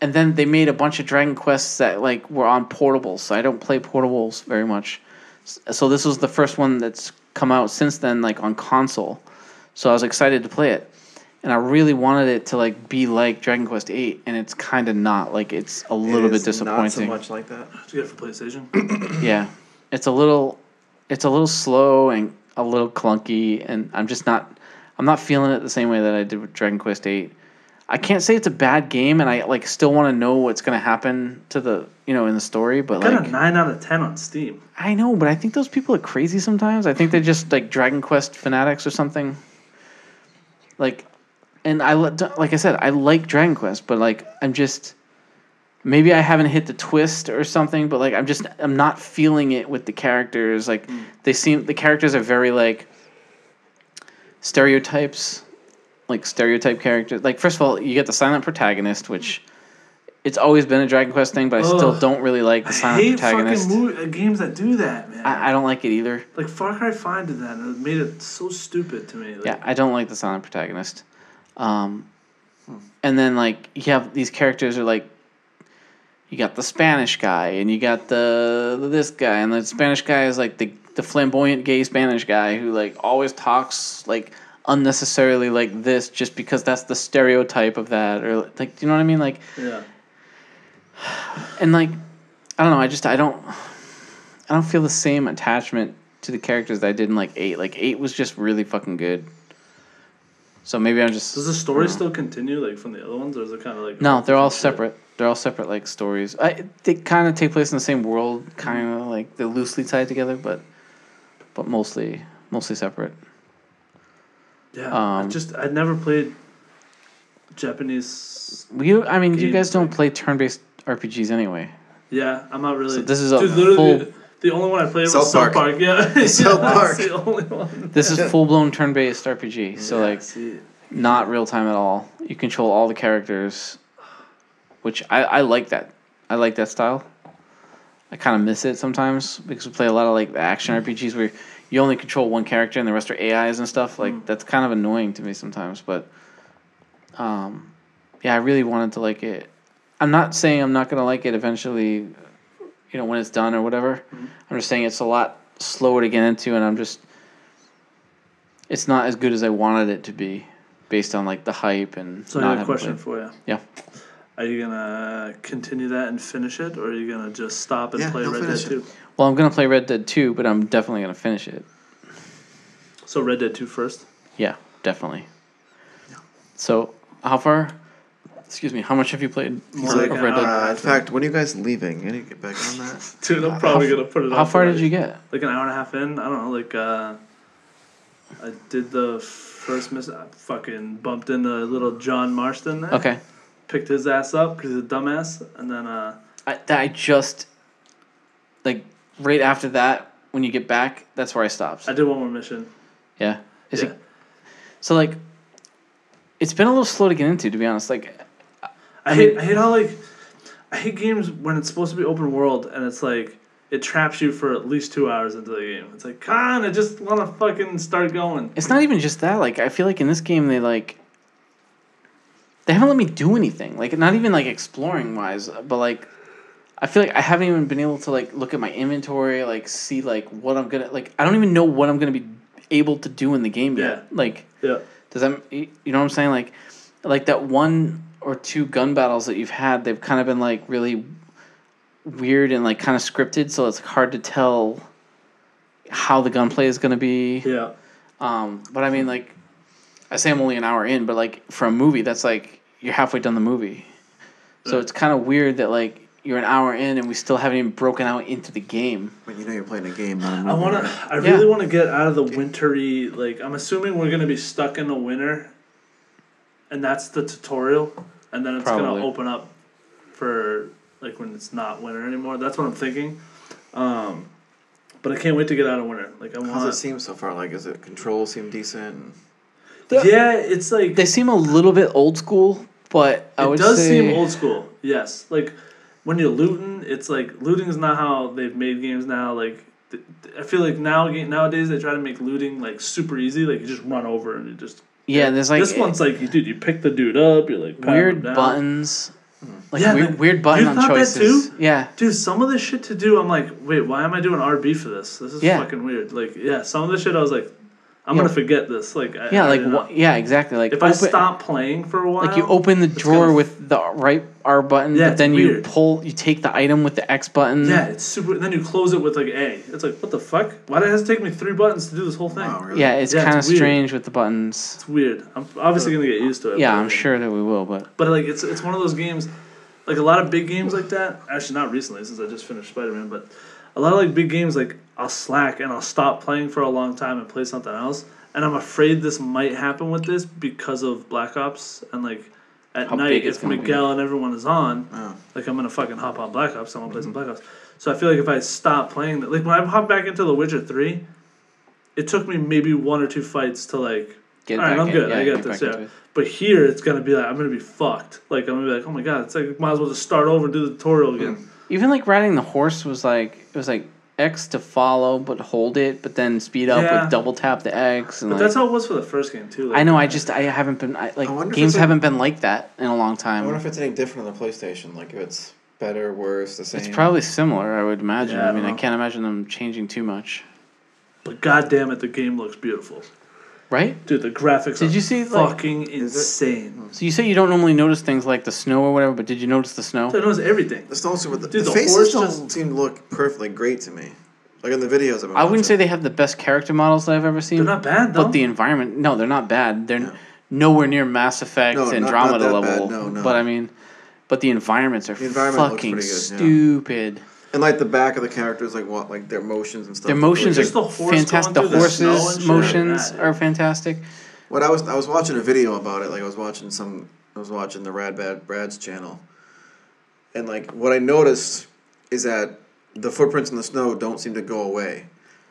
Speaker 1: and then they made a bunch of Dragon Quests that like were on portables. So I don't play portables very much. S- So this was the first one that's come out since then, like on console. So I was excited to play it, and I really wanted it to like be like Dragon Quest Eight, and it's kind of not. Like it's a little
Speaker 2: It
Speaker 1: bit
Speaker 2: is
Speaker 1: disappointing.
Speaker 2: Not so much like that.
Speaker 3: Did you get it for PlayStation?
Speaker 1: Yeah, it's a little, it's a little slow and a little clunky, and I'm just not, I'm not feeling it the same way that I did with Dragon Quest Eight. I can't say it's a bad game, and I like still want to know what's gonna happen to the, you know, in the story. But
Speaker 3: got a
Speaker 1: like,
Speaker 3: 9 out of 10 on Steam.
Speaker 1: I know, but I think those people are crazy sometimes. I think they're just like Dragon Quest fanatics or something. Like, and I li- don't- like I said, I like Dragon Quest, but like I'm just maybe I haven't hit the twist or something, but like I'm just I'm not feeling it with the characters. Like
Speaker 3: Hmm.
Speaker 1: they seem the characters are very like stereotypes, like stereotype characters. Like first of all, you get the silent protagonist, which it's always been a Dragon Quest thing, but I still
Speaker 3: Ugh.
Speaker 1: don't really like the
Speaker 3: I
Speaker 1: silent
Speaker 3: hate
Speaker 1: protagonist.
Speaker 3: fucking movie, uh, games that do that, man.
Speaker 1: I, I don't like it either.
Speaker 3: like Far Cry 5 did that, and it made it so stupid to me. Like,
Speaker 1: Yeah, I don't like the silent protagonist. Um, and then like you have these characters are like, you got the Spanish guy and you got the, the this guy and the Spanish guy is like the the flamboyant gay Spanish guy who like always talks like unnecessarily like this just because that's the stereotype of that or like do you know what I mean like
Speaker 3: Yeah.
Speaker 1: and like I don't know I just I don't I don't feel the same attachment to the characters that I did in like 8 like 8 was just really fucking good so maybe I'm just
Speaker 3: Does the story still continue like from the other ones, or is it kind of like
Speaker 1: No, they're all separate. They're all separate like stories. I they kind of take place in the same world, kind of like they're loosely tied together, but but mostly mostly separate.
Speaker 3: Yeah, I
Speaker 1: Um,
Speaker 3: just I never played Japanese.
Speaker 1: You, I mean, you
Speaker 3: Games,
Speaker 1: guys don't
Speaker 3: like-
Speaker 1: play turn-based RPGs anyway.
Speaker 3: Yeah, I'm not really.
Speaker 1: So this is a
Speaker 3: literally
Speaker 1: full-
Speaker 3: the- the only one I played was
Speaker 2: South
Speaker 3: South
Speaker 2: Park.
Speaker 3: Park. Yeah,
Speaker 2: South
Speaker 3: yeah,
Speaker 2: Park.
Speaker 3: That's the only one.
Speaker 1: This is full-blown turn-based RPG, so
Speaker 3: Yeah,
Speaker 1: like
Speaker 3: see,
Speaker 1: not real time at all. You control all the characters, which I I like that. I like that style. I kind of miss it sometimes because we play a lot of like action RPGs where you only control one character and the rest are AIs and stuff.
Speaker 3: Mm.
Speaker 1: Like that's kind of annoying to me sometimes, but um yeah, I really wanted to like it. I'm not saying I'm not going to like it eventually, you know, when it's done or whatever.
Speaker 3: Mm-hmm.
Speaker 1: I'm just saying it's a lot slower to get into and I'm just it's not as good as I wanted it to be based on like the hype and
Speaker 3: so
Speaker 1: not
Speaker 3: I got a
Speaker 1: having
Speaker 3: question
Speaker 1: played.
Speaker 3: for you.
Speaker 1: Yeah.
Speaker 3: Are you gonna continue that and finish it, or are you gonna just stop and
Speaker 2: Yeah,
Speaker 3: play
Speaker 2: no,
Speaker 3: Red Dead
Speaker 2: finish it.
Speaker 3: Two?
Speaker 1: Well, I'm going to play Red Dead 2, but I'm definitely going to finish it.
Speaker 3: So Red Dead Two first.
Speaker 1: Yeah, definitely. So, how far? Excuse me. How much have you played?
Speaker 3: More
Speaker 1: of
Speaker 3: like
Speaker 1: Red Dead?
Speaker 3: an hour.
Speaker 2: Uh, in fact, when are you guys leaving? I need to get back on that.
Speaker 3: Dude, I'm probably gonna put it.
Speaker 1: Uh, How
Speaker 3: off
Speaker 1: far
Speaker 3: for
Speaker 1: did
Speaker 3: like-
Speaker 1: you get?
Speaker 3: Like an hour and a half in. I don't know. Like uh, I did the first miss. I fucking bumped into little John Marston there.
Speaker 1: Okay,
Speaker 3: picked his ass up because he's a dumbass, and then uh,
Speaker 1: I, that- I just like right after that when you get back, that's where I stopped.
Speaker 3: I did one more mission.
Speaker 1: yeah. Is
Speaker 3: Yeah.
Speaker 1: it so like? It's been a little slow to get into, to be honest. Like,
Speaker 3: I hate I hate how like I hate games when it's supposed to be open world and it's like it traps you for at least two hours into the game. It's like, con, I just want to fucking start going.
Speaker 1: it's not even just that. Like, I feel like in this game they like they haven't let me do anything. Like, not even like exploring wise, but like I feel like I haven't even been able to like look at my inventory, like see like what I'm gonna like. I don't even know what I'm gonna be able to do in the game
Speaker 3: Yeah.
Speaker 1: yet. Like,
Speaker 3: Yeah,
Speaker 1: Does that you know what I'm saying? Like, like that one or two gun battles that you've had, they've kind of been like really weird and like kind of scripted, so it's hard to tell how the gunplay is going to be.
Speaker 3: yeah,
Speaker 1: Um, but I mean, like, I say I'm only an hour in, but like for a movie, that's like you're halfway done the movie, so
Speaker 3: Right.
Speaker 1: it's kind of weird that like you're an hour in and we still haven't even broken out into the game.
Speaker 2: When you know you're playing a game. Not a movie.
Speaker 3: I wanna, I
Speaker 1: Mm-hmm. Yeah.
Speaker 3: really wanna get out of the wintry. Like, I'm assuming we're gonna be stuck in the winter, and that's the tutorial, and then it's
Speaker 1: Probably.
Speaker 3: gonna open up for like when it's not winter anymore. That's what I'm thinking. Um, but I can't wait to get out of winter. Like, I
Speaker 2: How's
Speaker 3: want.
Speaker 2: it seem so far? Like, is it control seem decent?
Speaker 3: yeah, it's like
Speaker 1: They seem a little bit old school, but I
Speaker 3: it
Speaker 1: would
Speaker 3: does
Speaker 1: say
Speaker 3: seem old school. Yes, like when you're looting, it's like looting is not how they've made games now. Like th- th- I feel like now ga- nowadays they try to make looting like super easy. Like you just run over and you just
Speaker 1: Yeah, there's like eh,
Speaker 3: this one's like you dude you pick the dude up. You're like pat him
Speaker 1: weird
Speaker 3: down. Hmm.
Speaker 1: buttons, like
Speaker 3: Yeah,
Speaker 1: weird,
Speaker 3: like,
Speaker 1: weird button
Speaker 3: you
Speaker 1: on
Speaker 3: thought that
Speaker 1: choices.
Speaker 3: too?
Speaker 1: Yeah,
Speaker 3: Dude, some of the shit to do, I'm like, wait, why am I doing RB for this? This is
Speaker 1: Yeah.
Speaker 3: fucking weird. Like, yeah, some of the shit I was like, I'm
Speaker 1: Yeah.
Speaker 3: gonna forget this. Like, I,
Speaker 1: yeah,
Speaker 3: I
Speaker 1: like
Speaker 3: don't know.
Speaker 1: wha- yeah, exactly. Like
Speaker 3: if I stop playing for a while,
Speaker 1: like you open the drawer
Speaker 3: gonna-
Speaker 1: with the right R button,
Speaker 3: Yeah,
Speaker 1: but then
Speaker 3: it's
Speaker 1: you
Speaker 3: weird.
Speaker 1: pull, you take the item with the X button.
Speaker 3: Yeah, it's super. Then you close it with like A. It's like, what the fuck? Why did it has to take me three buttons to do this whole thing?
Speaker 2: Wow, really?
Speaker 1: yeah, it's
Speaker 3: Yeah, it's
Speaker 1: kind of
Speaker 3: weird.
Speaker 1: strange with the buttons.
Speaker 3: It's weird. I'm obviously gonna get used to it.
Speaker 1: Yeah,
Speaker 3: but-
Speaker 1: I'm sure that we will, but
Speaker 3: But like, it's it's one of those games, like a lot of big games like that. Actually, not recently since I just finished Spider Man, but a lot of like big games like I'll slack and I'll stop playing for a long time and play something else. And I'm afraid this might happen with this because of Black Ops and like at
Speaker 1: How
Speaker 3: night
Speaker 1: big it's
Speaker 3: if
Speaker 1: gonna be.
Speaker 3: Miguel and everyone is on,
Speaker 2: Oh.
Speaker 3: like I'm gonna fucking hop on Black Ops. I'm gonna play some Black Ops. So I feel like if I stop playing, that, like when I hop back into The Witcher Three, it took me maybe one or two fights to like.
Speaker 1: Get
Speaker 3: All right,
Speaker 1: back
Speaker 3: I'm
Speaker 1: in-
Speaker 3: good.
Speaker 1: yeah,
Speaker 3: I
Speaker 1: get
Speaker 3: got
Speaker 1: back
Speaker 3: this.
Speaker 1: into
Speaker 3: Yeah.
Speaker 1: it.
Speaker 3: But here, it's gonna be like I'm gonna be fucked. Like I'm gonna be like, oh my god, it's like might as well just start over, and do the tutorial again.
Speaker 1: even like riding the horse was like it was like X to follow, but hold it, but then speed up
Speaker 3: Yeah.
Speaker 1: with double tap the X. And
Speaker 3: But
Speaker 1: like,
Speaker 3: that's how it was for the first game too. Like,
Speaker 1: I know. I just I haven't been I, like
Speaker 2: I wonder if
Speaker 1: games
Speaker 2: it's a-
Speaker 1: haven't been like that in a long
Speaker 2: I
Speaker 1: time.
Speaker 2: wonder if it's any different on the PlayStation. Like, if it's better, worse, the same.
Speaker 1: It's probably similar, I would imagine.
Speaker 3: Yeah, I
Speaker 1: I mean, I
Speaker 3: don't know.
Speaker 1: can't imagine them changing too much.
Speaker 3: But goddamn it, the game looks beautiful.
Speaker 1: right?
Speaker 3: Dude, the graphics
Speaker 1: Did
Speaker 3: are
Speaker 1: you see, like-
Speaker 3: fucking insane.
Speaker 1: So you say you don't normally notice things like the snow or whatever, but did you notice the snow?
Speaker 3: Dude, it knows everything.
Speaker 2: The stones were the,
Speaker 3: Dude,
Speaker 2: the
Speaker 3: the
Speaker 2: faces
Speaker 3: horse
Speaker 2: don't
Speaker 3: just-
Speaker 2: seem to look perfectly great to me. Like in the videos, I've been
Speaker 1: I wouldn't say they
Speaker 2: watching.
Speaker 1: have the best character models that I've ever seen.
Speaker 3: They're not bad though.
Speaker 1: But the environment, no, they're not bad. They're
Speaker 2: No.
Speaker 1: nowhere near Mass Effect
Speaker 2: No, not- not
Speaker 1: Andromeda
Speaker 2: that bad.
Speaker 1: level.
Speaker 2: No, no.
Speaker 1: But I mean, but the environments are
Speaker 2: environment looks
Speaker 1: fucking
Speaker 2: pretty good, yeah.
Speaker 1: stupid.
Speaker 2: and like the back of the characters, like what, like their motions and stuff.
Speaker 1: Their
Speaker 2: look
Speaker 1: motions
Speaker 2: really
Speaker 1: are
Speaker 3: Just the horse
Speaker 1: fantastic. The
Speaker 3: going through the snow
Speaker 1: horses'
Speaker 3: and shit like
Speaker 1: motions
Speaker 3: that.
Speaker 1: are fantastic.
Speaker 2: What I was I was watching a video about it. Like I was watching some I was watching the Rad Bad Brad's channel, and like what I noticed is that the footprints in the snow don't seem to go away.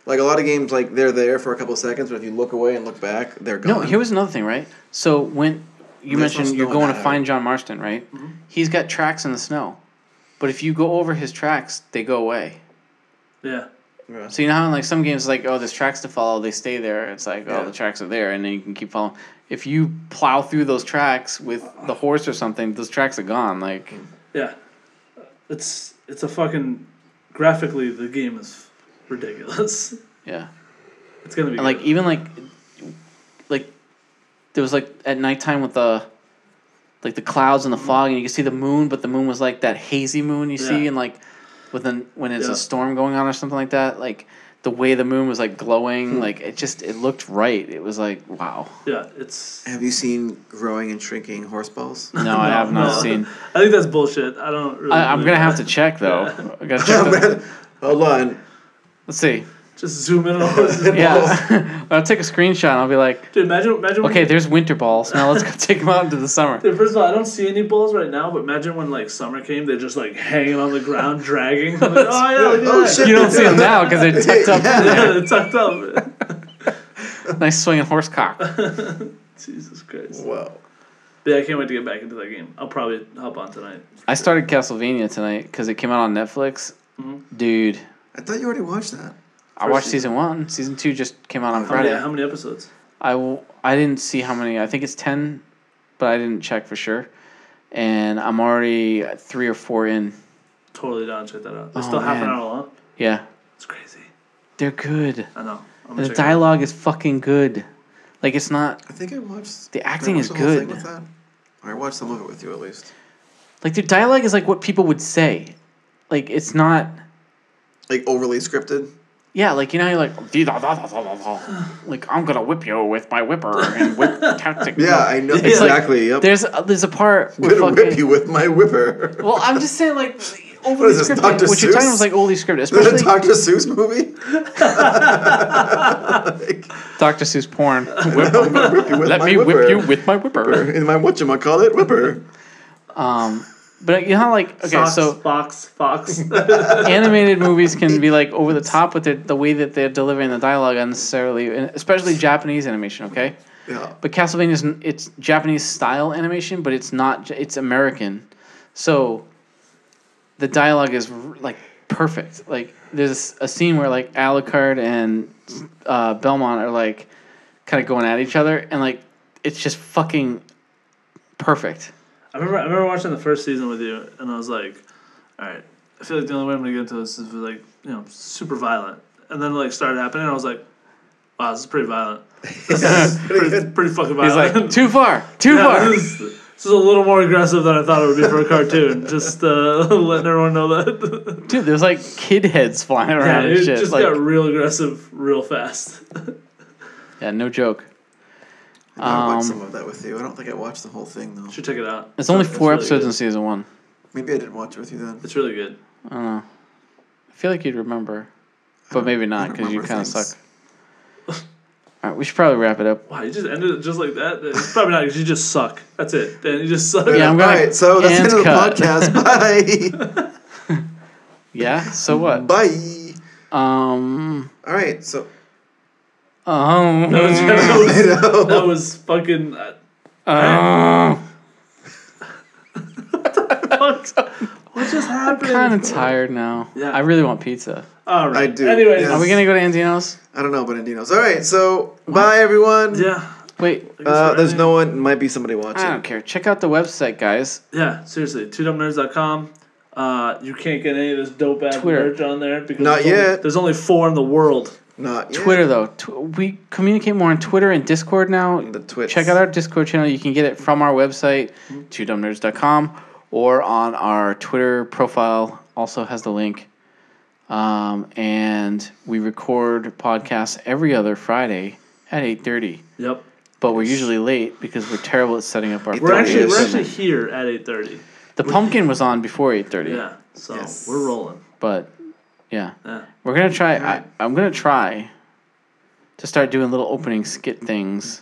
Speaker 2: Like a lot of games, like they're there for a couple seconds, but if you look away and look back, they're gone.
Speaker 1: No, here was another thing, right? So when you
Speaker 2: There's no
Speaker 1: mentioned you're
Speaker 2: snow
Speaker 1: going
Speaker 2: in
Speaker 1: to
Speaker 2: that
Speaker 1: find John Marston, right?
Speaker 3: Mm-hmm.
Speaker 1: He's got tracks in the snow, but if you go over his tracks, they go away.
Speaker 3: yeah.
Speaker 2: Yeah.
Speaker 1: So you know how in like some games like oh there's tracks to follow they stay there it's like
Speaker 2: Yeah.
Speaker 1: oh the tracks are there and then you can keep following if you plow through those tracks with the horse or something those tracks are gone like
Speaker 3: Yeah. It's it's a fucking graphically the game is ridiculous.
Speaker 1: yeah
Speaker 3: It's gonna be
Speaker 1: and like
Speaker 3: good.
Speaker 1: even like like there was like at nighttime with the like the clouds and the fog and you could see the moon but the moon was like that hazy moon you see
Speaker 3: Yeah.
Speaker 1: and like with an when it's
Speaker 3: Yeah.
Speaker 1: a storm going on or something like that like the way the moon was like glowing like it just it looked right it was like wow
Speaker 3: yeah, it's
Speaker 2: Have you seen growing and shrinking horse balls?
Speaker 1: no, I have not
Speaker 3: no.
Speaker 1: seen
Speaker 3: I think that's bullshit. I don't really
Speaker 1: I, I'm
Speaker 3: believe
Speaker 1: gonna have
Speaker 3: that.
Speaker 1: to check though. I gotta check the-
Speaker 2: Hold on.
Speaker 1: Let's see.
Speaker 3: just zoom in on all this.
Speaker 1: Yeah, I'll take a screenshot. and I'll be like,
Speaker 3: Dude, imagine imagine when-
Speaker 1: okay, there's winter balls. Now let's go take them out into the summer.
Speaker 3: Dude, first of all, I don't see any balls right now, but imagine when like summer came, they're just like hanging on the ground, dragging. I'm like, oh yeah, look at
Speaker 2: Oh,
Speaker 3: that."
Speaker 2: shit.
Speaker 1: You don't see them now because they're tucked up. in
Speaker 3: Yeah,
Speaker 1: there.
Speaker 3: they're tucked up.
Speaker 1: Nice swinging horse cock.
Speaker 3: Jesus Christ.
Speaker 2: Wow.
Speaker 3: But yeah, I can't wait to get back into that game. I'll probably hop on tonight.
Speaker 1: I started Castlevania tonight because it came out on Netflix. Dude,
Speaker 2: I thought you already watched that.
Speaker 1: I
Speaker 3: Mm-hmm. First
Speaker 1: watched
Speaker 3: season.
Speaker 1: season
Speaker 3: Oh,
Speaker 1: one. Season two just came out on
Speaker 2: How
Speaker 3: How many,
Speaker 1: Friday.
Speaker 3: how many episodes?
Speaker 1: I w- I didn't see how many. I think it's ten, but I didn't check for sure. And I'm already three or four in.
Speaker 3: Totally down. Check that out. It's
Speaker 1: Oh,
Speaker 3: still half an
Speaker 1: man.
Speaker 3: hour long.
Speaker 1: Yeah,
Speaker 3: It's crazy.
Speaker 1: they're good.
Speaker 3: I know. I'm
Speaker 1: And
Speaker 3: gonna
Speaker 1: the
Speaker 3: check it out.
Speaker 1: dialogue is fucking good. Like it's not
Speaker 2: I think I watched.
Speaker 1: The
Speaker 2: did I
Speaker 1: acting
Speaker 2: watch
Speaker 1: is
Speaker 2: the whole thing
Speaker 1: good.
Speaker 2: with that? Or I watched some of it with you at least.
Speaker 1: like their dialogue is like what people would say. Like it's not
Speaker 2: Like overly scripted.
Speaker 1: yeah, like you know, you're like "Dee da da da da da da." like I'm gonna whip you with my whipper and whip tactic.
Speaker 2: Yeah, I know
Speaker 3: It's like-
Speaker 2: exactly. yep.
Speaker 1: There's a, there's a part
Speaker 2: I'm gonna
Speaker 1: where
Speaker 2: whip
Speaker 1: fucking,
Speaker 2: you with my whipper.
Speaker 1: well, I'm just saying like
Speaker 2: What
Speaker 1: overly
Speaker 2: is this,
Speaker 1: scripted.
Speaker 2: Dr.
Speaker 1: What you're talking
Speaker 2: Seuss?
Speaker 1: about is like overly scripted,
Speaker 2: Is that a
Speaker 1: especially
Speaker 2: Dr. Seuss movie? Like,
Speaker 1: Dr. Seuss porn.
Speaker 2: I'm gonna whip you with
Speaker 1: Let
Speaker 2: my
Speaker 1: me
Speaker 2: whipper.
Speaker 1: whip you with my whipper.
Speaker 2: in my whatchamacallit whipper.
Speaker 1: Um, but you know, how, like okay,
Speaker 3: Fox,
Speaker 1: so
Speaker 3: Fox, Fox.
Speaker 1: animated movies can be like over the top with their, the way that they're delivering the dialogue unnecessarily, and especially Japanese animation. Okay,
Speaker 2: Yeah.
Speaker 1: but Castlevania's n- it's Japanese style animation, but it's not. J- It's American, so the dialogue is r- like perfect. Like there's a scene where like Alucard and uh, Belmont are like kind of going at each other, and like it's just fucking perfect.
Speaker 3: I remember I remember watching the first season with you, and I was like, all right, I feel like the only way I'm gonna get into this is with, like you know super violent, and then like started happening, and I was like, wow, this is pretty violent. This is pretty, pretty fucking
Speaker 1: He's
Speaker 3: violent.
Speaker 1: like Uh, too far, too
Speaker 3: yeah,
Speaker 1: far.
Speaker 3: this, is, this is a little more aggressive than I thought it would be for a cartoon. Just uh, letting everyone know that.
Speaker 1: Dude, there's like kid heads flying
Speaker 3: yeah,
Speaker 1: around
Speaker 3: it
Speaker 1: and shit.
Speaker 3: just
Speaker 1: like,
Speaker 3: got real aggressive real fast.
Speaker 1: Yeah, no joke.
Speaker 2: I
Speaker 1: Um,
Speaker 2: watched some of that with you. I don't think I watched the whole thing though.
Speaker 3: should check it out.
Speaker 1: It's only four
Speaker 3: really
Speaker 1: episodes
Speaker 3: good.
Speaker 1: in season one.
Speaker 2: Maybe I did watch it with you then.
Speaker 3: It's really good.
Speaker 1: I don't know. I feel like you'd remember, but maybe not
Speaker 2: don't
Speaker 1: because you kind
Speaker 2: remember
Speaker 1: of
Speaker 2: things.
Speaker 1: suck. All right, we should probably wrap it up.
Speaker 3: Wow, you just ended it just like that. It's probably not because you just suck. That's it. Then you just suck.
Speaker 1: Yeah, I'm gonna-
Speaker 2: All right, so that's the end of the
Speaker 1: and cut.
Speaker 2: podcast.
Speaker 1: Yeah. So
Speaker 2: Bye.
Speaker 1: what?
Speaker 2: Bye.
Speaker 1: Um.
Speaker 2: All right, so
Speaker 1: Um.
Speaker 3: That was,
Speaker 2: I
Speaker 3: that
Speaker 2: know.
Speaker 3: was, that was fucking. Uh,
Speaker 1: um,
Speaker 3: fuck. what just happened?
Speaker 1: kind of tired now.
Speaker 3: Yeah.
Speaker 1: I really want pizza.
Speaker 3: All right.
Speaker 2: I do,
Speaker 3: Anyways,
Speaker 2: yeah.
Speaker 1: Are we gonna go to Andino's?
Speaker 2: I don't know, but Indinos. All right, so bye everyone.
Speaker 3: Yeah.
Speaker 1: Wait.
Speaker 3: I guess
Speaker 2: Uh,
Speaker 3: we're
Speaker 2: there's
Speaker 3: ending.
Speaker 2: no one. It might be somebody
Speaker 1: I
Speaker 2: watching.
Speaker 1: don't care. Check out the website, guys.
Speaker 3: Yeah, seriously. TwoDumbNerds.com. Uh, you can't get any of this dope ass
Speaker 1: Twitter.
Speaker 3: merch on there because
Speaker 2: Not
Speaker 3: there's only,
Speaker 2: yet.
Speaker 3: there's only four in the world.
Speaker 2: Not yet.
Speaker 1: Twitter though, tw- we communicate more on Twitter and Discord now.
Speaker 2: The Twits.
Speaker 1: Check out our Discord channel. You can get it from our website,
Speaker 3: Mm-hmm.
Speaker 1: twodumbnerds.com, or on our Twitter profile. Also has the link. Um, and we record podcasts every other Friday at eight thirty,
Speaker 3: Yep.
Speaker 1: but we're usually late because we're terrible at setting up our.
Speaker 2: It
Speaker 3: We're
Speaker 2: There
Speaker 3: actually
Speaker 2: is.
Speaker 3: we're
Speaker 1: equipment.
Speaker 3: actually here at eight thirty.
Speaker 1: the pumpkin was on before eight thirty,
Speaker 3: Yeah. So
Speaker 2: Yes.
Speaker 3: we're rolling.
Speaker 1: but yeah.
Speaker 3: Yeah.
Speaker 1: We're gonna try.
Speaker 2: Alright.
Speaker 1: I, I'm gonna try to start doing little opening skit things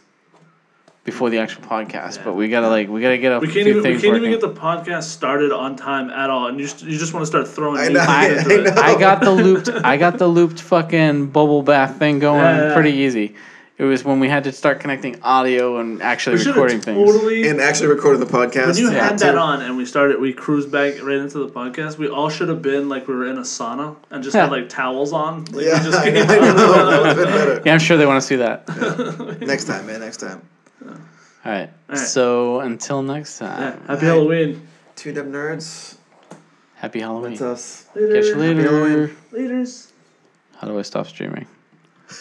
Speaker 1: before the actual podcast.
Speaker 3: Yeah.
Speaker 1: But we gotta like we gotta get a
Speaker 3: We
Speaker 1: few
Speaker 3: can't even we
Speaker 1: things
Speaker 3: can't even
Speaker 1: working.
Speaker 3: get the podcast started on time at all, and you just, you just want to start throwing.
Speaker 2: I
Speaker 3: new
Speaker 2: know,
Speaker 3: things
Speaker 2: I
Speaker 3: into it.
Speaker 2: know.
Speaker 1: I got the looped. I got the looped fucking bubble bath thing going
Speaker 3: Yeah, yeah.
Speaker 1: pretty easy. It was when we had to start connecting audio and actually
Speaker 3: We should
Speaker 1: recording
Speaker 3: have
Speaker 1: things.
Speaker 3: totally.
Speaker 2: and actually recorded the podcast.
Speaker 3: when you
Speaker 1: Yeah,
Speaker 3: had that
Speaker 2: too.
Speaker 3: on and we started, we cruised back right into the podcast. We all should have been like we were in a sauna and just had
Speaker 1: Yeah.
Speaker 3: like towels on. Like, we
Speaker 2: Yeah,
Speaker 3: just
Speaker 2: I
Speaker 3: came
Speaker 2: know,
Speaker 3: out.
Speaker 2: that would've been better.
Speaker 1: Yeah, I'm sure they want to see that. All
Speaker 2: Next time, man. Next time.
Speaker 1: right.
Speaker 3: Alright.
Speaker 1: So until next
Speaker 3: Yeah,
Speaker 1: time,
Speaker 3: Happy Halloween.
Speaker 2: Two dumb nerds.
Speaker 1: happy Halloween.
Speaker 2: That's us.
Speaker 1: Catch you
Speaker 2: Happy
Speaker 1: later.
Speaker 2: Halloween.
Speaker 3: Leaders.
Speaker 1: How do I stop streaming?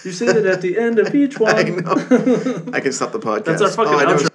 Speaker 3: You say it at the end of each one.
Speaker 2: I know. I can stop the podcast.
Speaker 3: That's our fucking
Speaker 2: I know
Speaker 3: outro.